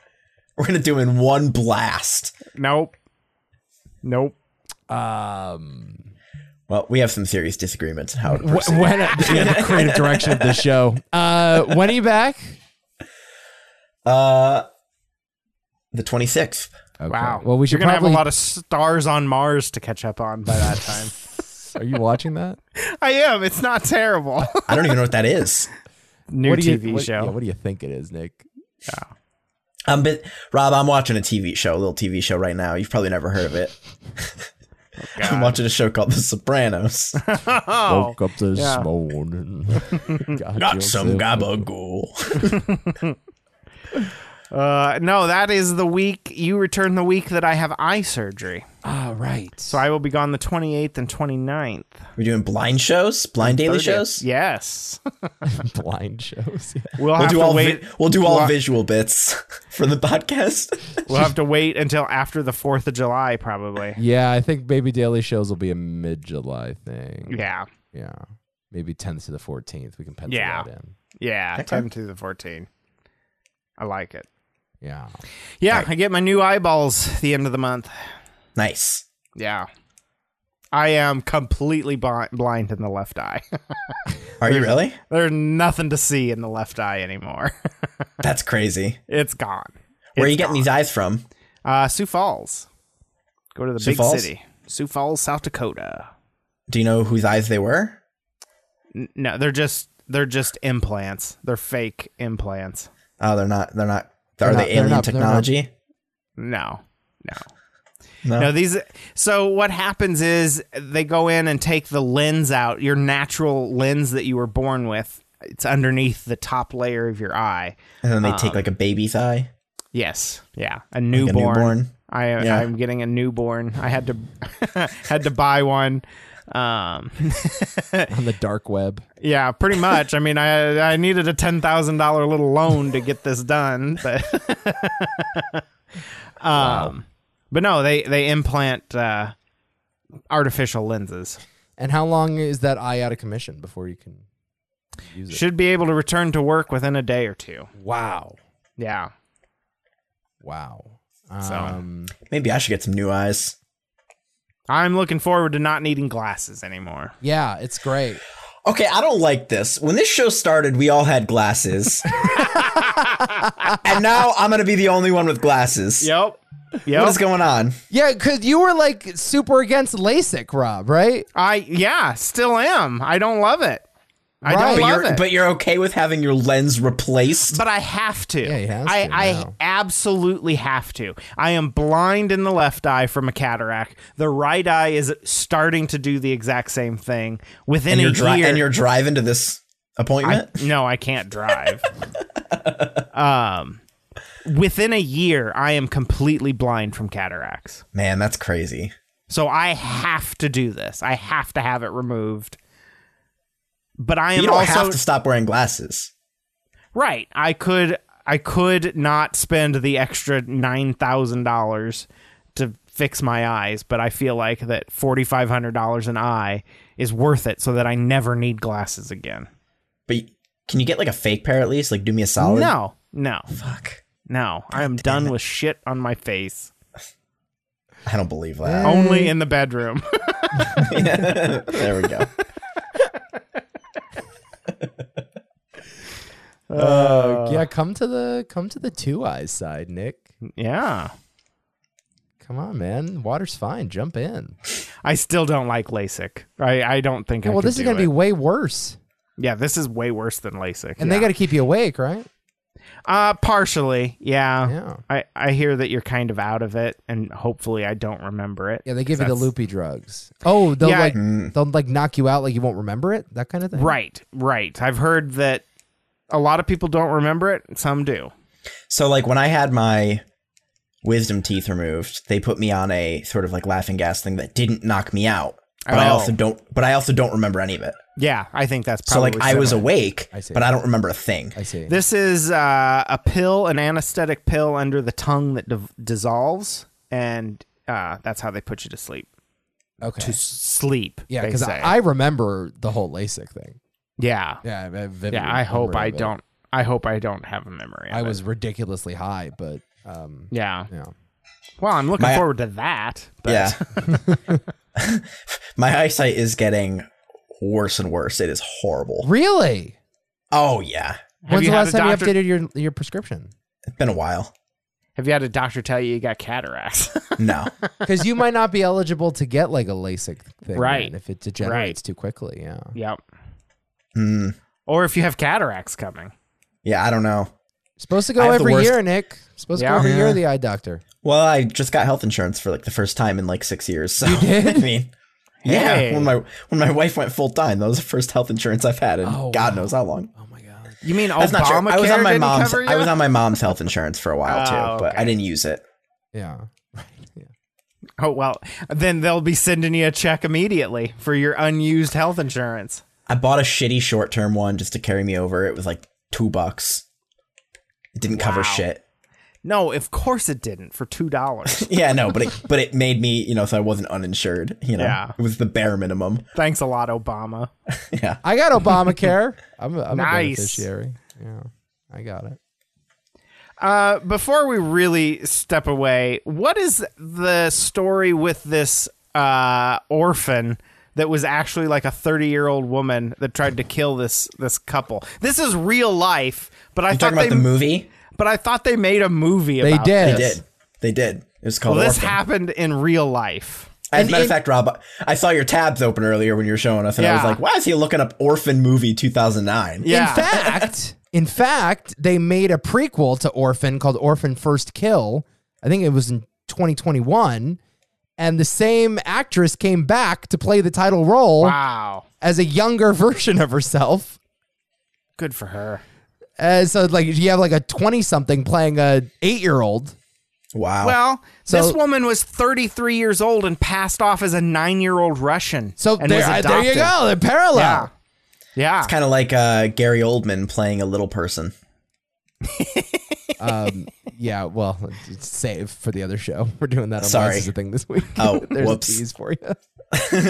[SPEAKER 4] We're going to do in one blast.
[SPEAKER 2] Nope, nope.
[SPEAKER 3] Um.
[SPEAKER 4] Well, we have some serious disagreements on how to
[SPEAKER 3] wh-
[SPEAKER 4] proceed.
[SPEAKER 2] (laughs)
[SPEAKER 3] when yeah, the creative direction of the show. Uh, when are you back?
[SPEAKER 4] Uh, the 26th.
[SPEAKER 3] Okay.
[SPEAKER 2] Wow.
[SPEAKER 3] Well, we should
[SPEAKER 2] You're gonna
[SPEAKER 3] probably.
[SPEAKER 2] have a lot of stars on Mars to catch up on by that
[SPEAKER 3] (laughs)
[SPEAKER 2] time.
[SPEAKER 3] Are you watching that?
[SPEAKER 2] I am. It's not terrible.
[SPEAKER 4] I don't even know what that is.
[SPEAKER 2] (laughs) New
[SPEAKER 3] what do you,
[SPEAKER 2] TV
[SPEAKER 3] what-
[SPEAKER 2] show.
[SPEAKER 3] yeah, what do you think it is, Nick?
[SPEAKER 4] Um, but Rob, I'm watching a TV show, a little TV show right now. You've probably never heard of it. (laughs) I'm watching a show called The Sopranos.
[SPEAKER 2] oh,
[SPEAKER 3] Woke up this
[SPEAKER 2] yeah.
[SPEAKER 3] morning.
[SPEAKER 2] (laughs)
[SPEAKER 3] Got
[SPEAKER 4] Not
[SPEAKER 3] yourself
[SPEAKER 4] some
[SPEAKER 3] a-
[SPEAKER 4] gabagool.
[SPEAKER 2] Uh, no, that is the week you return the week that I have eye surgery.
[SPEAKER 3] Ah, right.
[SPEAKER 2] So I will be gone the 28th and 29th.
[SPEAKER 4] We're doing blind shows, blind daily
[SPEAKER 2] 30th. (laughs)
[SPEAKER 4] shows.
[SPEAKER 2] Yes.
[SPEAKER 3] blind shows. (laughs) yeah.
[SPEAKER 2] We'll,
[SPEAKER 4] we'll
[SPEAKER 2] have
[SPEAKER 4] do
[SPEAKER 2] to
[SPEAKER 4] all
[SPEAKER 2] wait.
[SPEAKER 4] vi- we'll do all
[SPEAKER 2] Well-
[SPEAKER 4] visual bits (laughs) for the podcast. (laughs)
[SPEAKER 2] we'll have to wait until after the 4th of July (laughs) probably.
[SPEAKER 3] Yeah, I think maybe daily shows will be a mid-July thing.
[SPEAKER 2] Yeah.
[SPEAKER 3] Yeah, maybe 10th to the 14th. We can pencil
[SPEAKER 2] Yeah.
[SPEAKER 3] that in.
[SPEAKER 2] Yeah, 10 to the 14. I like it.
[SPEAKER 3] Yeah.
[SPEAKER 2] Yeah, I get my new eyeballs the end of the month.
[SPEAKER 4] Nice.
[SPEAKER 2] Yeah. I am completely bli- blind in the left eye. (laughs)
[SPEAKER 4] Are you really?
[SPEAKER 2] There's nothing to see in the left eye anymore. (laughs)
[SPEAKER 4] That's crazy.
[SPEAKER 2] it's gone.
[SPEAKER 4] Where are you getting these eyes from?
[SPEAKER 2] Uh, Sioux Falls. Go to the
[SPEAKER 4] Sioux
[SPEAKER 2] big
[SPEAKER 4] Falls?
[SPEAKER 2] city. Sioux Falls, South Dakota.
[SPEAKER 4] Do you know whose eyes they were?
[SPEAKER 2] N- no, they're just they're just implants. They're fake implants.
[SPEAKER 4] Oh, they're not. They're not.
[SPEAKER 2] They're
[SPEAKER 4] are
[SPEAKER 2] not-
[SPEAKER 4] they
[SPEAKER 2] they're
[SPEAKER 4] alien
[SPEAKER 2] not- they're not-
[SPEAKER 4] technology?
[SPEAKER 2] No. No.
[SPEAKER 4] No.
[SPEAKER 2] No, these. So what happens is they go in and take the lens out, your natural lens that you were born with. It's underneath the top layer of your eye.
[SPEAKER 4] And then they
[SPEAKER 2] Um,
[SPEAKER 4] take like a baby's eye.
[SPEAKER 2] Yes. Yeah. A
[SPEAKER 4] a
[SPEAKER 2] newborn.
[SPEAKER 4] newborn.
[SPEAKER 2] I
[SPEAKER 4] Yeah.
[SPEAKER 2] I'm getting a newborn. I had to (laughs) had to buy one. Um
[SPEAKER 3] on the dark web.
[SPEAKER 2] yeah, pretty much. I mean, I I needed a ten thousand dollar little loan to get this done, but (laughs) um, but no, they they implant uh, artificial lenses.
[SPEAKER 3] And how long is that eye out of commission before you can use it?
[SPEAKER 2] Should be able to return to work within a day or two.
[SPEAKER 3] Wow.
[SPEAKER 2] Yeah.
[SPEAKER 3] Wow.
[SPEAKER 2] So-
[SPEAKER 3] Um,
[SPEAKER 4] Maybe I should get some new eyes.
[SPEAKER 2] I'm looking forward to not needing glasses anymore.
[SPEAKER 3] yeah, it's great.
[SPEAKER 4] Okay, I don't like this. When this show started, we all
[SPEAKER 2] (laughs)
[SPEAKER 4] had glasses. and now I'm going to be the only one with glasses.
[SPEAKER 2] Yep.
[SPEAKER 4] What
[SPEAKER 2] Yep.
[SPEAKER 4] is going on?
[SPEAKER 3] Yeah, because you were like super against LASIK, Rob, right?
[SPEAKER 2] I yeah, still am. I don't love it. I
[SPEAKER 3] Right.
[SPEAKER 2] don't
[SPEAKER 3] But
[SPEAKER 2] love
[SPEAKER 4] You're-
[SPEAKER 2] it.
[SPEAKER 4] but you're okay with having your lens replaced?
[SPEAKER 2] but I have to.
[SPEAKER 3] Yeah, he has
[SPEAKER 2] I,
[SPEAKER 3] to
[SPEAKER 2] I
[SPEAKER 3] now.
[SPEAKER 2] absolutely have to. I am blind in the left eye from a cataract. The right eye is starting to do the exact same thing within
[SPEAKER 4] and
[SPEAKER 2] a
[SPEAKER 4] you're, dri-
[SPEAKER 2] year.
[SPEAKER 4] and you're driving to this
[SPEAKER 2] I,
[SPEAKER 4] appointment?
[SPEAKER 2] no, I can't
[SPEAKER 4] (laughs)
[SPEAKER 2] drive. um, within a year, I am completely blind from cataracts.
[SPEAKER 4] Man, that's crazy.
[SPEAKER 2] So I have to do this. I have to have it removed. But I am
[SPEAKER 4] You don't
[SPEAKER 2] also
[SPEAKER 4] have to stop wearing glasses.
[SPEAKER 2] Right. I could I could not spend the extra nine thousand dollars to fix my eyes, but I feel like that forty five hundred dollars an eye is worth it so that I never need glasses again.
[SPEAKER 4] But y- can you get like a fake pair at least? Like, do me a solid?
[SPEAKER 2] No, no,
[SPEAKER 4] Fuck.
[SPEAKER 2] no. I am done with shit on my face.
[SPEAKER 4] I don't
[SPEAKER 2] (laughs)
[SPEAKER 4] believe that.
[SPEAKER 2] Only in the bedroom. (laughs)
[SPEAKER 4] there we go.
[SPEAKER 2] Uh,
[SPEAKER 3] yeah, come to the come to the two eyes side, Nick.
[SPEAKER 2] yeah.
[SPEAKER 3] Come on, man. Water's fine. Jump in.
[SPEAKER 2] I still don't like LASIK. I, I don't think I
[SPEAKER 3] well,
[SPEAKER 2] could
[SPEAKER 3] this is
[SPEAKER 2] do
[SPEAKER 3] gonna be
[SPEAKER 2] it.
[SPEAKER 3] way worse.
[SPEAKER 2] Yeah, this is way worse than LASIK.
[SPEAKER 3] And
[SPEAKER 2] yeah.
[SPEAKER 3] they got to keep you awake, right?
[SPEAKER 2] Uh, partially, yeah.
[SPEAKER 3] Yeah.
[SPEAKER 2] I I hear that you're kind of out of it, and hopefully I don't remember it.
[SPEAKER 3] Yeah, they give you the
[SPEAKER 2] That's-
[SPEAKER 3] loopy drugs. Oh, they'll
[SPEAKER 2] Yeah,
[SPEAKER 3] like
[SPEAKER 4] Mm.
[SPEAKER 3] they'll like knock you out like you won't remember it. That kind of thing.
[SPEAKER 2] Right, right. I've heard that a lot of people don't remember it. and Some do.
[SPEAKER 4] (laughs) So like when I had my wisdom teeth removed, they put me on a sort of like laughing gas thing that didn't knock me out. But I
[SPEAKER 2] Oh.
[SPEAKER 4] also don't but I also don't remember any of it.
[SPEAKER 2] Yeah, I think that's
[SPEAKER 4] So
[SPEAKER 2] probably.
[SPEAKER 4] like I was
[SPEAKER 2] similar.
[SPEAKER 4] awake,
[SPEAKER 3] I see.
[SPEAKER 4] but I don't remember a thing.
[SPEAKER 3] I see.
[SPEAKER 2] This is uh, a pill, an anesthetic pill under the tongue that div- dissolves, and uh, that's how they put you to sleep.
[SPEAKER 3] okay.
[SPEAKER 2] To s- sleep.
[SPEAKER 3] yeah,
[SPEAKER 2] they
[SPEAKER 3] because I,
[SPEAKER 2] say.
[SPEAKER 3] I remember the whole LASIK thing.
[SPEAKER 2] Yeah,
[SPEAKER 3] Yeah. I have a vivid
[SPEAKER 2] yeah. I hope
[SPEAKER 3] memory
[SPEAKER 2] I
[SPEAKER 3] of it.
[SPEAKER 2] don't. I hope I don't have a memory. Of
[SPEAKER 3] I
[SPEAKER 2] it.
[SPEAKER 3] was ridiculously high, but um,
[SPEAKER 2] Yeah.
[SPEAKER 3] yeah.
[SPEAKER 2] Well, I'm looking
[SPEAKER 4] My-
[SPEAKER 2] forward to that. But (laughs)
[SPEAKER 4] Yeah. (laughs) my eyesight is getting worse and worse. It is horrible.
[SPEAKER 3] Really?
[SPEAKER 4] Oh yeah.
[SPEAKER 2] Have
[SPEAKER 3] When's
[SPEAKER 2] you
[SPEAKER 3] the
[SPEAKER 2] had
[SPEAKER 3] last
[SPEAKER 2] a
[SPEAKER 3] time
[SPEAKER 2] doctor-
[SPEAKER 3] you updated your your prescription?
[SPEAKER 4] It's been a while.
[SPEAKER 2] Have you had a doctor tell you you got cataracts? (laughs)
[SPEAKER 4] No.
[SPEAKER 3] Because you might not be eligible to get like a LASIK thing,
[SPEAKER 2] Right.
[SPEAKER 3] then, If it degenerates too quickly, yeah.
[SPEAKER 2] yep.
[SPEAKER 4] Hmm.
[SPEAKER 2] Or if you have cataracts coming.
[SPEAKER 4] Yeah, I don't know.
[SPEAKER 3] Supposed to
[SPEAKER 4] I
[SPEAKER 3] go
[SPEAKER 4] have the
[SPEAKER 3] every
[SPEAKER 4] worst-
[SPEAKER 3] year, Nick. Supposed to
[SPEAKER 2] Yeah.
[SPEAKER 3] go every year,
[SPEAKER 4] Yeah.
[SPEAKER 3] the eye doctor.
[SPEAKER 4] Well, I just got health insurance for like the first time in like six years. So (laughs)
[SPEAKER 3] You did?
[SPEAKER 4] I mean, yeah.
[SPEAKER 2] Yay.
[SPEAKER 4] When my when my wife went full time, that was the first health insurance I've had in
[SPEAKER 3] Oh,
[SPEAKER 4] God
[SPEAKER 3] wow.
[SPEAKER 4] knows how long.
[SPEAKER 3] Oh my god.
[SPEAKER 2] You mean
[SPEAKER 4] That's not true.
[SPEAKER 2] Obamacare
[SPEAKER 4] I was on my
[SPEAKER 2] didn't
[SPEAKER 4] mom's.
[SPEAKER 2] cover you?
[SPEAKER 4] I was on my mom's health insurance for a while too,
[SPEAKER 2] Oh,
[SPEAKER 4] but I
[SPEAKER 2] okay.
[SPEAKER 4] didn't use it.
[SPEAKER 3] Yeah. Right. Yeah.
[SPEAKER 2] oh well, then they'll be sending you a check immediately for your unused health insurance.
[SPEAKER 4] I bought a shitty short term one just to carry me over. It was like two bucks. It didn't cover
[SPEAKER 2] Wow.
[SPEAKER 4] shit. (laughs)
[SPEAKER 2] No, of course it didn't for two dollars.
[SPEAKER 4] Yeah, no, but it but it made me, you know, so I wasn't uninsured. You know,
[SPEAKER 2] Yeah.
[SPEAKER 4] it was the bare minimum.
[SPEAKER 2] Thanks a lot, Obama.
[SPEAKER 4] Yeah,
[SPEAKER 3] I got Obamacare. (laughs) I'm a, I'm
[SPEAKER 2] Nice.
[SPEAKER 3] a beneficiary. Yeah. I got it.
[SPEAKER 2] Uh, before we really step away, what is the story with this uh, orphan that was actually like a 30 year old woman that tried to kill this this couple? This is real life, but I
[SPEAKER 4] You
[SPEAKER 2] thought
[SPEAKER 4] talking about
[SPEAKER 2] they
[SPEAKER 4] the movie?
[SPEAKER 2] But I thought they made a movie.
[SPEAKER 4] They
[SPEAKER 2] about
[SPEAKER 4] did. They
[SPEAKER 2] this.
[SPEAKER 4] did. They did. It was
[SPEAKER 2] Well,
[SPEAKER 4] called.
[SPEAKER 2] this
[SPEAKER 4] Orphan.
[SPEAKER 2] happened in real life.
[SPEAKER 4] As a matter of fact, Rob, I saw your tabs open earlier when you were showing us, and I was
[SPEAKER 2] Yeah.
[SPEAKER 4] like, "Why is he looking up orphan movie 2009?"
[SPEAKER 3] In fact, in fact, they made a prequel to Orphan called Orphan First Kill. I think it was in 2021, and the same actress came back to play the title role.
[SPEAKER 2] Wow.
[SPEAKER 3] As a younger (laughs) version of herself.
[SPEAKER 2] Good for her.
[SPEAKER 3] Uh, so like you have like a 20 something playing a 8-year-old.
[SPEAKER 4] Wow.
[SPEAKER 2] Well,
[SPEAKER 3] Oh. So-
[SPEAKER 2] this woman was 33 years old and passed off as a nine year old Russian.
[SPEAKER 3] So
[SPEAKER 2] and
[SPEAKER 3] there-
[SPEAKER 2] was
[SPEAKER 3] uh, there you
[SPEAKER 2] adopted.
[SPEAKER 3] go, they're parallel.
[SPEAKER 2] Yeah. Yeah.
[SPEAKER 4] It's kind of like uh, Gary Oldman playing a little person.
[SPEAKER 3] Um, yeah, well, it's save for the other show. We're doing that on
[SPEAKER 4] Sorry.
[SPEAKER 3] Sorry. a thing this week.
[SPEAKER 4] Oh,
[SPEAKER 3] (laughs) There's
[SPEAKER 4] whoops.
[SPEAKER 3] a tease
[SPEAKER 2] (laughs)
[SPEAKER 3] for you.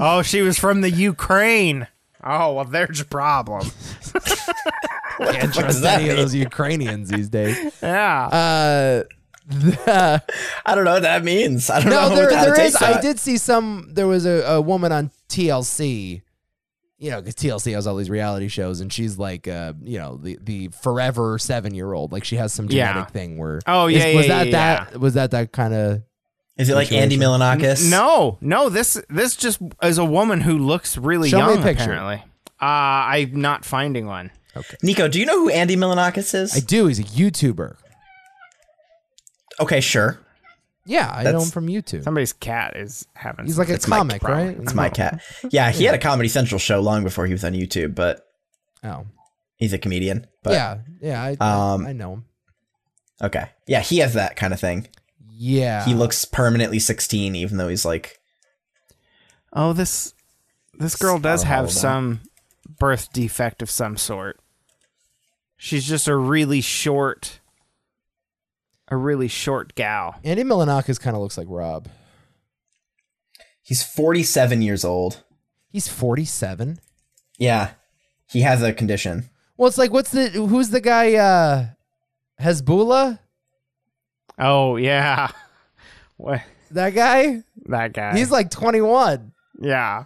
[SPEAKER 2] Oh, she was from the Ukraine. Oh, well, there's your problem.
[SPEAKER 3] (laughs) Can't
[SPEAKER 4] fuck does
[SPEAKER 3] trust
[SPEAKER 4] that
[SPEAKER 3] any of
[SPEAKER 4] mean?
[SPEAKER 3] those Ukrainians these days.
[SPEAKER 2] (laughs) Yeah.
[SPEAKER 3] Uh, the-
[SPEAKER 4] I don't know what that means. I don't
[SPEAKER 3] no,
[SPEAKER 4] know.
[SPEAKER 3] there,
[SPEAKER 4] how
[SPEAKER 3] there
[SPEAKER 4] to
[SPEAKER 3] is.
[SPEAKER 4] take
[SPEAKER 3] I
[SPEAKER 4] that.
[SPEAKER 3] did see some. There was a, a woman on TLC. You know, because TLC has all these reality shows, and she's like, uh, you know, the the forever seven year old. Like she has some
[SPEAKER 2] Yeah.
[SPEAKER 3] genetic thing where.
[SPEAKER 2] Oh, yeah,
[SPEAKER 3] was
[SPEAKER 2] yeah,
[SPEAKER 3] that
[SPEAKER 2] yeah,
[SPEAKER 3] that was that that kind of?
[SPEAKER 4] Is it like Andy Milanakis?
[SPEAKER 2] no, no, this this just is a woman who looks really
[SPEAKER 3] Show me a
[SPEAKER 2] young,
[SPEAKER 3] picture.
[SPEAKER 2] apparently. Uh, I'm not finding one.
[SPEAKER 4] Nico, do you know who Andy Milanakis
[SPEAKER 3] I
[SPEAKER 4] is?
[SPEAKER 3] do. He's a YouTuber.
[SPEAKER 4] okay, sure.
[SPEAKER 3] Yeah, I know
[SPEAKER 4] That's-
[SPEAKER 3] him from YouTube.
[SPEAKER 2] Somebody's cat is having.
[SPEAKER 3] He's like a
[SPEAKER 4] It's my
[SPEAKER 3] comic,
[SPEAKER 4] problem.
[SPEAKER 3] right?
[SPEAKER 4] It's my cat. Yeah, he had a Comedy Central show long before he was on YouTube, but
[SPEAKER 3] Oh,
[SPEAKER 4] he's a comedian. But
[SPEAKER 3] yeah, yeah. I,
[SPEAKER 4] Um,
[SPEAKER 3] I know him.
[SPEAKER 4] Okay. Yeah, he has that kind of thing.
[SPEAKER 3] Yeah,
[SPEAKER 4] He looks permanently 16, even though he's like,
[SPEAKER 2] Oh, this this girl does
[SPEAKER 4] Scarlet
[SPEAKER 2] have
[SPEAKER 4] Hollow.
[SPEAKER 2] some birth defect of some sort. She's just a really short, a really short gal.
[SPEAKER 3] Andy Milanakis kind of looks like Rob.
[SPEAKER 4] he's 47 years old.
[SPEAKER 3] He's forty-seven.
[SPEAKER 4] Yeah, he has a condition.
[SPEAKER 3] Well, it's like, what's the who's the guy? uh Hezbollah,
[SPEAKER 2] Oh yeah, (laughs) what
[SPEAKER 3] that guy.
[SPEAKER 2] that guy?
[SPEAKER 3] He's like twenty-one.
[SPEAKER 2] yeah.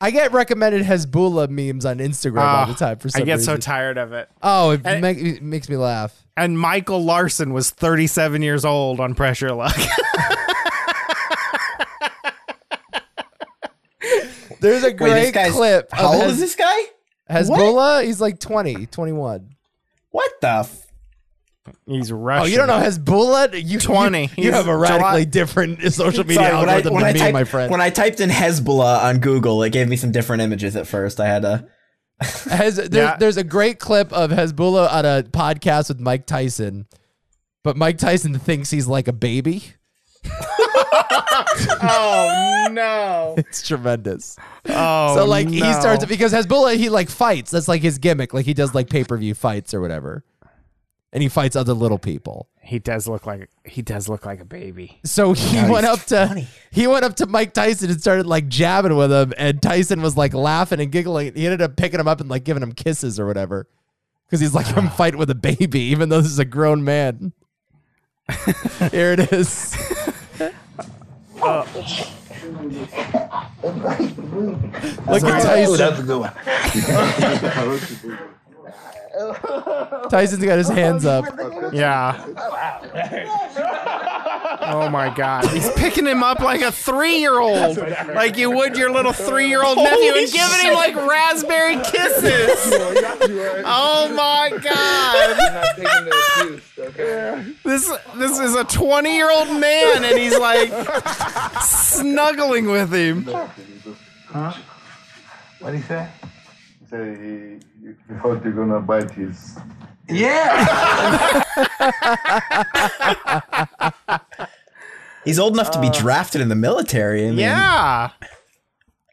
[SPEAKER 3] I get recommended Hezbollah memes on Instagram all
[SPEAKER 2] Oh,
[SPEAKER 3] the time for some
[SPEAKER 2] I get so Eh.
[SPEAKER 3] reason.
[SPEAKER 2] tired of it.
[SPEAKER 3] oh, it,
[SPEAKER 2] I-
[SPEAKER 3] make, it makes me laugh.
[SPEAKER 2] And Michael Larson was 37 years old on Pressure Luck. (laughs)
[SPEAKER 3] There's a
[SPEAKER 4] Wait, this
[SPEAKER 3] great
[SPEAKER 4] guy's
[SPEAKER 3] clip.
[SPEAKER 4] How
[SPEAKER 3] of
[SPEAKER 4] old
[SPEAKER 3] Hez-
[SPEAKER 4] is this guy?
[SPEAKER 3] Hezbollah? He's like 20, 21.
[SPEAKER 4] What the? F-
[SPEAKER 2] He's
[SPEAKER 3] Oh,
[SPEAKER 2] Russian.
[SPEAKER 3] you don't know Hezbollah? You- You,
[SPEAKER 2] 20.
[SPEAKER 3] You, have a
[SPEAKER 2] He's
[SPEAKER 3] radically different (laughs) social media
[SPEAKER 4] Sorry, when I,
[SPEAKER 3] algorithm
[SPEAKER 4] when, I
[SPEAKER 3] than me,
[SPEAKER 4] typed,
[SPEAKER 3] my friend.
[SPEAKER 4] when I typed in Hezbollah on Google, it gave me some different images at first. I had to.
[SPEAKER 3] Hez, there's,
[SPEAKER 2] Yeah.
[SPEAKER 3] there's a great clip of Hezbollah on a podcast with Mike Tyson, but Mike Tyson thinks he's like a baby.
[SPEAKER 2] Oh (laughs)
[SPEAKER 3] (laughs)
[SPEAKER 2] no.
[SPEAKER 3] (laughs) It's tremendous.
[SPEAKER 2] Oh.
[SPEAKER 3] so like he
[SPEAKER 2] no.
[SPEAKER 3] starts because Hezbollah he like fights. That's like his gimmick. Like he does like pay per view fights or whatever, and he fights other little people.
[SPEAKER 2] He does look like he does look like a baby.
[SPEAKER 3] So he went up to he went up to Mike Tyson and started like jabbing with him, and Tyson was like laughing and giggling. He ended up picking him up and like giving him kisses or whatever, because he's like I'm fighting with a baby, even though this is a grown man. Here it is. Look at Tyson. Tyson's got his hands up. (laughs)
[SPEAKER 2] Yeah. Oh my god.
[SPEAKER 3] (laughs)
[SPEAKER 2] He's picking him up like a three year old.
[SPEAKER 6] (laughs)
[SPEAKER 2] Like you would your little three year old nephew and giving him like raspberry kisses. Oh my god. This this is a twenty year old man and he's like snuggling with him.
[SPEAKER 11] What do you say? Say he, he thought you're gonna bite his.
[SPEAKER 4] He's old enough to
[SPEAKER 3] Uh.
[SPEAKER 4] be drafted in the military. I mean,
[SPEAKER 2] Yeah.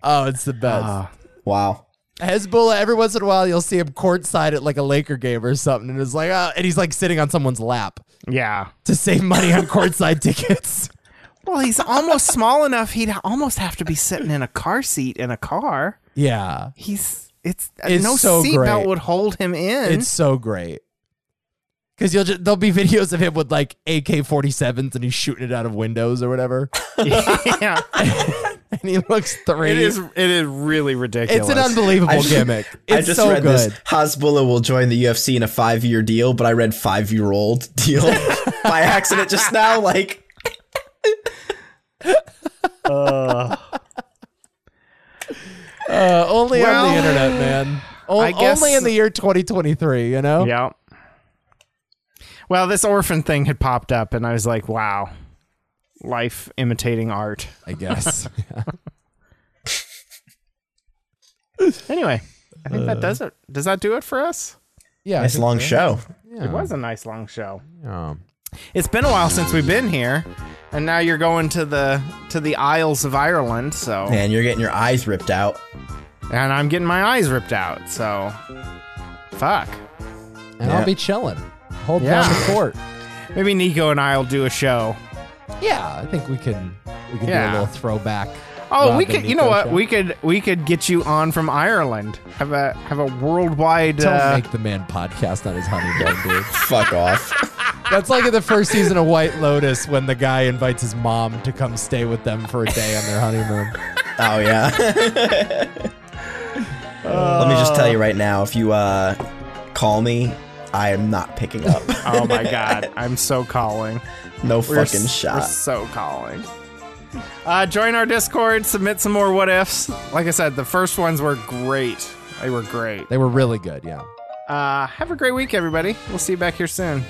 [SPEAKER 3] Oh, it's the best.
[SPEAKER 4] Ah. Wow.
[SPEAKER 3] Hezbollah, every once in a while, you'll see him courtside at like a Laker game or something, and it's like, oh, and he's like sitting on someone's lap
[SPEAKER 2] Yeah.
[SPEAKER 3] to save money
[SPEAKER 4] (laughs)
[SPEAKER 3] on courtside tickets.
[SPEAKER 2] Well, he's almost small enough. He'd almost have to be sitting in a car seat in a car.
[SPEAKER 3] Yeah,
[SPEAKER 2] He's it's,
[SPEAKER 3] It's
[SPEAKER 2] no
[SPEAKER 3] so
[SPEAKER 2] seatbelt
[SPEAKER 3] great.
[SPEAKER 2] would hold him in.
[SPEAKER 3] it's so great. Because you'll just, there'll be videos of him with like AK-47s and he's shooting it out of windows or whatever.
[SPEAKER 2] (laughs)
[SPEAKER 3] (laughs)
[SPEAKER 2] yeah,
[SPEAKER 3] and he
[SPEAKER 4] (laughs)
[SPEAKER 3] looks three.
[SPEAKER 2] It is. It is really ridiculous.
[SPEAKER 3] It's an unbelievable
[SPEAKER 4] I just-
[SPEAKER 3] gimmick. It's
[SPEAKER 4] I just
[SPEAKER 3] so
[SPEAKER 4] read
[SPEAKER 3] good.
[SPEAKER 4] this. Hasbulla will join the UFC in a five year deal, but I read five year old (laughs)
[SPEAKER 3] (laughs)
[SPEAKER 4] deal by accident just now. Like,
[SPEAKER 3] Uh, only on
[SPEAKER 2] Well,
[SPEAKER 3] the internet, man. O-
[SPEAKER 2] I guess-
[SPEAKER 3] only in the year 2023, you know?
[SPEAKER 2] Yeah. Well, this orphan thing had popped up, and I was like, "Wow, life imitating art."
[SPEAKER 3] I
[SPEAKER 4] (laughs)
[SPEAKER 3] guess.
[SPEAKER 2] Anyway, I think
[SPEAKER 3] Uh.
[SPEAKER 2] that does it. Does that do it for us?
[SPEAKER 3] yeah.
[SPEAKER 4] nice long show.
[SPEAKER 2] It was a nice long show.
[SPEAKER 3] Um,
[SPEAKER 2] It's been a while since we've been here, and now you're going to the to the Isles of Ireland. So,
[SPEAKER 4] Man, you're getting your eyes ripped out.
[SPEAKER 2] and I'm getting my eyes ripped out. So, fuck.
[SPEAKER 3] and
[SPEAKER 4] Yeah.
[SPEAKER 3] I'll be chilling, holding
[SPEAKER 2] Yeah.
[SPEAKER 3] down the fort.
[SPEAKER 2] Maybe Nico and I'll do a show.
[SPEAKER 3] Yeah, I think we can we can
[SPEAKER 2] Yeah.
[SPEAKER 3] do a little throwback.
[SPEAKER 2] Oh,
[SPEAKER 3] Rob
[SPEAKER 2] we
[SPEAKER 3] and
[SPEAKER 2] could. You
[SPEAKER 3] Nico
[SPEAKER 2] know what?
[SPEAKER 3] show.
[SPEAKER 2] We could. We could get you on from Ireland. Have a have a worldwide.
[SPEAKER 3] don't
[SPEAKER 2] uh,
[SPEAKER 3] make the man podcast on his honeymoon, dude.
[SPEAKER 4] Fuck
[SPEAKER 3] (laughs)
[SPEAKER 4] off.
[SPEAKER 3] That's like in the first season of White Lotus when the guy invites his mom to come stay with them for a day on their honeymoon.
[SPEAKER 4] Oh yeah. Let me just tell you right now, if you uh, call me, I am not picking
[SPEAKER 2] (laughs)
[SPEAKER 4] up.
[SPEAKER 2] oh my god, I'm so calling.
[SPEAKER 4] no
[SPEAKER 2] We're
[SPEAKER 4] fucking
[SPEAKER 2] s- We're
[SPEAKER 4] shot.
[SPEAKER 2] so calling. Uh, join our Discord. Submit some more what ifs. Like I said, the first ones were great. They were great.
[SPEAKER 3] They were really good, yeah.
[SPEAKER 2] Uh, have a great week, everybody. We'll see you back here soon.